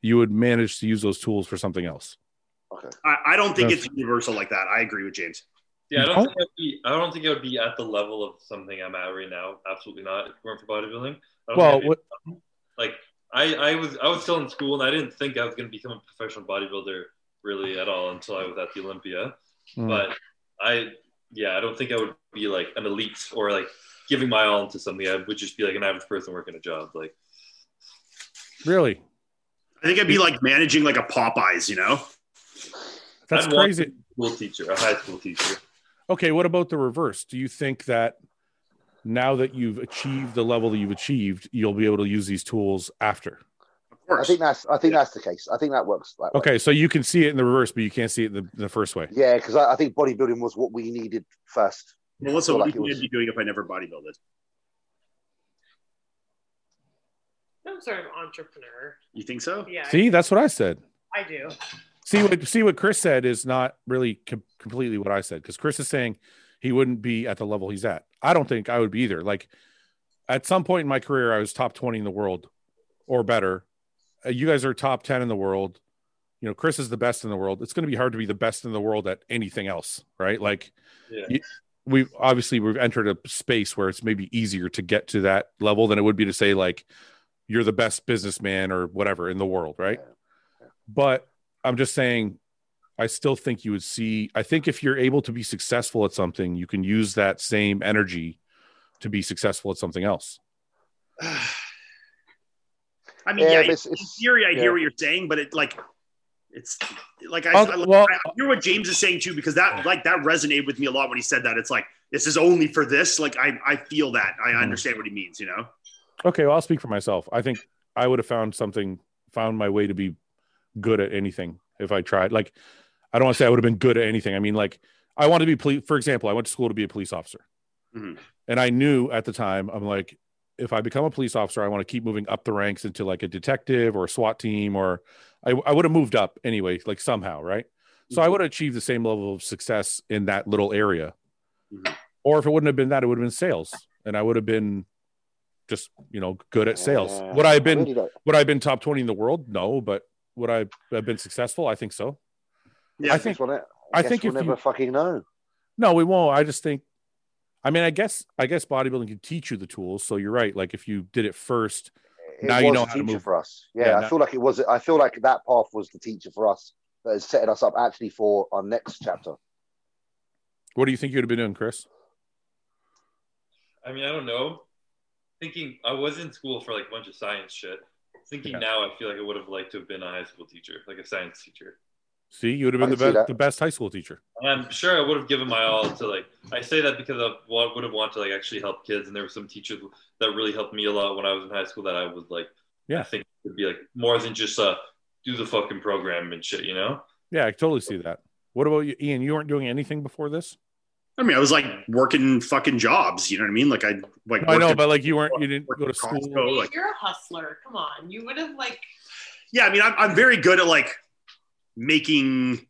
you would manage to use those tools for something else.
Okay.
I, I don't think
Yes.
it's universal like that. I agree with James.
Yeah, I don't,
No?
think I'd be, I don't think I would be at the level of something I'm at right now. Absolutely not. If it weren't for bodybuilding. I don't
Well,
think I'd be-
what,
like I, I was I was still in school and I didn't think I was going to become a professional bodybuilder really at all until I was at the Olympia.
mm.
But I yeah, I don't think I would be like an elite or like giving my all into something. I would just be like an average person working a job. Like
really,
I think I'd be like managing like a Popeyes, you know?
that's
I'd want-
crazy.
school teacher, a high school teacher.
Okay, what about the reverse? Do you think that now that you've achieved the level that you've achieved, you'll be able to use these tools after?
Of Of course.
I think that's I think that's the case. I think that works. That way.
Okay, so you can see it in the reverse, but you can't see it the, the first way.
Yeah, because I, I think bodybuilding was what we needed first.
well, what's the
Well,
least
like it was-
I'd be doing if I never bodybuilded?
I'm sort of entrepreneur.
You think so?
Yeah,
See, that's what I said.
I do.
See what see what Chris said is not really com- completely what I said because Chris is saying he wouldn't be at the level he's at. I don't think I would be either. Like at some point in my career, I was top twenty in the world or better. Uh, you guys are top ten in the world. You know, Chris is the best in the world. It's going to be hard to be the best in the world at anything else, right? Like
Yeah.
we've obviously we've entered a space where it's maybe easier to get to that level than it would be to say like you're the best businessman or whatever in the world, right? But I'm just saying I still think you would see I think if you're able to be successful at something, you can use that same energy to be successful at something else.
I mean,
Yeah,
yeah,
but it's-
in
it's-
theory, I
yeah.
hear what you're saying, but it like, it's like I,
Oh,
I-
well-
I hear what James is saying too, because that like that resonated with me a lot when he said that. It's like this is only for this. Like I, I feel that. I
Mhm.
understand what he means. You know.
Okay, well, I'll speak for myself. I think I would have found something, found my way to be good at anything if I tried. Like, I don't want to say I would have been good at anything. I mean, like, I want to be police. For example, I went to school to be a police officer,
Mhm.
and I knew at the time I'm like, if I become a police officer, I want to keep moving up the ranks into like a detective or a SWAT team, or I, I would have moved up anyway, like somehow, right? So I would have achieved the same level of success in that little area.
Mhm.
Or if it wouldn't have been that, it would have been sales, and I would have been just you know good at sales.
Yeah.
Would I have been
really don't-
would I have been top 20 in the world? No, but would I have been successful? I think so.
Yeah.
I think
guess we'll ne-
I
guess
think
we'll
if
never
you-
fucking know.
no, we won't. I just think I mean, I guess I guess bodybuilding can teach you the tools. So you're right. Like if you did it first,
It
Now
was
you know
the
how to
teacher
move.
for us. Yeah,
Yeah,
I
now-
feel like it was. I feel like that path was the teacher for us that is setting us up actually for our next chapter.
what do you think you'd have been doing, Chris?
I mean, I don't know. Thinking I was in school for like a bunch of science shit. Thinking
Yeah.
now, I feel like I would have liked to have been a high school teacher, like a science teacher.
See, you would have
I
been the
can see
best
that.
the best high school teacher.
And I'm sure I would have given my all to like. I say that because I wa- would have wanted to like actually help kids, and there were some teachers that really helped me a lot when I was in high school that I would like.
Yeah.
I think would be like more than just uh do the fucking program and shit, you know.
Yeah, I totally see that. What about you, Ian? You weren't doing anything before this?
I mean, I was like working fucking jobs. You know what I mean? Like I like.
I
worked
know,
at-
but like you weren't you didn't go to
Costco,
school.
Oh, like-
You're a hustler. Come on, you would have like
yeah, I mean, I'm, I'm very good at like making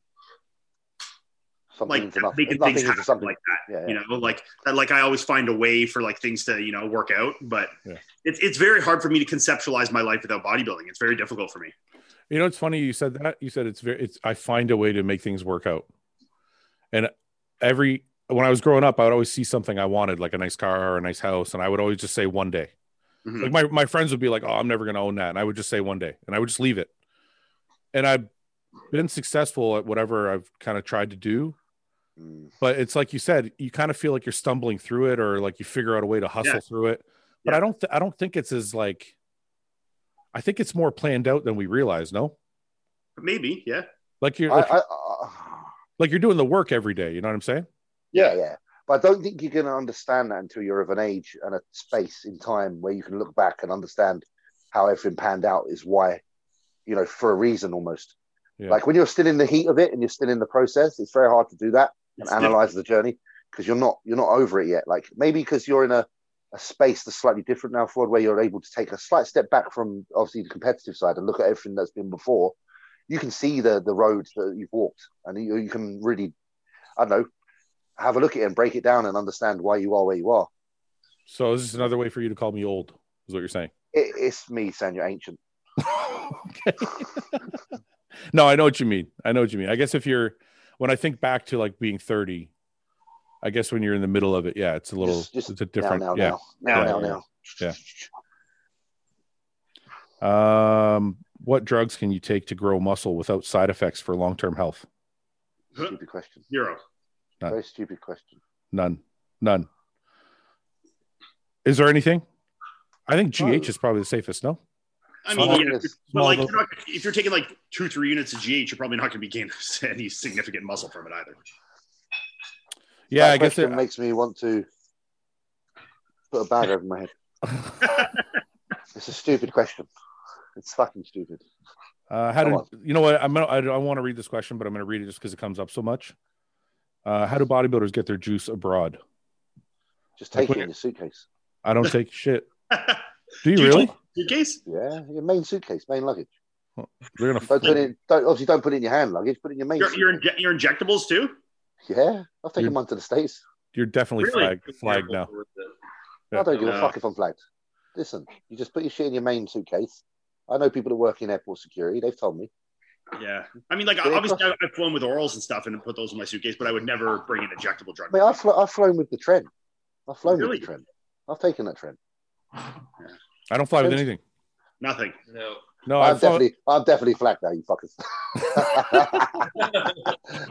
Something
like
into nothing.
making
nothing
things happen
into something.
like that.
yeah, yeah.
you know like like i always find a way for like things to you know work out but
Yeah.
it's, it's very hard for me to conceptualize my life without bodybuilding it's very difficult for me
You know, it's funny you said that. You said it's very, it's, I find a way to make things work out. And every, when I was growing up, I would always see something I wanted, like a nice car or a nice house. And I would always just say one day.
Mhm.
Like my, my friends would be like, oh, I'm never going to own that. And I would just say one day and I would just leave it. And I've been successful at whatever I've kind of tried to do.
Mm.
But it's like you said, you kind of feel like you're stumbling through it or like you figure out a way to hustle
Yeah.
through it. But
Yeah.
I don't, th- I don't think it's as like, I think it's more planned out than we realize. No,
maybe yeah
like you're,
I,
like,
I, I-
like you're doing the work every day. You know what I'm saying?
yeah, yeah. But I don't think you're going to understand that until you're of an age and a space in time where you can look back and understand how everything panned out is why, you know, for a reason almost.
Yeah.
Like when you're still in the heat of it and you're still in the process, it's very hard to do that and
It's
analyze the journey because you're not you're not over it yet. Like maybe because you're in a, a space that's slightly different now, Floyd, where you're able to take a slight step back from obviously the competitive side and look at everything that's been before. You can see the the road that you've walked, and you, you can really, I don't know, have a look at it and break it down and understand why you are where you are.
So is this another way for you to call me old? Is what you're saying?
It, it's me saying you're ancient.
okay. no, I know what you mean. I know what you mean. I guess if you're, when I think back to like being 30, I guess when you're in the middle of it, yeah, it's a little,
Just- just
it's a different,
now, now,
yeah.
now, now,
Yeah,
now,
yeah,
now.
yeah. Um, what drugs can you take to grow muscle without side effects for long-term health?
Stupid question.
zero
None.
Very stupid question.
None, none. Is there anything? I think GH is probably the safest. No.
i mean
Small-
yeah, but
small
like
little-
you're not, if you're taking like two three units of gh you're probably not going to be gaining any significant muscle from it either
Yeah,
That
I guess
question
it,
makes me want to put a bag over my head. it's a stupid question. It's fucking stupid.
Uh, how
Come
do you know what I'm gonna, I, I want to read this question, but I'm going to read it just because it comes up so much. Uh, how do bodybuilders get their juice abroad?
Just
I
take
put
it in your suitcase.
I don't take shit. Do you
Do you
really?
take- Suitcase?
Yeah, your main suitcase, main luggage.
They're gonna.
Don't put it. In, don't obviously don't put it in your hand luggage. Put it in your main.
Your, your,
suitcase.
inje- your injectables too?
yeah, I've taken
You're-
mine to the states.
You're definitely
Really?
flagged. Flagged now.
I don't give a
No.
fuck if I'm flagged. Listen, you just put your shit in your main suitcase. I know people that work in airport security. They've told me.
Yeah. I mean, like,
But it
obviously, I've I've flown with orals and stuff and put those in my suitcase, but I would never bring an injectable drug.
I mean, I've, flo- I've flown with the trend. I've flown
Really?
with the trend. I've taken that trend.
I don't fly with
Don't-
anything.
Nothing.
No.
No,
I'm
I've flown-
definitely, I'm definitely flagged now, you fuckers.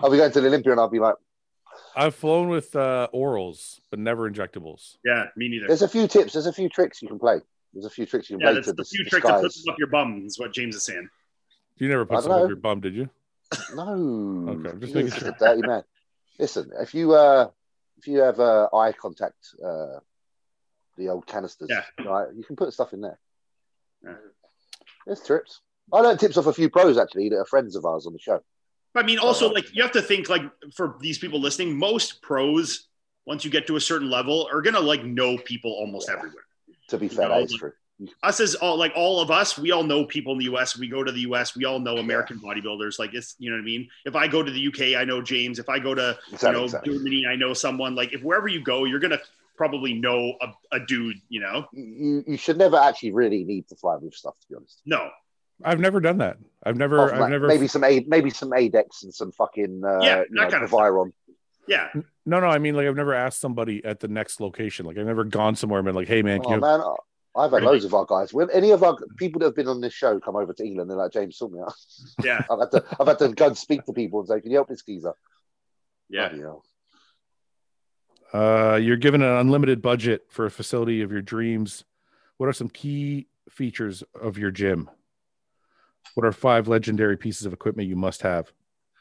I'll be going to the Olympia and I'll be like,
I've flown with uh, orals, but never injectables.
Yeah, me neither.
there's a few tips, there's a few tricks you can play. There's a few tricks you can
yeah,
play
that's
to
the
dis-
few tricks that
disguise.
puts up your bum, is what James is saying.
You never
I
put
don't
some up
know.
your bum, did you?
No.
Okay, I'm just
You're
making
such
sure.
a dirty man. Listen, if you uh, if you have uh, eye contact, uh, the old canisters,
Yeah.
right, you can put stuff in there.
Yeah.
There's tips. I learned tips off a few pros actually that are friends of ours on the show.
But I mean, also,
Uh-huh.
like, you have to think, like, for these people listening, most pros, once you get to a certain level, are going to, like, know people almost
Yeah.
everywhere.
To be fair,
No,
that is
but-
true.
Us as all, like, all of us, we all know people in the US. We go to the US, we all know American bodybuilders. Like, it's, you know what I mean? If I go to the UK, I know James. If I go to, you
Exactly.
know,
exactly.
Germany, I know someone. Like, if wherever you go, you're going to probably know a, a dude, you know?
You you should never actually really need to fly with stuff, to be honest.
No.
I've never done that. I've
Apart
never.
from
I've
that,
never.
Oh, maybe some a maybe some Adex and some fucking
Yeah,
uh, you
that
know,
kind of
Viron.
Yeah.
No, no. I mean, like, I've never asked somebody at the next location. Like, I've never gone somewhere and been like, "Hey, man, can
Oh
you
man, I've had
Really?
loads of our guys. When any of our people that have been on this show come over to England, they're like, James, sort me out.
Yeah.
I've had to, I've had to go and speak to people and say, can you help this geezer?
Yeah.
Bloody hell.
Uh, you're given an unlimited budget for a facility of your dreams. What are some key features of your gym? What are five legendary pieces of equipment you must have?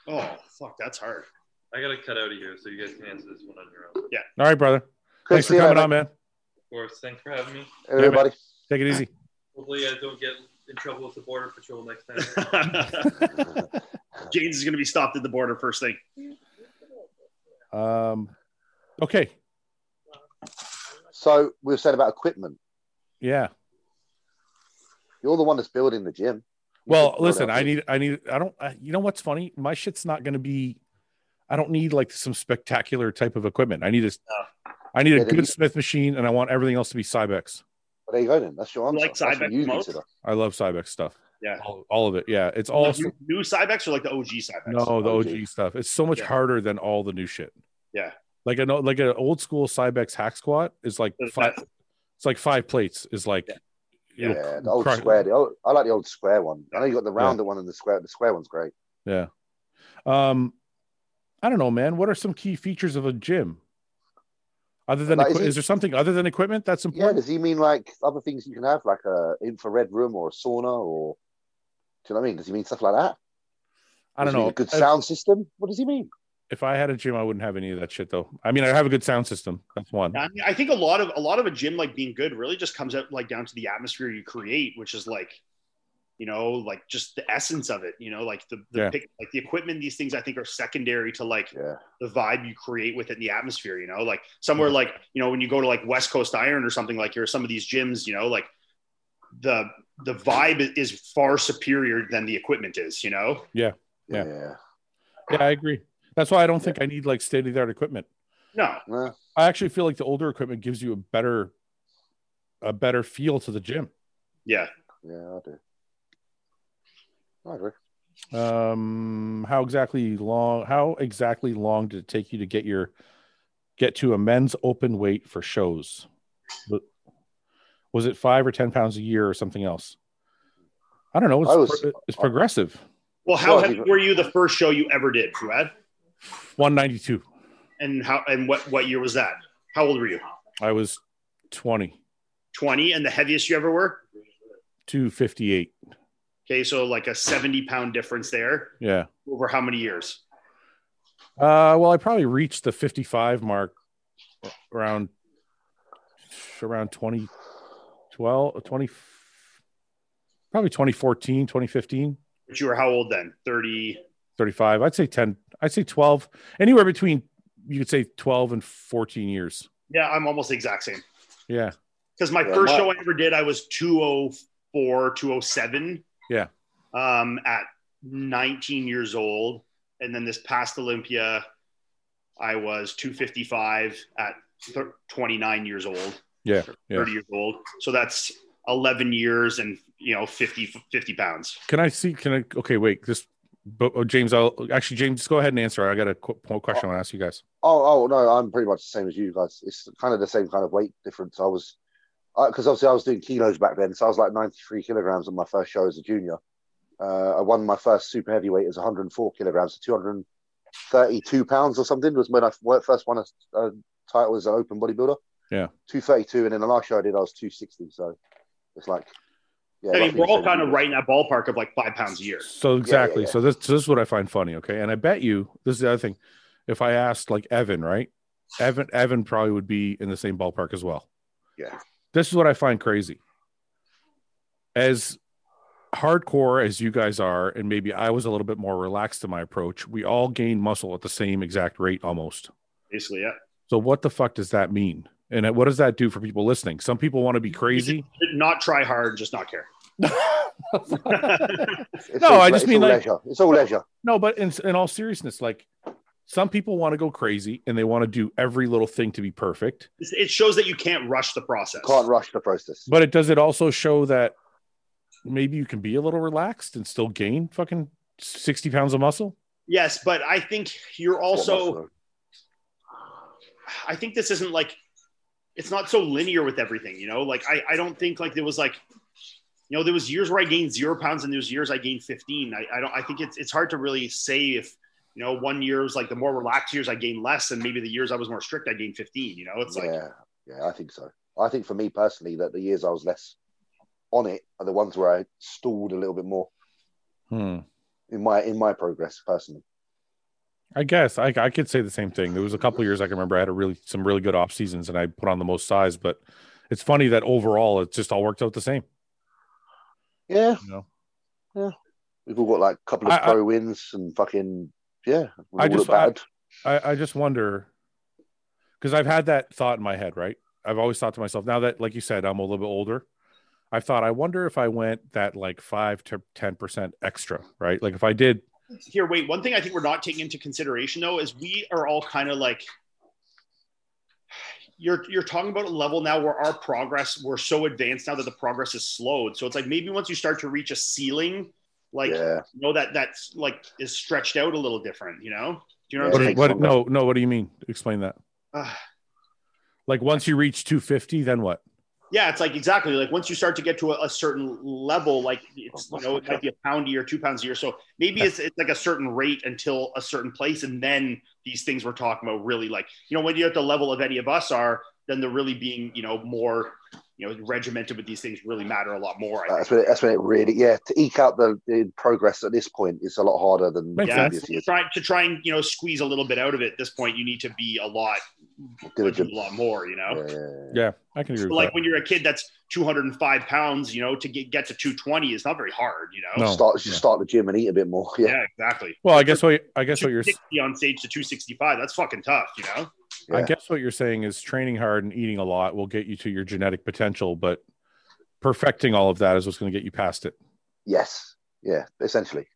Oh, fuck. That's hard.
I gotta cut out of here so you guys can answer this one on your own.
All right, brother. Thanks
Chris,
for
see you
coming
later,
on, man.
Of course, thanks for having me.
Everybody,
Take it easy.
Hopefully, I don't get in trouble with the border patrol next time.
James is going to be stopped at the border first thing.
Um, okay.
so we've said about equipment.
Yeah.
You're the one that's building the gym. You should
Well,
build
listen,
out
I
the-
need, I need, I don't, I, you know what's funny? My shit's not going to be, I don't need like some spectacular type of equipment. I need a, I need
Yeah,
a
then you-
good Smith machine and I want everything else to be Cybex.
Well, there you go then. That's your answer.
Like
That's what
Cybex
you
the most?
consider.
I love Cybex stuff.
Yeah.
All, all of it. Yeah. It's all
Like new, new Cybex or like the OG Cybex?
No, the
OG.
OG stuff. It's so much
Yeah.
harder than all the new shit.
Yeah.
Like an old- like an old school Cybex hack squat is like
That's-
five. It's like five plates. Is like
Yeah,
you know,
the old
crush-
square. The old, I like the old square one. I know you got the rounded one and the square. The square one's great.
yeah. Um, I don't know, man. What are some key features of a gym? Other than
Like, is
equi-
it-
is there something other than equipment that's
Yeah,
important?
does he mean like other things you can have, like a infrared room or a sauna, or do you know what I mean? Does he mean stuff like that?
I don't
Does he mean
know. Uh,
A good
If-
sound system. What does he mean?
If, I had a gym, I wouldn't have any of that shit though. I mean, I have a good sound system. That's one.
I, mean, I think a lot of a lot of a gym like being good really just comes out like down to the atmosphere you create, which is like, you know, like just the essence of it. You know, like the, the
Yeah.
pick, like the equipment. These things I think are secondary to like
Yeah,
the vibe you create within the atmosphere, you know, like somewhere like, you know, when you go to like West Coast Iron or something like here, some of these gyms, you know, like the the vibe i- is far superior than the equipment is, you know?
Yeah.
yeah.
Yeah, I agree. That's why I don't think I need like state of the art equipment.
No.
Well,
I actually feel like the older equipment gives you a better a better feel to the gym.
Yeah.
yeah, I do. I agree.
Um how exactly long how exactly long did it take you to get your get to a men's open weight for shows? Wa- Was it 5 or 10 pounds a year or something else? I don't know. It's,
I was-
pro- it's progressive.
Well, how
Well,
heavy
you-
were you the first show you ever did, Brad?
192.
And how and what what year was that? How old were you?
I was 20
20 and the heaviest you ever were?
258.
Okay, so like a 70 pound difference there
Yeah.
over how many years?
Uh, well, I probably reached the 55 mark around around 2012, 20, probably 2014, 2015,
But you were how old then? 30.
35. I'd say 10, I'd say 12, anywhere between you could say 12 and 14 years.
Yeah, I'm almost the exact same.
Yeah.
Because my
Yeah,
first
my-
show I ever did, I was 204, 207.
Yeah.
Um, at 19 years old. And then this past Olympia, I was 255 at thir 29 years old.
Yeah, yeah.
30 years old. So that's 11 years and, you know, 50, 50 pounds.
Can I see? Can I? Okay, wait. This, but oh, James, I'll actually, James, just go ahead and answer. I got a qu- question I want to ask you guys.
Oh, oh no, I'm pretty much the same as you guys. It's kind of the same kind of weight difference. I was, because obviously I was doing kilos back then, so I was like 93 kilograms on my first show as a junior. Uh, I won my first super heavyweight as 104 kilograms, so 232 pounds or something was when I wa- first won a, a title as an open bodybuilder.
Yeah.
232, and then the last show I did, I was 260. So it's like, yeah,
I mean,
roughly
we're
the
all
same
kind of
weight.
right in that ballpark of like five pounds a year.
So exactly.
yeah.
So this, so this is what I find funny. Okay, and I bet you this is the other thing. If I asked like Evan, right? Evan, Evan probably would be in the same ballpark as well.
Yeah.
This is what I find crazy. As hardcore as you guys are, and maybe I was a little bit more relaxed in my approach, we all gain muscle at the same exact rate almost.
Basically, yeah.
So what the fuck does that mean? And what does that do for people listening? Some people want to be crazy.
Not try hard, just not care.
It's
No,
all-
I just
it's
mean,
all
like-
leisure. It's all leisure.
no, but in, in all seriousness, like some people want to go crazy and they want to do every little thing to be perfect.
It's- It shows that you can't rush the process.
Can't rush the process.
But it does it also show that maybe you can be a little relaxed and still gain fucking 60 pounds of muscle?
Yes, but I think you're
Can't
also.
rush
I think this isn't like. It's not so linear with everything, you know. Like I, I don't think like there was like, you know, there was years where I gained zero pounds and there was years I gained fifteen. I, I don't. I think it's it's hard to really say if you know one year was like the more relaxed years I gained less, and maybe the years I was more strict I gained fifteen. You know, it's
the-
like
yeah, yeah, I think so. I think for me personally, that the years I was less on it are the ones where I stalled a little bit more
Hmm.
in my in my progress personally.
I guess I, I could say the same thing. There was a couple years I can remember I had a really some really good off seasons and I put on the most size, but it's funny that overall it just all worked out the same.
Yeah,
You know,
we've all got like a couple of
I- I-
pro wins and fucking yeah. we
I
all
just-
look battered.
I, I just wonder because I've had that thought in my head, right? I've always thought to myself, now that, like you said, I'm a little bit older, I've thought, I wonder if I went that like five to 10% extra, right? Like if I did,
here wait one thing i think we're not taking into consideration though is we are all kind of like you're you're talking about a level now where our progress we're so advanced now that the progress is slowed so it's like maybe once you start to reach a ceiling like
yeah,
you know that that's like is stretched out a little different you know do you know what i'm
Yeah.
what,
saying
takes
what,
longer.
no, no, what do you mean? Explain that.
Ugh.
Like once you reach 250, then what?
yeah it's like exactly like once you start to get to a, a certain level like it's you know it might be a pound a year two pounds a year so maybe it's, it's like a certain rate until a certain place and then these things we're talking about really like you know when you're at the level of any of us are then they're really being you know more you know regimented with these things really matter a lot more I think.
that's when it, that's when it really yeah to eke out the, the progress at this point is a lot harder than
Makes
yeah
previous
to
years.
try, to try and you know squeeze a little bit out of it at this point you need to be a lot a
Diligent.
lot more you know
Yeah, yeah, yeah.
Yeah, I can agree
So,
with
like
that.
when you're a kid that's 205 pounds you know to get, get to 220 is not very hard you know
No.
Start
yeah.
just start the gym and eat a bit more. Yeah,
yeah exactly
Well, I guess what I guess what you're
260 on stage to 265. That's fucking tough, you know?
I
Yeah.
guess what you're saying is training hard and eating a lot will get you to your genetic potential, but perfecting all of that is what's going to get you past it.
yes, yeah, essentially.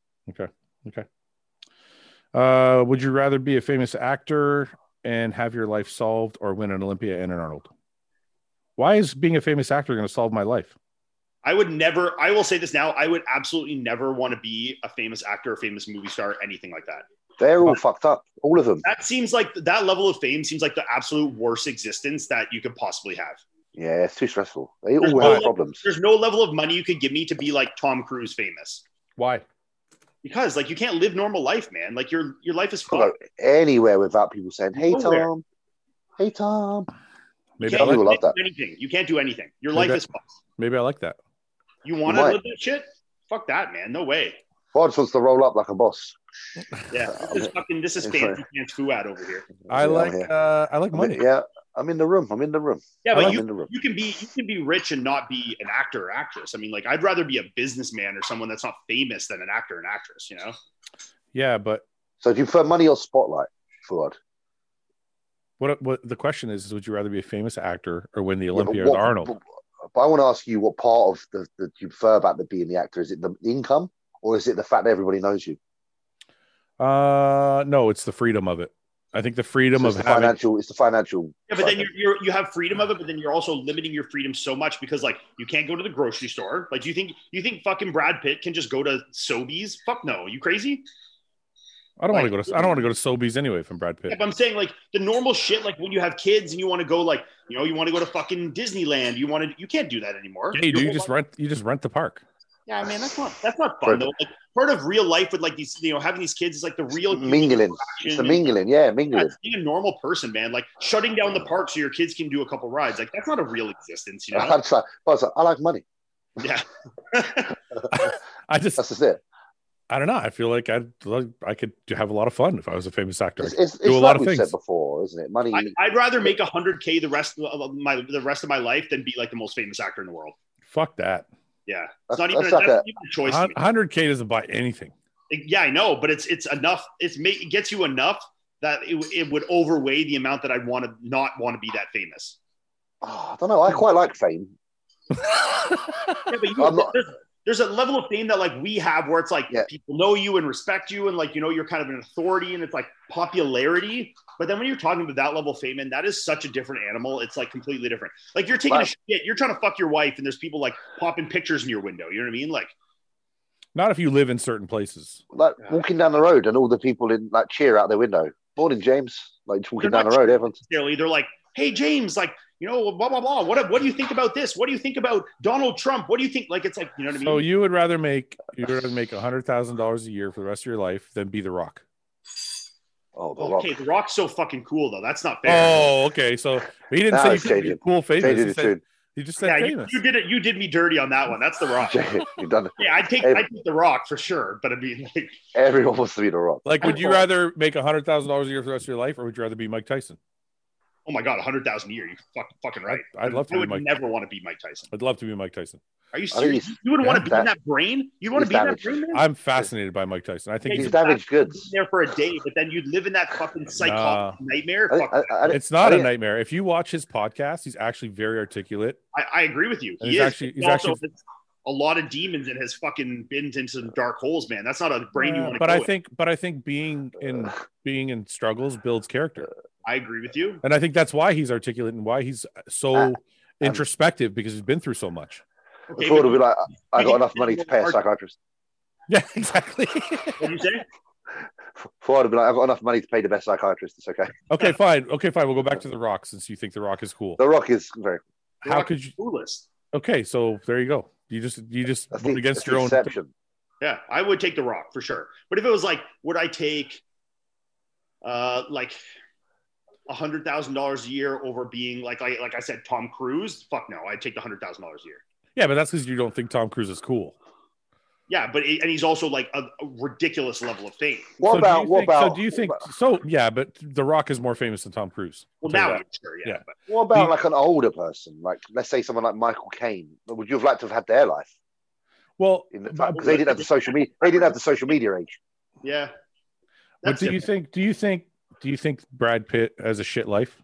Uh, would you rather be a famous actor and have your life solved or win an Olympia and an Arnold? Why is being a famous actor going to solve my life?
I would never, I will say this now, I would absolutely never want to be a famous actor, a famous movie star, anything like that.
They're all fucked up, all of them.
That seems like that level of fame seems like the absolute worst existence that you could possibly have.
Yeah, it's too stressful. They
There's
all
no
have
level-
problems.
There's no level of money you could give me to be like Tom Cruise famous.
Why?
Because like you can't live normal life, man. Like your your life is
Can't
fucked.
go anywhere without people saying, "Hey
Nowhere.
Tom, hey Tom."
Maybe
you
I
can't,
like,
People love
do
that.
anything. You can't do anything. Your
Maybe
life
I-
is fucked.
maybe I like that.
You want to
Why?
live that shit? Fuck that, man. No way.
Bob just wants to roll up like a boss.
Yeah. This is fucking this is
I'm sorry.
fancy pants food ad over here.
I
Yeah,
like
yeah.
uh, I like
I'm-
money.
Yeah, I'm in the room. I'm in the room.
Yeah, but
I'm
you
in the room.
you can be you can be rich and not be an actor or actress. I mean, like I'd rather be a businessman or someone that's not famous than an actor and actress. You know,
Yeah, but
So do you prefer money or spotlight, Fuad?
what what the question is is would you rather be a famous actor or win the
Yeah, but
Olympia
what-
with Arnold?
But, but I want to ask you what part of the, the you prefer about the being the actor? Is it the income or is it the fact that everybody knows you?
Uh, no, it's the freedom of it. I think the freedom
So
of
it's the
having
financial. It's the financial.
Yeah, but then you're, you're you have freedom of it, but then you're also limiting your freedom so much because like you can't go to the grocery store. Like, do you think you think fucking Brad Pitt can just go to Sobeys? Fuck no, you crazy?
I don't want
like-
to go to I don't want to go to Sobeys anyway from Brad
Yeah,
Pitt.
but I'm saying like the normal shit, like when you have kids and you want to go like you know you want to go to fucking Disneyland, you want to you can't do that anymore.
Hey,
Your
do you
whole
just rent you just rent the park?
Yeah, man, that's not that's not fun though. Like part of real life with like these, you know, having these kids is like the real
mingling. It's the
and-
mingling. Yeah,
Yeah,
mingling.
it's being a normal person, man. Like shutting down the park so your kids can do a couple rides. Like that's not a real existence, you know?
That's like, but it's like, I like money.
yeah.
I just
That's just it.
I don't know. I feel like I'd like, I could have a lot of fun if I was a famous actor.
It's,
I could
it's, it's
do a
like
lot of
we've
things.
said before, isn't it? Money.
I, I'd rather make hundred k the rest of my the rest of my life than be like the most famous actor in the world.
Fuck that.
Yeah, it's
That's-
not even, that's
that's like
not
a-
even a choice. to me.
Hundred K doesn't buy anything.
Yeah, I know, but it's it's enough. It's make it gets you enough that it, it would overweigh the amount that I'd want to not want to be that famous.
Oh, I don't know. I quite like fame.
Yeah, but
I'm
you,
not-
there's, there's a level of fame that like we have where it's like
Yeah.
people know you and respect you and like you know you're kind of an authority and it's like popularity. But then when you're talking about that level of fame and that is such a different animal, it's like completely different. Like you're taking a
But-
shit, you're trying to fuck your wife, and there's people like popping pictures in your window. You know what I mean? Like
Not if you live in certain places.
Like
Yeah.
walking down the road and all the people in like cheer out their window. Morning, James. Like just walking
They're
down the
not
road, everyone's
necessarily they're like, hey James, like you know blah blah blah. What what do you think about this? What do you think about Donald Trump? What do you think? Like it's like you know what I mean?
So you would rather make you would rather make hundred thousand dollars a year for the rest of your life than be The Rock.
oh, the rock.
okay, The Rock's so fucking cool though. That's not fair.
Oh, okay. So he didn't
Now
say you
it's
could be
changing.
cool famous.
Changing
He,
the
said,
tune.
he just said
Yeah, you,
famous.
you did it. You did me dirty on that one. That's the rock.
You've done it.
Yeah, I'd take
Hey.
I'd take The Rock for sure, but I mean, like,
Everyone wants to be the rock.
like, would you
Oh.
rather make hundred thousand dollars a year for the rest of your life, or would you rather be Mike Tyson?
oh my god, hundred thousand a year, you fuck, fucking right.
I'd love to
I
be
would
Mike-
never want to be Mike Tyson.
I'd love to be Mike Tyson.
Are you
I think
serious?
he's-
You wouldn't want to
yeah,
be in
that-
that brain. You want to
he's
be in that
damaged.
brain, man.
I'm fascinated by Mike Tyson. I think
Yeah,
he's
He's
you-
damaged
Been
goods.
there for a day, but then you'd live in that fucking psychotic nightmare.
I,
Fuck,
I, I,
it's not
I
a
think-
nightmare. If you watch his podcast, he's actually very articulate.
I, I agree with you.
And he's
He is.
actually-
but
he's
also
actually-
has a lot of demons and has fucking been into some dark holes, man. That's not a brain you
Uh,
want to.
but
go
I
with.
think, but I think being in being in struggles builds character,
Uh,
I agree with you.
and I think that's why he's articulate and why he's so
Uh, um,
introspective because he's been through so much.
Okay,
Before
but
it'll be like, I I
but
got enough
you-
money to pay a psychiatrist.
Yeah, exactly.
what do you say?
Before it'll be like, I've got enough money to pay the best psychiatrist. It's okay.
okay, fine. Okay, fine. We'll go back to the Rock since you think the Rock is cool.
The rock is very.
The
How
Rock
could
is
you?
coolest?
Okay, so there you go. You just you just
That's
vote
the,
against
that's
your
the
own.
exception.
Yeah, I would take The Rock for sure. But if it was like, would I take uh like a hundred thousand dollars a year over being like like like I said, Tom Cruise? Fuck no, I'd take the hundred thousand dollars a year.
Yeah, but that's because you don't think Tom Cruise is cool.
Yeah, but it, and he's also like a, a ridiculous level of fame.
What
So do you
about what
think-
about
So do you think
what
so? Yeah, but The Rock is more famous than Tom Cruise.
Well,
I'll
now
tell you
I'm sure, yeah.
Yeah.
But
about- what about
you-
like an older person? Like let's say someone like Michael Caine. Would you have liked to have had their life?
that. Well,
In the,
but-
because they didn't have the social media. They didn't have the social media age.
yeah.
But
That's
do you
it.
think? Do you think? Do you think Brad Pitt has a shit life?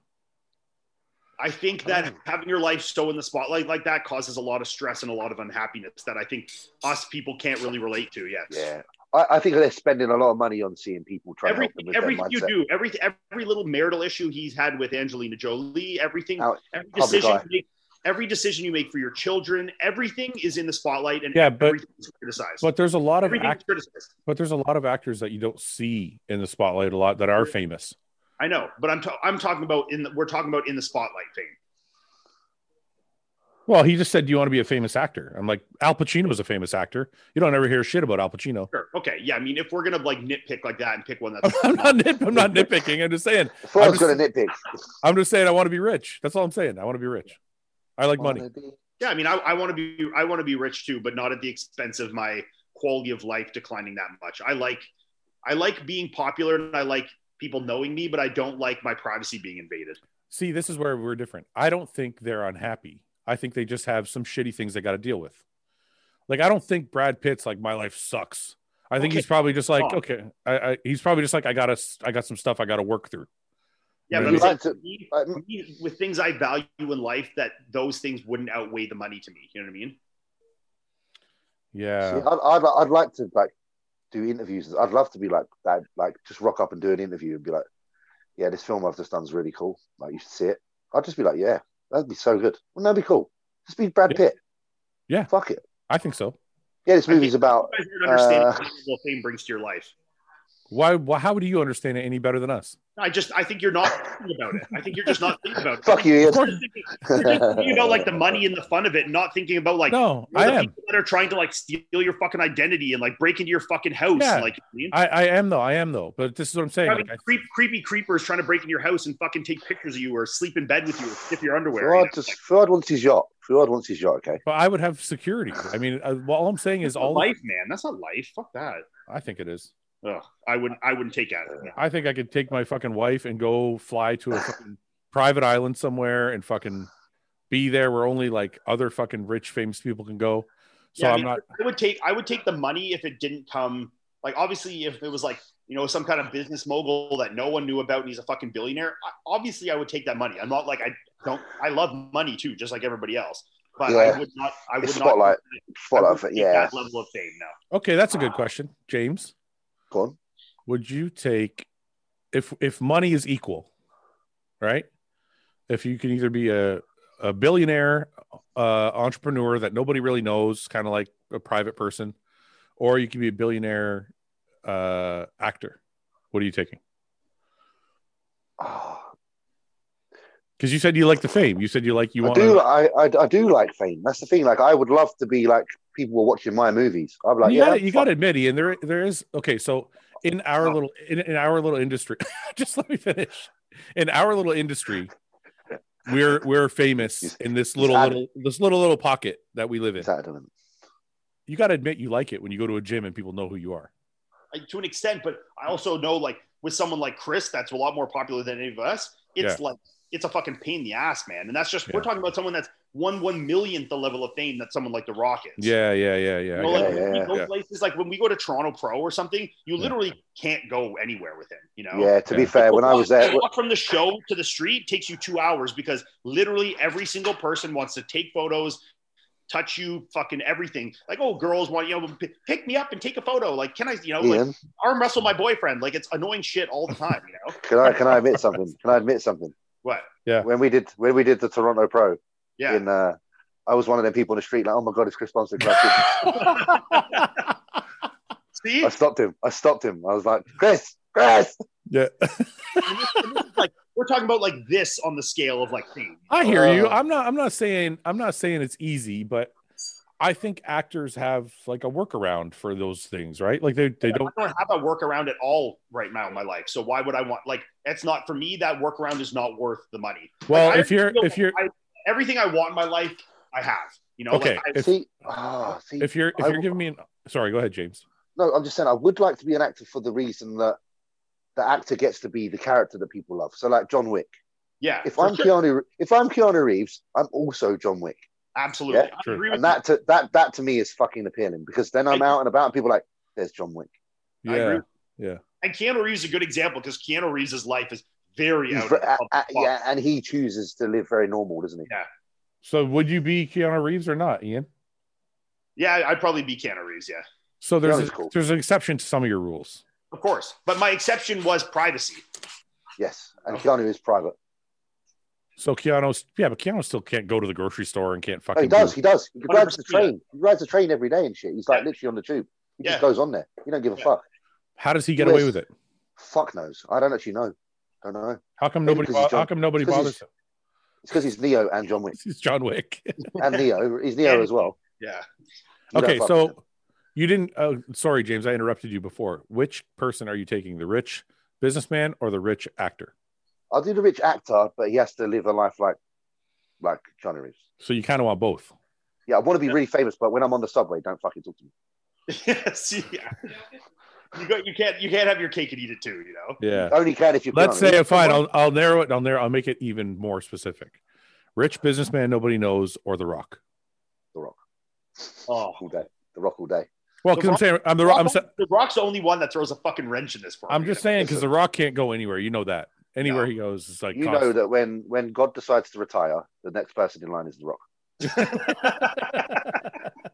I
Oh,
think that having your life so in the spotlight like that causes a lot of stress and a lot of unhappiness that I think us people can't really relate to. Yes.
Yeah, I, I think they're spending a lot of money on seeing people try
everything,
to help them
everything
with
you
their mindset.
do, every every little marital issue he's had with Angelina Jolie, everything,
Out-
every
public
decision,
eye.
you make, every decision you make for your children, everything is in the spotlight, and
Yeah, but-
everything is criticized.
But there's a lot of
everything
act,
is criticized.
but there's a lot of actors that you don't see in the spotlight a lot that are famous.
I know, but I'm ta- I'm talking about in the, we're talking about in the spotlight thing.
Well, he just said, "Do you want to be a famous actor?" I'm like, Al Pacino was a famous actor. You don't ever hear shit about Al Pacino.
Sure, okay, yeah. I mean, if we're gonna like nitpick like that and pick one that's
I'm not, nit- I'm not nitpicking. I'm just saying.
Before I was
I'm
going to nitpick.
I'm just saying. I want to be rich. That's all I'm saying. I want to be rich. I like money.
yeah, I mean, I, I want to be I want to be rich too, but not at the expense of my quality of life declining that much. I like I like being popular and I like people knowing me, but I don't like my privacy being invaded.
See, this is where we're different. I don't think they're unhappy. I think they just have some shitty things they got to deal with. Like, I don't think Brad Pitt's like my life sucks. I think
Okay.
he's probably just like
Oh.
okay. I, I he's probably just like I gotta I got some stuff I gotta work through.
Yeah,
Right.
but I'm saying,
Right.
for me-
Like,
for me, with things I value in life, that those things wouldn't outweigh the money to me. You know what I mean?
Uh,
Yeah,
See, I'd, I'd, I'd like to like do interviews. I'd love to be like that, like just rock up and do an interview and be like, "Yeah, this film I've just done's really cool. Like you should see it." I'd just be like, "Yeah, that'd be so good. Wouldn't that be cool? Just be Brad
Yeah.
Pitt.
Yeah.
fuck it.
I think so.
Yeah, this movie's
I
about
think You guys don't understand
uh,
what the level of fame brings to your life.
Why, why? How do you understand it any better than us?
I just, I think you're not thinking about it. I think you're just not thinking about it.
fuck you, Ian.
You're just thinking- you're just thinking about like the money and the fun of it, and not thinking about like
no,
you're
I
the
am.
people that are trying to like steal your fucking identity and like break into your fucking house.
Yeah.
And, like you know what
I, I am though. I am though. But this is what I'm saying.
I mean?
Like, I-
Having creep, creepy creepers trying to break into your house and fucking take pictures of you, or sleep in bed with you, or sniff your underwear. you know?
Fuad just Fuad wants his yacht. Fuad wants his yacht. Okay,
but I would have security. I mean, uh, well, all I'm saying is
That's not
all.
life, man. That's not life. Fuck that.
I think it is.
Ugh, I wouldn't. I wouldn't take at it. No.
I think I could take my fucking wife and go fly to a fucking private island somewhere and fucking be there where only like other fucking rich famous people can go. So
Yeah, I
I'm
mean,
not.
I would take. I would take the money if it didn't come. Like obviously, if it was like you know some kind of business mogul that no one knew about and he's a fucking billionaire, I, obviously I would take that money. I'm not like I don't. I love money too, just like everybody else. But
Yeah.
I would not. I would
It's
not.
spotlight.
I
follow
wouldn't
up.
take
Yeah,
That level of fame. No.
Okay, that's a
Ah.
good question, James.
go on.
Would you take if if money is equal, right? If you can either be a a billionaire uh, entrepreneur that nobody really knows, kind of like a private person, or you can be a billionaire uh, actor. What are you taking?
Ah.
Because you said you like the fame. You said you like you
I
want.
do. I, I I do like fame. That's the thing. Like I would love to be like people were watching my movies. I'm like,
you
yeah,
gotta, you
fuck
gotta admit, Ian, there there is okay. So in our
Oh.
little in, in our little industry, just let me finish. In our little industry, we're we're famous
He's-
in this
he's
little
had
little this little little pocket that we live in.
this out of them.
You gotta admit you like it when you go to a gym and people know who you are.
Like, to an extent, but I also know like with someone like Chris, that's a lot more popular than any of us. It's like it's a fucking pain in the ass, man. And that's just we're
Yeah.
talking about someone that's one one millionth the level of fame that someone like The Rock is.
Yeah, yeah, yeah, yeah. I
You know,
get
like,
it.
yeah,
we
yeah.
go
Yeah.
places like when we go to Toronto Pro or something, you
Yeah.
literally can't go anywhere with him. You know,
Yeah. To be
Yeah.
fair, when I was there,
The walk from the show to the street takes you two hours because literally every single person wants to take photos, touch you, fucking everything. Like, oh, girls want you know, p- pick me up and take a photo. Like, can I, you know, like
Ian,
arm wrestle my boyfriend? Like, it's annoying shit all the time. You know
can I can I admit something? Can I admit something?
what?
When we did when we did the Toronto Pro
Yeah.
in, uh, I was one of them people in the street like, oh my god, it's Chris Bonson. Can I
See,
see-" I stopped him. I stopped him. I was like, Chris, Chris.
Yeah.
we're talking about like this on the scale of like fame.
I hear you.
Uh,
I'm not I'm not saying I'm not saying it's easy, but I think actors have like a workaround for those things, right? Like they they
I
don't
don't have a workaround at all right now in my life. So why would I want like that's not for me that workaround is not worth the money.
well
I
if you're
feel
if you're
I, everything I want in my life, I have. You know,
okay
like, I,
if
see, ah, see.
if you're if
I-
you're giving me an sorry go ahead james
no, I'm just saying I would like to be an actor for the reason that the actor gets to be the character that people love. So like John Wick.
yeah,
If
for
I'm
sure.
Keanu, if I'm Keanu Reeves, I'm also John Wick.
absolutely,
Yeah,
I
true.
agree with
and that to that that to me is fucking appealing because then I'm
I-
out and about and people are like, there's John Wick.
I agree
yeah
with- And Keanu Reeves is a good example because Keanu Reeves' life is very
He's
out.
ver-
of the
a- a-
public
yeah, and he chooses to live very normal, doesn't he?
Yeah.
so would you be keanu reeves or not ian
yeah, I'd probably be Keanu Reeves. Yeah,
so there's
Keanu's
a-
cool.
there's an exception to some of your rules
of course. But my exception was privacy.
Yes, and Keanu is private.
so keanu's yeah but keanu still can't go to the grocery store and can't
Oh,
fucking
he does.
do-
He does. He rides the
100%, yeah.
train. He rides the train every day and shit. He's like
Yeah.
literally on the tube. He
Yeah.
just goes on there. He don't give a
Yeah.
fuck.
how does he get
Yes.
away with it
Fuck knows. I don't actually know. Don't know.
how come
Maybe
nobody
because he's
bo-
John-
how come nobody
because
bothers
he's-
him
It's because he's Neo and John Wick
he's john wick
and Neo. He's Neo
And-
as well.
Yeah,
You don't
okay
fuck with him.
so you didn't uh, sorry james i interrupted you before which person are you taking the rich businessman or the rich actor
I'll do the rich actor, but he has to live a life like like Keanu Reeves.
so you kind of want both
Yeah, I want to be really famous, but when I'm on the subway, don't fucking talk to me.
see, yeah. you got you can't you can't have your cake and eat it too. You know.
Yeah.
Only can if you.
Let's
can't.
say if fine, I'll I'll narrow it down there. I'll make it even more specific. Rich businessman nobody knows or The Rock.
the Rock
Oh,
all day. The Rock Oh, all day.
Well,
The
'cause I'm
Rock-
saying I'm the Rock. I'm, sa-
the Rock's the only one that throws a fucking wrench in this. For
I'm
me.
just saying because The Rock can't go anywhere. You know that. Anywhere he goes, it's like
you
constant.
know that when when God decides to retire, the next person in line is The Rock.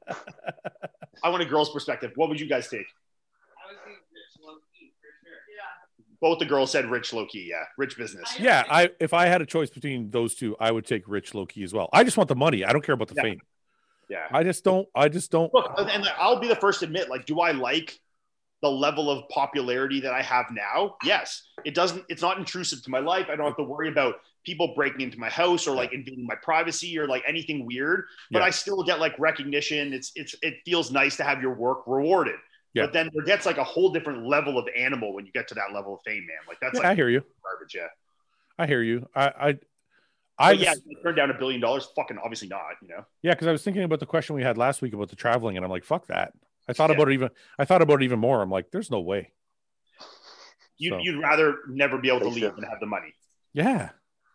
I want a girl's perspective. What would you guys take?
I would think Rich low key for sure.
Both the girls said rich, low key. Yeah, rich business.
Yeah, I if I had a choice between those two, I would take Rich Loki as well. I just want the money. I don't care about the
Yeah.
fame.
Yeah.
I just don't. I just don't.
Look, and- and I'll be the first to admit, like, do I like the level of popularity that I have now? Yes. It doesn't, it's not intrusive to my life. I don't have to worry about people breaking into my house or like invading my privacy or like anything weird. But
Yeah.
I still get like recognition. It's it's it feels nice to have your work rewarded.
Yeah.
But then there gets like a whole different level of animal when you get to that level of fame, man. Like that's
Yeah, I
like
hear you.
garbage. Yeah.
I hear you. I I
I
I
yeah,
just-
turn down a billion dollars. Fucking obviously not, you know.
yeah, because I was thinking about the question we had last week about the traveling, and I'm like, fuck that. I thought
Yeah.
about it even. I thought about it even more. I'm like, there's no way.
You'd,
So-
you'd rather never be able to
Thanks,
leave
Jeff.
than have the money.
Yeah.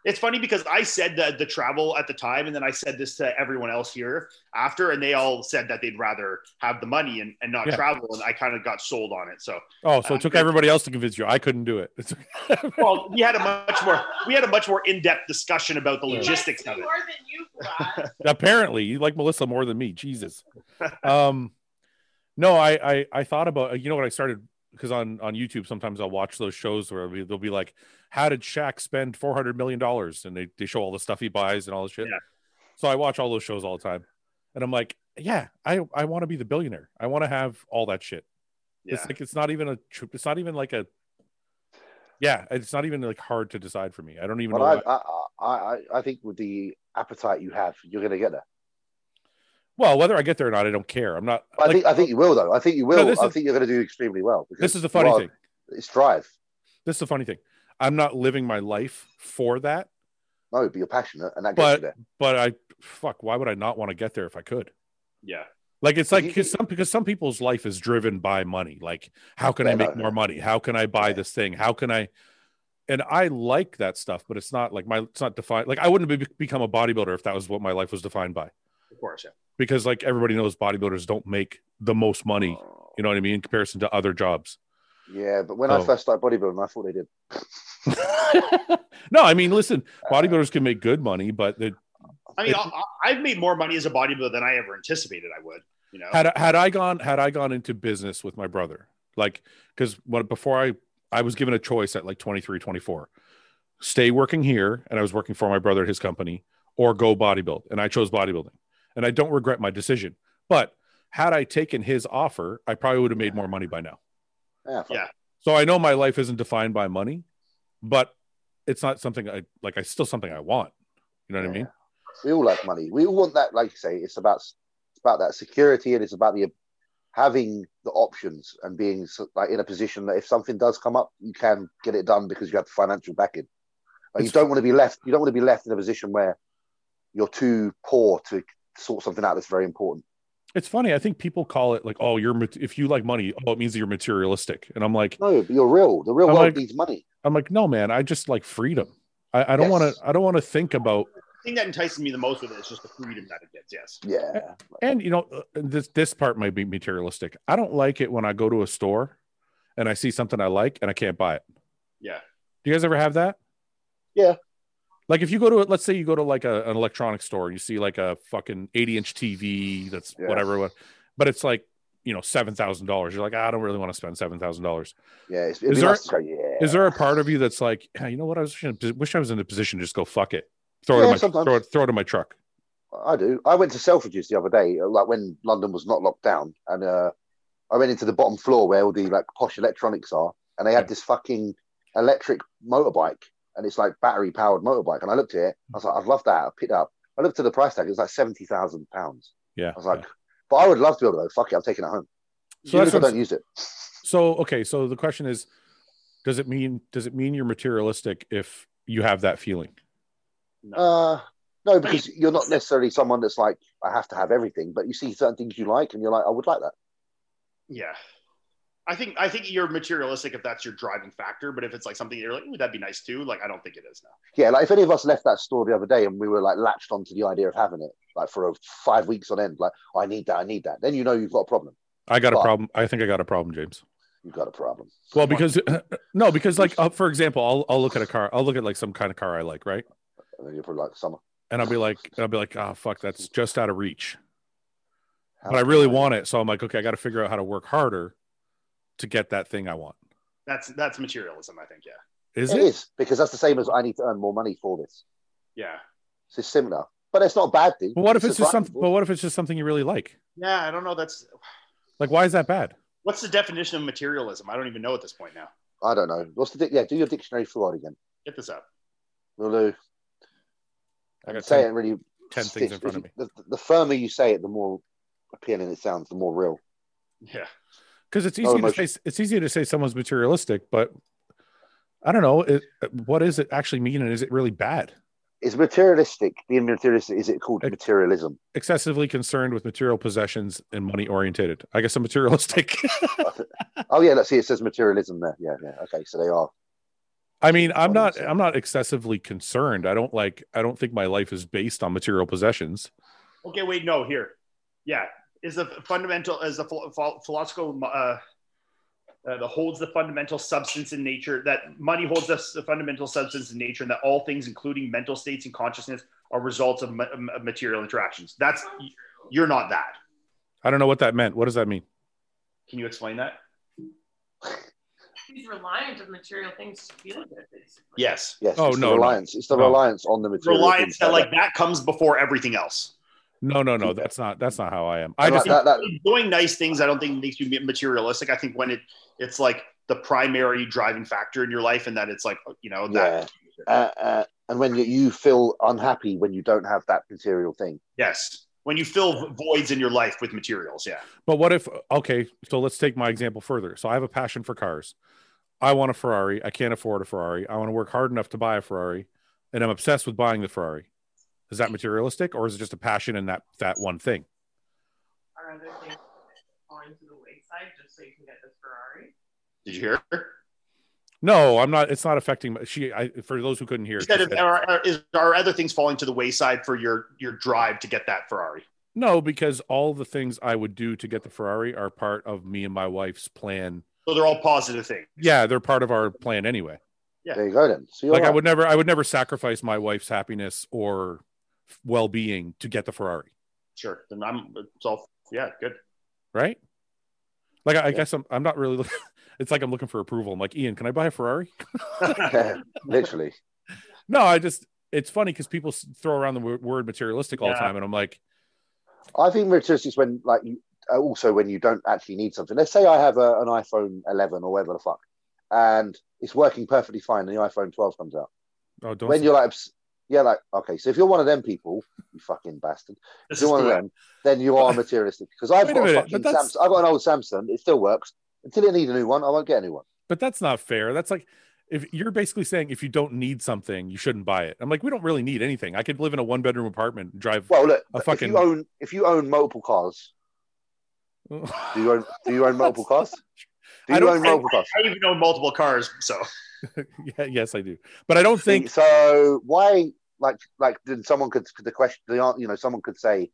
It's funny because I said the the travel at the time, and then I said this to everyone else here after, and they all said that they'd rather have the money and, and not
Yeah.
travel. And I kind of got sold on it. So,
Oh, so
Uh,
it took everybody else to convince you. I couldn't do it. It's-
well, we had a much more we had a much more in depth discussion about the
He likes
logistics
me
of it.
More than you, Vlad.
Apparently, you like Melissa more than me. Jesus. Um, no, I I, I thought about you know what I started because on on YouTube sometimes I'll watch those shows where it'll be- they'll be like, how did Shaq spend four hundred million dollars? And they they show all the stuff he buys and all this shit.
Yeah.
So I watch all those shows all the time, and I'm like, yeah, I I want to be the billionaire. I want to have all that shit.
Yeah,
It's like it's not even a trip. It's not even like a. Yeah, it's not even like hard to decide for me. I don't even
But
know.
I,
why-
I I I- I think with the appetite you have, you're going to get there.
Well, whether I get there or not, I don't care. I'm not.
But I
like,
think I think you will though. I think you will.
this
I
is-
think you're going to do extremely well. because
this is the funny
you are-
thing.
It's drive.
This is the funny thing. I'm not living my life for that,
No, but you're passionate, and that gets
But-
you there.
but I fuck. Why would I not want to get there if I could?
yeah.
Like it's like
You-
because some because some people's life is driven by money. Like how can I
Yeah,
make
no, no.
more money? How can I buy
Yeah.
this thing? How can I? And I like that stuff, but it's not like my it's not defined. Like I wouldn't be, become a bodybuilder if that was what my life was defined by.
Of course, yeah.
Because like everybody knows, bodybuilders don't make the most money.
Oh.
You know what I mean in comparison to other jobs.
Yeah, but when
Oh.
I first started bodybuilding, I thought they did.
no, I mean listen, bodybuilders can make good money, but the
I mean, I, I- I've made more money as a bodybuilder than I ever anticipated I would. You know,
had had I gone had I gone into business with my brother like because what before I I was given a choice at like 23 24 stay working here and I was working for my brother at his company or go bodybuild and I chose bodybuilding and I don't regret my decision but had I taken his offer I probably would have made more money by now
Yeah, fuck.
Yeah.
so I know my life isn't defined by money but it's not something I like I still something I want you know what I
Yeah.
mean
we all like money. We all want that. Like you say, it's about it's about that security, and it's about the having the options and being so- like in a position that if something does come up, you can get it done because you have the financial backing. Like, you
It's-
don't want to be left. You don't want to be left in a position where you're too poor to sort something out that's very important.
it's funny I think people call it like oh you're mat- if you like money oh it means that you're materialistic and I'm like
No, but you're real. The real
I'm
world
like-
needs money.
I'm like, no, man, I just like freedom. I, I don't
Yes.
want to. I don't want to think about.
the thing that entices me the most with it is just the freedom that it gets. Yes.
Yeah,
And you know, uh, this this part might be materialistic. I don't like it when I go to a store and I see something I like and I can't buy it.
Yeah.
Do you guys ever have that?
Yeah.
Like if you go to, let's say you go to like a, an electronics store and you see like a fucking 80 inch TV that's
Yeah.
whatever, what- but it's like you know seven thousand dollars. You're like, "Ah, I don't really want to spend seven thousand dollars.
yeah. It's, it'd
Is
be
there-
nice to go, yeah.
Is there a part of you that's like, "Yeah, you know what? I was wish I was in a position to just go fuck it, throw
Yeah,
it in my
sometimes.
throw it, throw it in my truck.
I do. I went to Selfridges the other day, uh, like when London was not locked down, and uh, I went into the bottom floor where all the like posh electronics are, and they had
Yeah.
this fucking electric motorbike, and it's like battery powered motorbike. And I looked at it, I was like, I'd love that. I picked it up. I looked at the price tag; it was like seventy thousand pounds.
Yeah.
I was like, but I would love to be able to. go, Fuck it, I'm taking it home.
So
Even
that's
if I
what I'm-
don't use it.
So okay, so the question is, does it mean does it mean you're materialistic if you have that feeling?
Uh, no, because you're not necessarily someone that's like, I have to have everything. But you see certain things you like, and you're like, I would like that.
Yeah. I think I think you're materialistic if that's your driving factor, but if it's like something you're like, ooh, that'd be nice too. Like I don't think it is now.
Yeah, like if any of us left that store the other day and we were like latched onto the idea of having it, like for a, five weeks on end, like oh, I need that, I need that, then you know you've got a problem.
I got a
Well-
problem. I think I got a problem, James.
You've got a problem.
Well, because no, because like uh, for example, I'll I'll look at a car. I'll look at like some kind of car I like, right?
And then you're probably like, summer.
And I'll be like, I'll be like, oh fuck, that's just out of reach.
how
But I really
can
want it, so I'm like, okay, I got to figure out how to work harder to get that thing I want.
That's that's materialism, I think. Yeah.
Is
It
it?
is because that's the same as I need to earn more money for this.
Yeah.
It's just similar, but it's not a bad thing.
But what if it's just
right.
something? But what if it's just something you really like?
Yeah, I don't know. That's
Like, why is that bad?
what's the definition of materialism? I don't even know at this point now.
I don't know. What's the di- yeah? Do your dictionary fluid again,
Get this up.
Lulu.
I got
Say
ten-
it really.
10 things in front of me.
The, the firmer you say it, the more appealing it sounds, the more real.
Yeah.
because it's
No
easy to
emotion.
say it's easy to say someone's materialistic, but I don't know it, what does it actually mean, and is it really bad?
Is materialistic being materialistic? Is it called
Ex-
materialism?
Excessively concerned with material possessions and money orientated. I guess I'm materialistic.
Oh yeah, let's see. It says materialism there. Yeah, yeah. Okay, so they are.
I mean, I'm not
What is-
I'm not excessively concerned. I don't like I don't think my life is based on material possessions.
Okay. Wait. No. Here. Yeah. Is the fundamental is the phil- phil- philosophical uh, uh, that holds the fundamental substance in nature that money holds the, the fundamental substance in nature, and that all things, including mental states and consciousness, are results of ma- of material interactions. That's you're not that.
I don't know what that meant. What does that mean?
Can you explain that?
He's reliant on material things to feel good, basically.
Yes.
Yes.
Oh,
it's
no, no.
The reliance. It's the
No.
reliance on the material.
Reliance
things
that like that comes before everything else.
No, no, no. That's not that's not how I am. I
Like
just
that, that,
Doing nice things, I don't think makes you materialistic. I think when it it's like the primary driving factor in your life, and that it's like you know that
yeah. Uh, uh, and when you, you feel unhappy when you don't have that material thing.
Yes. When you fill voids in your life with materials, yeah.
But what if okay, so let's take my example further. So I have a passion for cars. I want a Ferrari. I can't afford a Ferrari. I want to work hard enough to buy a Ferrari, and I'm obsessed with buying the Ferrari. Is that materialistic or is it just a passion in that that one thing?
Are other things falling to the wayside just so you can get the Ferrari?
Did you hear? Her?
No, I'm not it's not affecting my, she I for those who couldn't hear.
Instead
she
of
said-
are, are, is, are other things falling to the wayside for your your drive to get that Ferrari?
no, because all the things I would do to get the Ferrari are part of me and my wife's plan.
So they're all positive things.
Yeah, they're part of our plan anyway.
Yeah.
There you go then. So you're
like I
right.
would never I would never sacrifice my wife's happiness or well-being to get the Ferrari.
Sure. Then I'm it's all yeah, good.
right? Like I, I
Yeah.
guess I'm I'm not really. look- It's like I'm looking for approval. I'm like Ian, can I buy a Ferrari?
literally.
No, I just it's funny because people s- throw around the wo- word materialistic all the
Yeah.
time, and I'm like,
I think materialistic is when like you uh, also when you don't actually need something. Let's say I have a, an iPhone 11 or whatever the fuck, and it's working perfectly fine. And the iPhone 12 comes out.
oh, don't.
when
say-
you're like, obs- yeah, like okay. So if you're one of them people, you fucking bastard.
This
If you're
is
one of
the way.
them, then you are materialistic. Because I've
Wait a
got a,
minute,
fucking
but that's-
Samsung. I've got an old Samsung. It still works. Until I need a new one, I won't get a new one.
but that's not fair. That's like if you're basically saying if you don't need something, you shouldn't buy it. I'm like, we don't really need anything. I could live in a one bedroom apartment, and drive.
Well, look,
A
if
fucking-
you own if you own multiple cars, do you own do you own multiple cars? Do
I
you
don't
own
think-
multiple cars?
I even own multiple cars, so
yeah, yes, I do, but I don't think.
so. Why, like, like, then someone could the question, the answer, you know, someone could say,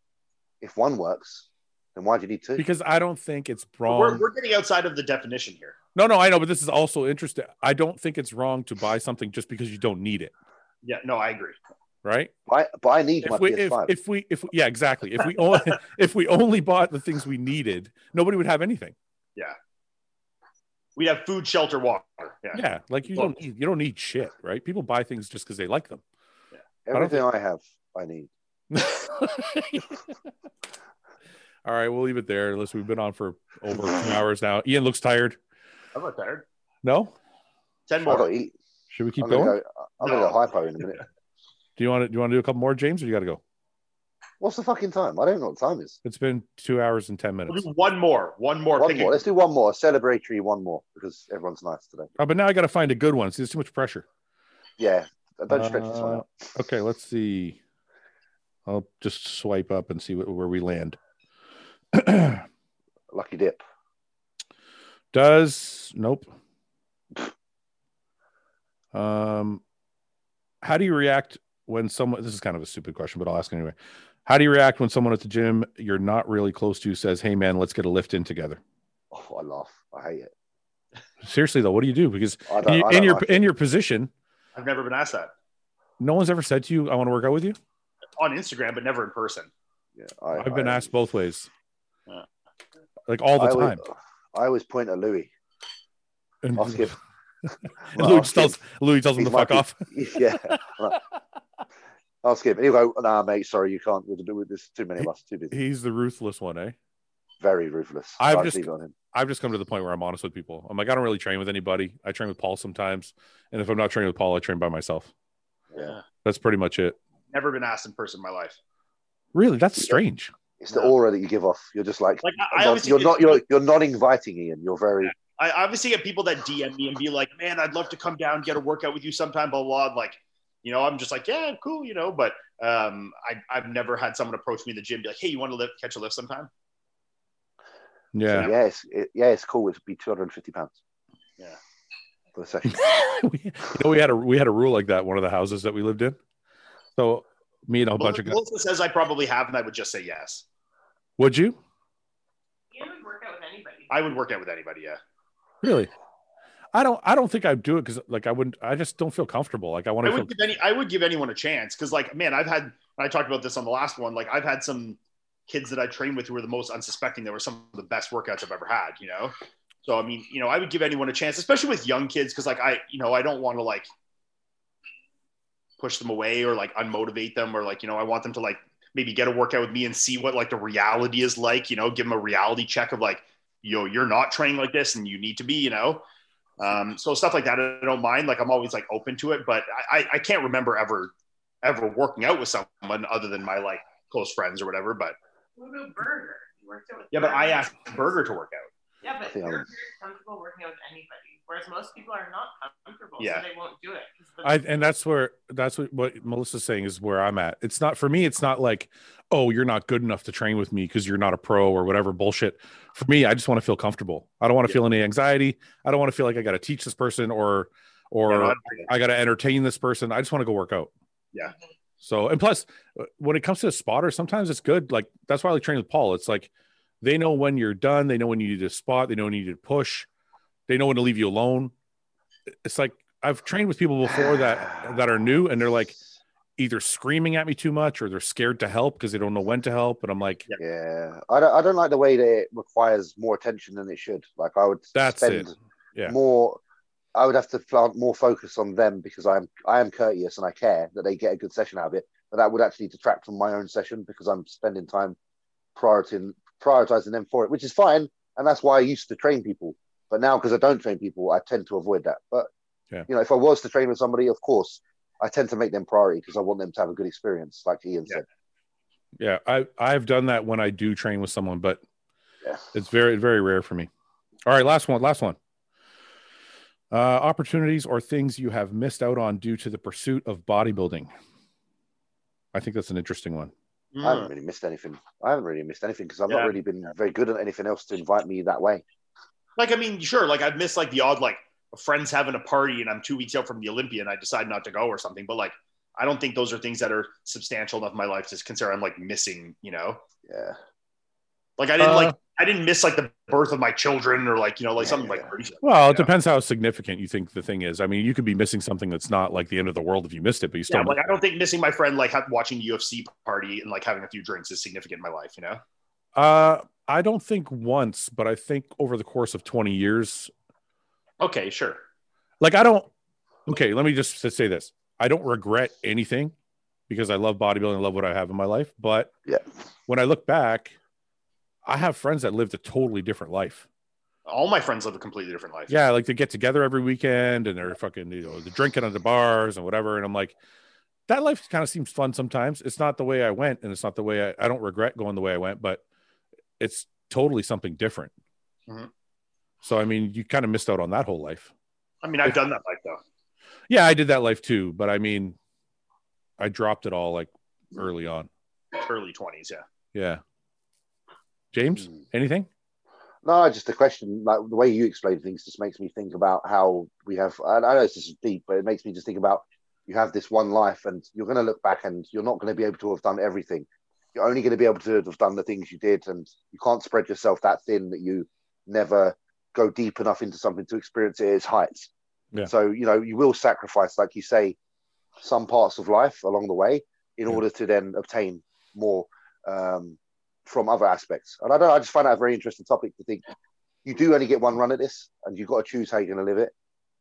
if one works, then why do you need two?
Because I don't think it's wrong.
we're, we're getting outside of the definition here.
no, no, I know, but this is also interesting. I don't think it's wrong to buy something just because you don't need it,
Yeah, no, I agree.
right?
Why, but I need my
if we if,
PS5.
if we if we- yeah exactly if we only if we only bought the things we needed nobody would have anything
We have food, shelter, water. Yeah.
yeah like you don't need you don't need shit right people buy things just because they like them don't
Everything I, have, I need.
all right we'll leave it there unless we've been on for over two hours now ian looks tired
I'm not tired.
no
Ten
I got
more.
to eat.
should we keep
I'm
going
Gonna go, I'm
No.
gonna go hypo in a minute.
do you want to do you want to do a couple more james or you got to go
What's the fucking time? I don't know what time is.
it's been two hours and ten
We'll
minutes
do one more. One more.
One
Pick a-
more. Let's do one more. Celebratory one more because everyone's nice today.
oh, but now i got to find a good one see there's too much pressure
Yeah. Don't stretch this one
Uh,
out.
Okay, let's see. I'll just swipe up and see what, where we land.
Lucky dip.
Does nope. Um, how do you react when someone? This is kind of a stupid question, but I'll ask anyway. How do you react when someone at the gym you're not really close to says, "Hey, man, let's get a lift in together"?
Oh, I laugh. I hate it.
Seriously though, what do you do? Because
I don't,
in,
Uh, I
in
don't
your
like it.
in your position,
I've never been asked that
no one's ever said to you, "I want to work out with you."
on Instagram, but never in person.
Yeah,
I've been
I-
asked both ways,
Yeah.
like all the
I
time.
Always, I always point at Louis.
And,
Ask him.
and Louis
Ask him.
tells Louis tells him to
He's
fuck
lucky.
off.
yeah. I'll skip. He'll go, nah, mate, sorry, you can't. We'll do with this. Too many of us, too busy.
He's the ruthless one, eh?
Very ruthless.
I've
I'd
just-
leave it on him.
I've just come to the point where I'm honest with people. I'm like, I don't really train with anybody. I train with Paul sometimes, and if I'm not training with Paul, I train by myself.
Yeah.
That's pretty much it.
Never been asked in person in my life.
Really, that's strange.
It's the
No.
aura that you give off. You're just like,
Like I, I
not,
obviously
you're
get-
not you're, you're not inviting Ian. You're very
I obviously get people that DM me and be like, "Man, I'd love to come down, get a workout with you sometime." Blah blah. blah. Like, you know, I'm just like, "Yeah, cool," you know. But um, I, I've never had someone approach me in the gym, be like, "Hey, you want to lift, catch a lift sometime?"
Yeah.
yeah, it's, it, yeah, it's cool. It'd be two hundred and fifty pounds.
Yeah.
For the session.
we, you know, we had a we had a rule like that. One of the houses that we lived in. So me and a bunch of guys.
Melissa says I probably have, and I would just say yes.
Would you
You would work out with anybody.
I would work out with anybody. Yeah,
really? I don't. I don't think I'd do it because, like, I wouldn't. I just don't feel comfortable. Like, I want
I
to feel.
would give any. I would give anyone a chance because, like, man, I've had. I talked about this on the last one. Like, I've had some kids that I trained with who were the most unsuspecting. They were some of the best workouts I've ever had. You know, so I mean, you know, I would give anyone a chance, especially with young kids, because like I, you know, I don't want to like push them away or like unmotivate them or like you know, I want them to like maybe get a workout with me and see what like the reality is like. You know, give them a reality check of like, yo, you're not training like this, and you need to be. You know. Um, so stuff like that, I don't mind. Like I'm always like open to it, but I, I- I can't remember ever, ever working out with someone other than my like close friends or whatever. But
What about Burger? You worked out with
yeah, but I asked Burger
Burger.
to work out.
Yeah,
I
but
think I
you're
would.
very comfortable working out with anybody, whereas most people are not comfortable,
Yeah.
so they won't do it. 'Cause the-
I and that's where that's what, what Melissa's saying is where I'm at. It's not for me, it's not like, oh, you're not good enough to train with me because you're not a pro or whatever bullshit. For me, I just want to feel comfortable. I don't want to
Yeah.
feel any anxiety. I don't want to feel like I gotta teach this person or or
You know,
I gotta entertain this person. I just want to go work out.
Yeah.
So and plus uh, when it comes to a spotter, sometimes it's good. Like that's why I like training with Paul. It's like they know when you're done, they know when you need to spot, they know when you need to push, they know when to leave you alone. It's like I've trained with people before that that are new and they're like either screaming at me too much or they're scared to help because they don't know when to help. And I'm like,
Yeah.
Yeah. I don't I don't like the way that it requires more attention than it should. Like I would
That's it.
spend
Yeah.
more I would have to plant more focus on them because I'm I am courteous and I care that they get a good session out of it. But that would actually detract from my own session because I'm spending time prioritizing prioritizing them for it, which is fine. And that's why I used to train people. But now because I don't train people, I tend to avoid that. But
Yeah.
you know, if I was to train with somebody, of course, I tend to make them priority because I want them to have a good experience, like Ian
Yeah.
said.
yeah, I, I've done that when I do train with someone, but
Yeah.
it's very, very rare for me. All right. Last one. Last one. Uh, opportunities or things you have missed out on due to the pursuit of bodybuilding. I think that's an interesting one.
Mm.
I haven't really missed anything. I haven't really missed anything because I've
Yeah.
not really been very good at anything else to invite me that way.
Like I mean, sure, like I've missed like the odd like a friend's having a party and I'm two weeks out from the Olympia and I decide not to go or something. But like I don't think those are things that are substantial enough in my life to consider I'm like missing. You know,
Yeah.
like I didn't
Uh,
like I didn't miss like the birth of my children or like you know like
Yeah,
something
yeah,
like
yeah.
crazy.
Well, it
Yeah.
depends how significant you think the thing is. I mean, you could be missing something that's not like the end of the world if you missed it, but you still.
Yeah, like I don't think missing my friend like ha- watching UFC party and like having a few drinks is significant in my life. You know,
uh, I don't think once, but I think over the course of 20 years,
okay, sure.
like I don't. Okay, let me just say this. I don't regret anything because I love bodybuilding. I love what I have in my life. But
Yeah.
when I look back, I have friends that lived a totally different life.
All my friends live a completely different life.
Yeah, like they get together every weekend and they're fucking, you know, they're drinking at the bars and whatever. And I'm like, that life kind of seems fun sometimes. It's not the way I went, and it's not the way I, I don't regret going the way I went, but it's totally something different.
Mhm.
So I mean, you kind of missed out on that whole life.
I mean, I've done that life though.
Yeah, I did that life too, but I mean, I dropped it all like early on.
Early twenties,
Hmm.
yeah.
Mm.
Yeah. James, anything?
No, just a question. Like the way you explain things just makes me think about how we have. I I know this is deep, but it makes me just think about you have this one life, and you're going to look back, and you're not going to be able to have done everything. You're only going to be able to have done the things you did, and you can't spread yourself that thin that you never go deep enough into something to experience it at its heights.
Yeah.
So you know you will sacrifice, like you say, some parts of life along the way in
Yeah.
order to then obtain more um, from other aspects. And I don't. I just find that a very interesting topic to think. You do only get one run at this, and you've got to choose how you're going to live it.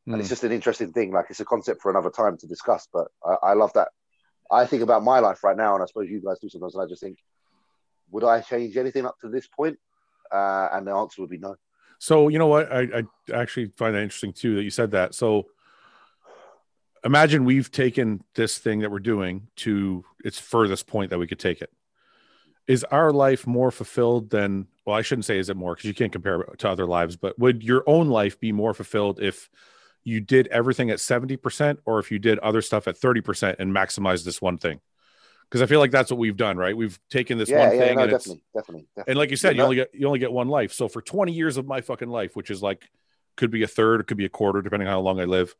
And
Hmm.
it's just an interesting thing. Like it's a concept for another time to discuss. But I, I love that. I think about my life right now, and I suppose you guys do sometimes. And I just think, would I change anything up to this point? Uh, and the answer would be no.
So you know what? I, I actually find that interesting too that you said that. So imagine we've taken this thing that we're doing to its furthest point that we could take it. Is our life more fulfilled than well, I shouldn't say is it more because you can't compare it to other lives, but would your own life be more fulfilled if you did everything at 70% or if you did other stuff at 30% and maximized this one thing? Because I feel like that's what we've done, right? We've taken this
yeah,
one
yeah,
thing
no,
and it's
definitely, definitely, definitely.
and like you said,
Yeah,
you only get you only get one life. So for 20 years of my fucking life, which is like could be a third, it could be a quarter, depending on how long I live.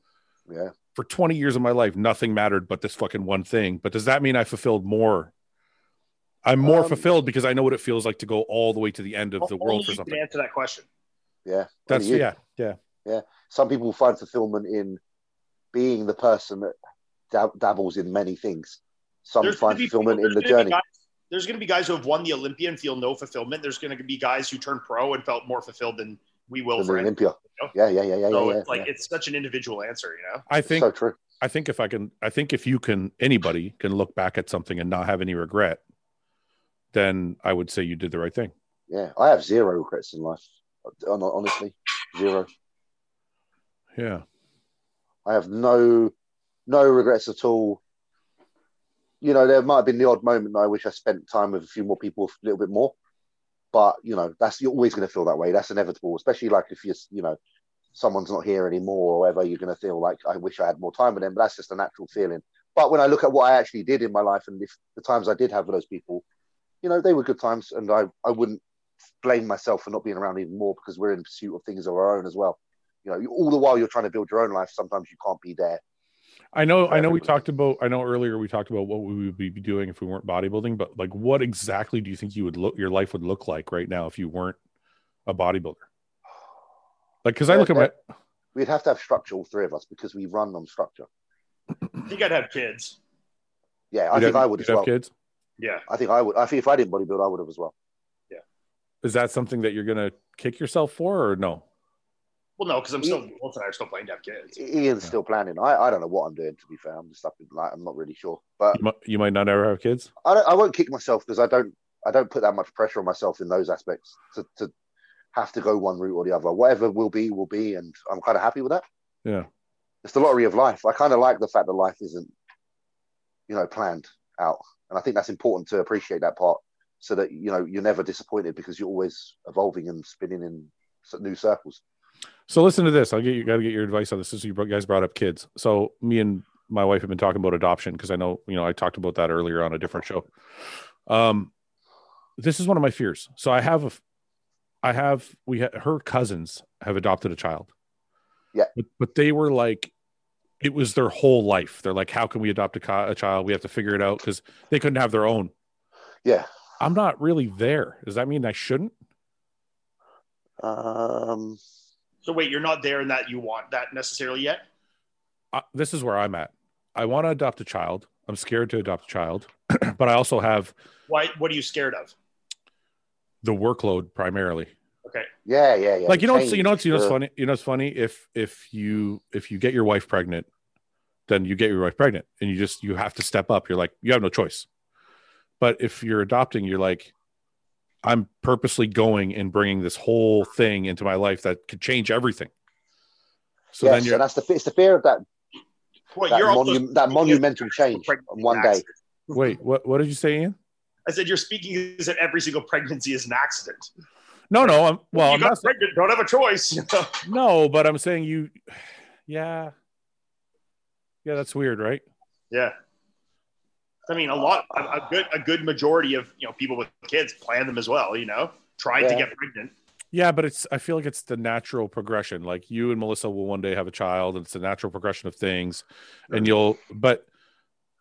Yeah.
For 20 years of my life, nothing mattered but this fucking one thing. But does that mean I fulfilled more? I'm more
Um,
fulfilled because I know what it feels like to go all the way to the end of the world for
you
something.
can answer that question.
yeah.
That's
Only you.
yeah, yeah.
Some people find fulfillment in being the person that dab- dabbles in many things. Some
There's gonna
find
be
fulfillment
people-
in the
there's gonna be
journey.
guys- there's going to be guys who have won the Olympia and feel no fulfillment. There's going to be guys who turn pro and felt more fulfilled than we will
in
for
the
anything.
Olympia.
know?
Yeah, yeah, yeah, yeah,
So
yeah.
it's
yeah.
like it's such an individual answer, you know.
I
It's
think
so true.
I think if I can, I think if you can, anybody can look back at something and not have any regret, then I would say you did the right thing.
Yeah, I have zero regrets in life. Hon- Honestly, zero.
Yeah.
I have no no regrets at all. You know, there might have been the odd moment that I wish I spent time with a few more people a little bit more, but you know, that's you're always going to feel that way. That's inevitable, especially like if you're you know someone's not here anymore or whatever, you're going to feel like I wish I had more time with them. But that's just a natural feeling. But when I look at what I actually did in my life and if the times I did have with those people, you know, they were good times, and I I wouldn't blame myself for not being around even more because we're in pursuit of things of our own as well. You know, you- all the while you're trying to build your own life, sometimes you can't be there
I know, I know. We
Perfectly.
talked about. I know earlier we talked about what we would be doing if we weren't bodybuilding. But like, what exactly do you think you would look? Your life would look like right now if you weren't a bodybuilder. Like, because I
Yeah,
look at my.
We'd have to have structure, all three of us, because we run on structure.
You got to have kids.
Yeah, I
you'd
think
have-
I would
you'd
as
have
well.
Kids,
Yeah,
I think I would. I think if I didn't bodybuild, I would have as well.
is that something that you're gonna kick yourself for or no?
well, no, because I'm still both and I are still planning to have kids.
I- Ian's still planning. I, I don't know what I'm doing. To be fair, I'm just up in like I'm not really sure. But
You might, you might not ever have kids.
I don't, I won't kick myself because I don't I don't put that much pressure on myself in those aspects to, to have to go one route or the other. Whatever will be will be, and I'm kind of happy with that.
Yeah.
it's the lottery of life. I kind of like the fact that life isn't you know planned out, and I think that's important to appreciate that part, so that you know you're never disappointed because you're always evolving and spinning in s- new circles.
So listen to this. I'll get you. Got to get your advice on this. Since you bro- guys brought up kids, so me and my wife have been talking about adoption because I know you know I talked about that earlier on a different show. Um, this is one of my fears. So I have a, f- I have we ha- her cousins have adopted a child.
Yeah.
but, but they were like, it was their whole life. They're like, how can we adopt a, co- a child? We have to figure it out because they couldn't have their own.
Yeah.
I'm not really there. Does that mean I shouldn't?
Um,
So wait, you're not there in that you want that necessarily yet.
I, this is where I'm at. I want to adopt a child. I'm scared to adopt a child, but I also have
Why? What are you scared of?
the workload primarily.
yeah, yeah, yeah.
like you know, what's,
Change,
you know, what's, you know, what's
uh,
funny. You know, it's funny if if you if you get your wife pregnant, then you get your wife pregnant, and you just you have to step up. You're like you have no choice. But if you're adopting, you're like, I'm purposely going and bringing this whole thing into my life that could change everything. So
yes,
then you're
and that's the it's the fear of that
Well,
that,
you're also-
monu- that monumental change
pregnancy
on one
an
day.
accident.
wait. What what did you say, Ian?
I said you're speaking as if every single pregnancy is an accident.
No, no. I'm well.
you
I'm
got
not
pregnant, don't have a choice. you know?
No, but I'm saying you, yeah, yeah. That's weird, right?
yeah. I mean, a lot, a, a good, a good majority of you know people with kids plan them as well. You know, tried to
Yeah.
get pregnant.
Yeah, but it's I feel like it's the natural progression. Like you and Melissa will one day have a child and it's the natural progression of things. And you'll but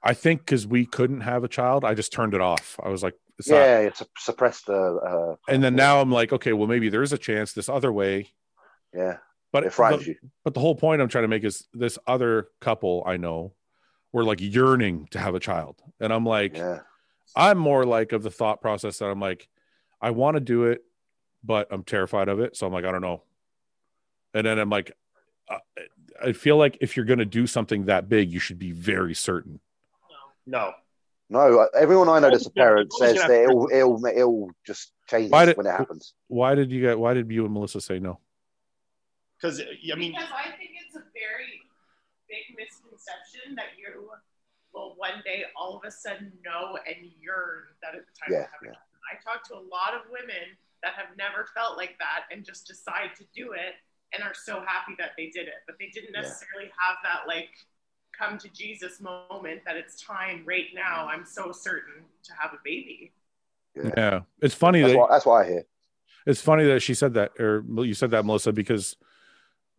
I think because we couldn't have a child, I just turned it off. I was like, it's not
yeah, it's suppressed the. Uh,
and then now I'm like, okay, well maybe there is a chance this other way.
yeah,
But
it frightens
the-
you.
but the whole point I'm trying to make is this other couple I know were like yearning to have a child. And I'm like,
Yeah,
I'm more like of the thought process that I'm like, I want to do it, but I'm terrified of it. So I'm like, I don't know. And then I'm like, I- I feel like if you're going to do something that big, you should be very certain.
No.
no, uh, everyone I know that's a parent
Always
says
gonna-
that it'll, it'll, it'll just change
Why did-
when it happens.
Why did you get, why did you and Melissa say no?
Because, I mean,
because I think it's a very big misconception that you will one day all of a sudden know and yearn that at the time
Yeah,
of having a child. I talk to a lot of women that have never felt like that and just decide to do it and are so happy that they did it, but they didn't
Yeah.
necessarily have that like come to Jesus moment that it's time right now.
Mm-hmm.
I'm so certain to have a baby.
Yeah.
Yeah.
It's funny
That's
that
what, that's what I hear.
it's funny that she said that, or you said that Melissa, because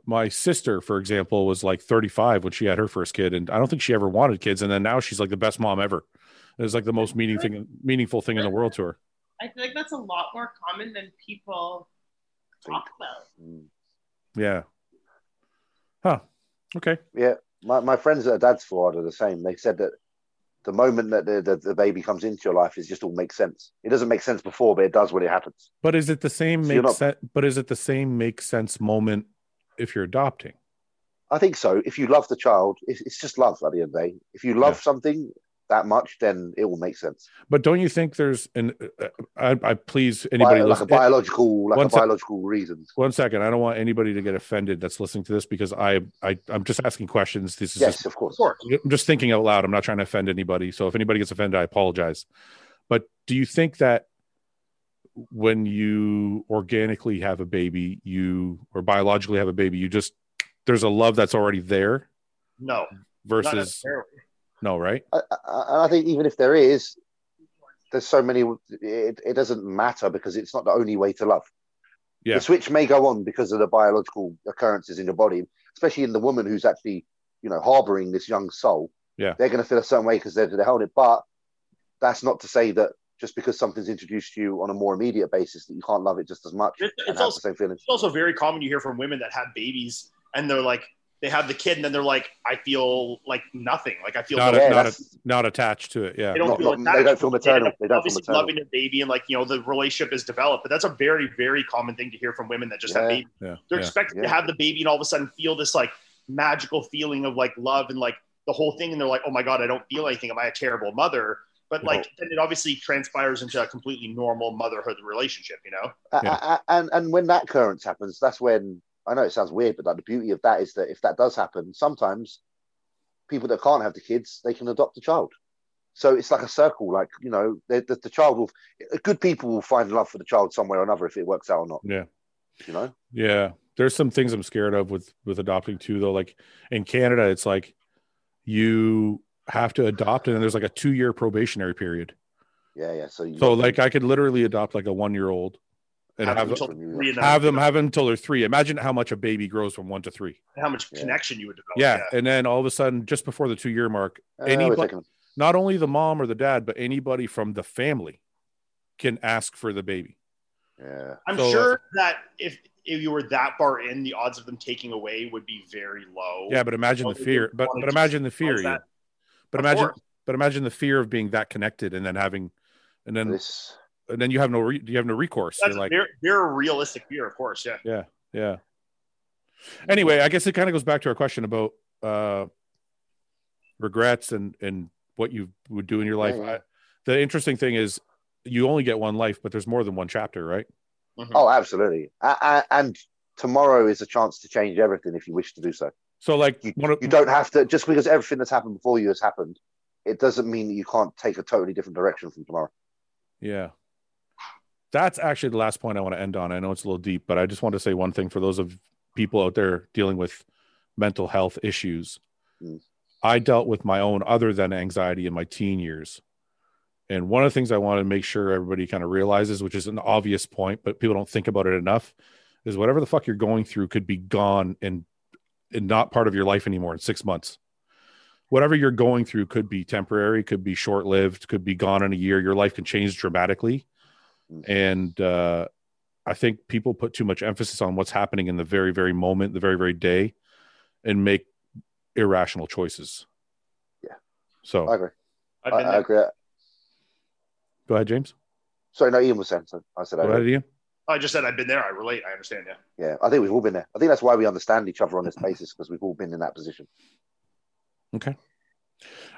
my sister, for example, was like 35 when she had her first kid. And I don't think she ever wanted kids. And then now she's like the best mom ever. It was like the most meaning thing, meaningful thing in the world to her.
I feel like that's a lot more common than people talk about.
Mm.
Yeah. Huh. Okay.
My, my friends that are dads for are the same. They said that the moment that the, the, the baby comes into your life, it just all makes sense. It doesn't make sense before, but it does when it happens.
But is it the same
So
make
you're not-
sense? But is it the same make sense moment if you're adopting?
I think so. If you love the child, it's, it's just love at the end of the day. If you love
Yeah.
something that much, then it will make sense.
But don't you think there's an? uh, I, I please
Bi-
anybody
like a
listen.
biological, like
One
a
sec-
biological reason.
one second, I don't want anybody to get offended that's listening to this because I, I I'm just asking questions. This is
Yes, of course.
just, I'm just thinking out loud. I'm not trying to offend anybody. So if anybody gets offended, I apologize. But do you think that when you organically have a baby, you or biologically have a baby, you just there's a love that's already there
no. Not
versus
necessarily.
no, right?
I, I, and I think even if there is, there's so many. It, it doesn't matter because it's not the only way to love.
Yeah.
The switch may go on because of the biological occurrences in your body, especially in the woman who's actually, you know, harboring this young soul.
Yeah.
They're going to feel a certain way because they're, they're holding it. But that's not to say that just because something's introduced to you on a more immediate basis that you can't love it just as much
It's,
and
it's
have
also,
the same feelings.
it's also very common you hear from women that have babies and they're like, they have the kid and then they're like, I feel like nothing. Like, I feel
Not,
no-
Yeah,
a, not, a,
that's-
not attached to it. Yeah.
They don't
Not-
feel
not-
attached.
they don't feel maternal.
Yeah,
They don't feel
obviously
maternal.
loving a baby and like you know the relationship is developed, but that's a very very common thing to hear from women that just have
Yeah.
babies.
Yeah.
They're
yeah.
expected to
Yeah.
have the baby and all of a sudden feel this like magical feeling of like love and like the whole thing, and they're like, oh my god, I don't feel anything. Am I a terrible mother? But like then it obviously transpires into a completely normal motherhood relationship. You know,
A-
Yeah.
a- a- and and when that occurrence happens, that's when I know it sounds weird, but like the beauty of that is that if that does happen, sometimes people that can't have the kids they can adopt a child. So it's like a circle, like you know, the, the, the child will. Good people will find love for the child somewhere or another if it works out or not.
Yeah.
You know,
Yeah. There's some things I'm scared of with with adopting too though. Like in Canada, it's like you have to adopt and then there's like a two year probationary period.
yeah, yeah. So you Uh,
So like I could literally adopt like a one year old and
Have
have have,
them till
Absolutely.
three and uh,
them have them until they're three. Imagine how much a baby grows from one to three.
how much
Yeah.
connection you would develop.
Yeah. And then all of a sudden, just before the two year mark,
uh,
any
we're
bu-
taking-
not only the mom or the dad, but anybody from the family can ask for the baby.
yeah,
I'm
So,
sure that if if you were that far in, the odds of them taking away would be very low.
Yeah, but imagine
Well,
the
Oh, they
fear.
don't
But
wanna
but
just
imagine the fear.
cause that.
Ian. But
Of
imagine
course.
but imagine the fear of being that connected and then having and then
this
and then you have no re, you have no recourse.
that's
You're like
a very, very realistic fear, of course. Yeah.
yeah. Anyway, I guess it kind of goes back to our question about uh regrets and and what you would do in your life.
Yeah, yeah.
I, the interesting thing is you only get one life, but there's more than one chapter, right?
Oh, absolutely. A a- and tomorrow is a chance to change everything if you wish to do so.
So like one of,
you don't have to just because everything that's happened before you has happened it doesn't mean that you can't take a totally different direction from tomorrow
Yeah. That's actually the last point I want to end on. I know it's a little deep, but I just want to say one thing for those of people out there dealing with mental health issues.
Mm.
I dealt with my own other than anxiety in my teen years. And one of the things I want to make sure everybody kind of realizes, which is an obvious point, but people don't think about it enough, is whatever the fuck you're going through could be gone and and not part of your life anymore in six months. Whatever you're going through could be temporary, could be short lived, could be gone in a year. Your life can change dramatically. And uh, I think people put too much emphasis on what's happening in the very, very moment, the very, very day, and make irrational choices.
Yeah.
So
I agree.
Oh. I've
I,
been
I
there.
agree.
go ahead, James.
Sorry, no, Ian was saying something. I said, I
Go
agree.
ahead, Ian.
Oh, I just said I've been there. I relate. I understand. Yeah.
yeah, I think we've all been there. I think that's why we understand each other on this basis because we've all been in that position.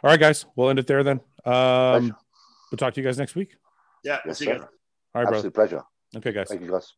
All right, guys, we'll end it there then. Um,
Pleasure.
we'll talk to you guys next week.
Yeah. We'll
Yes,
see you
sir.
guys.
All right,
Absolute pleasure.
brother. Okay, guys.
Thank you, guys.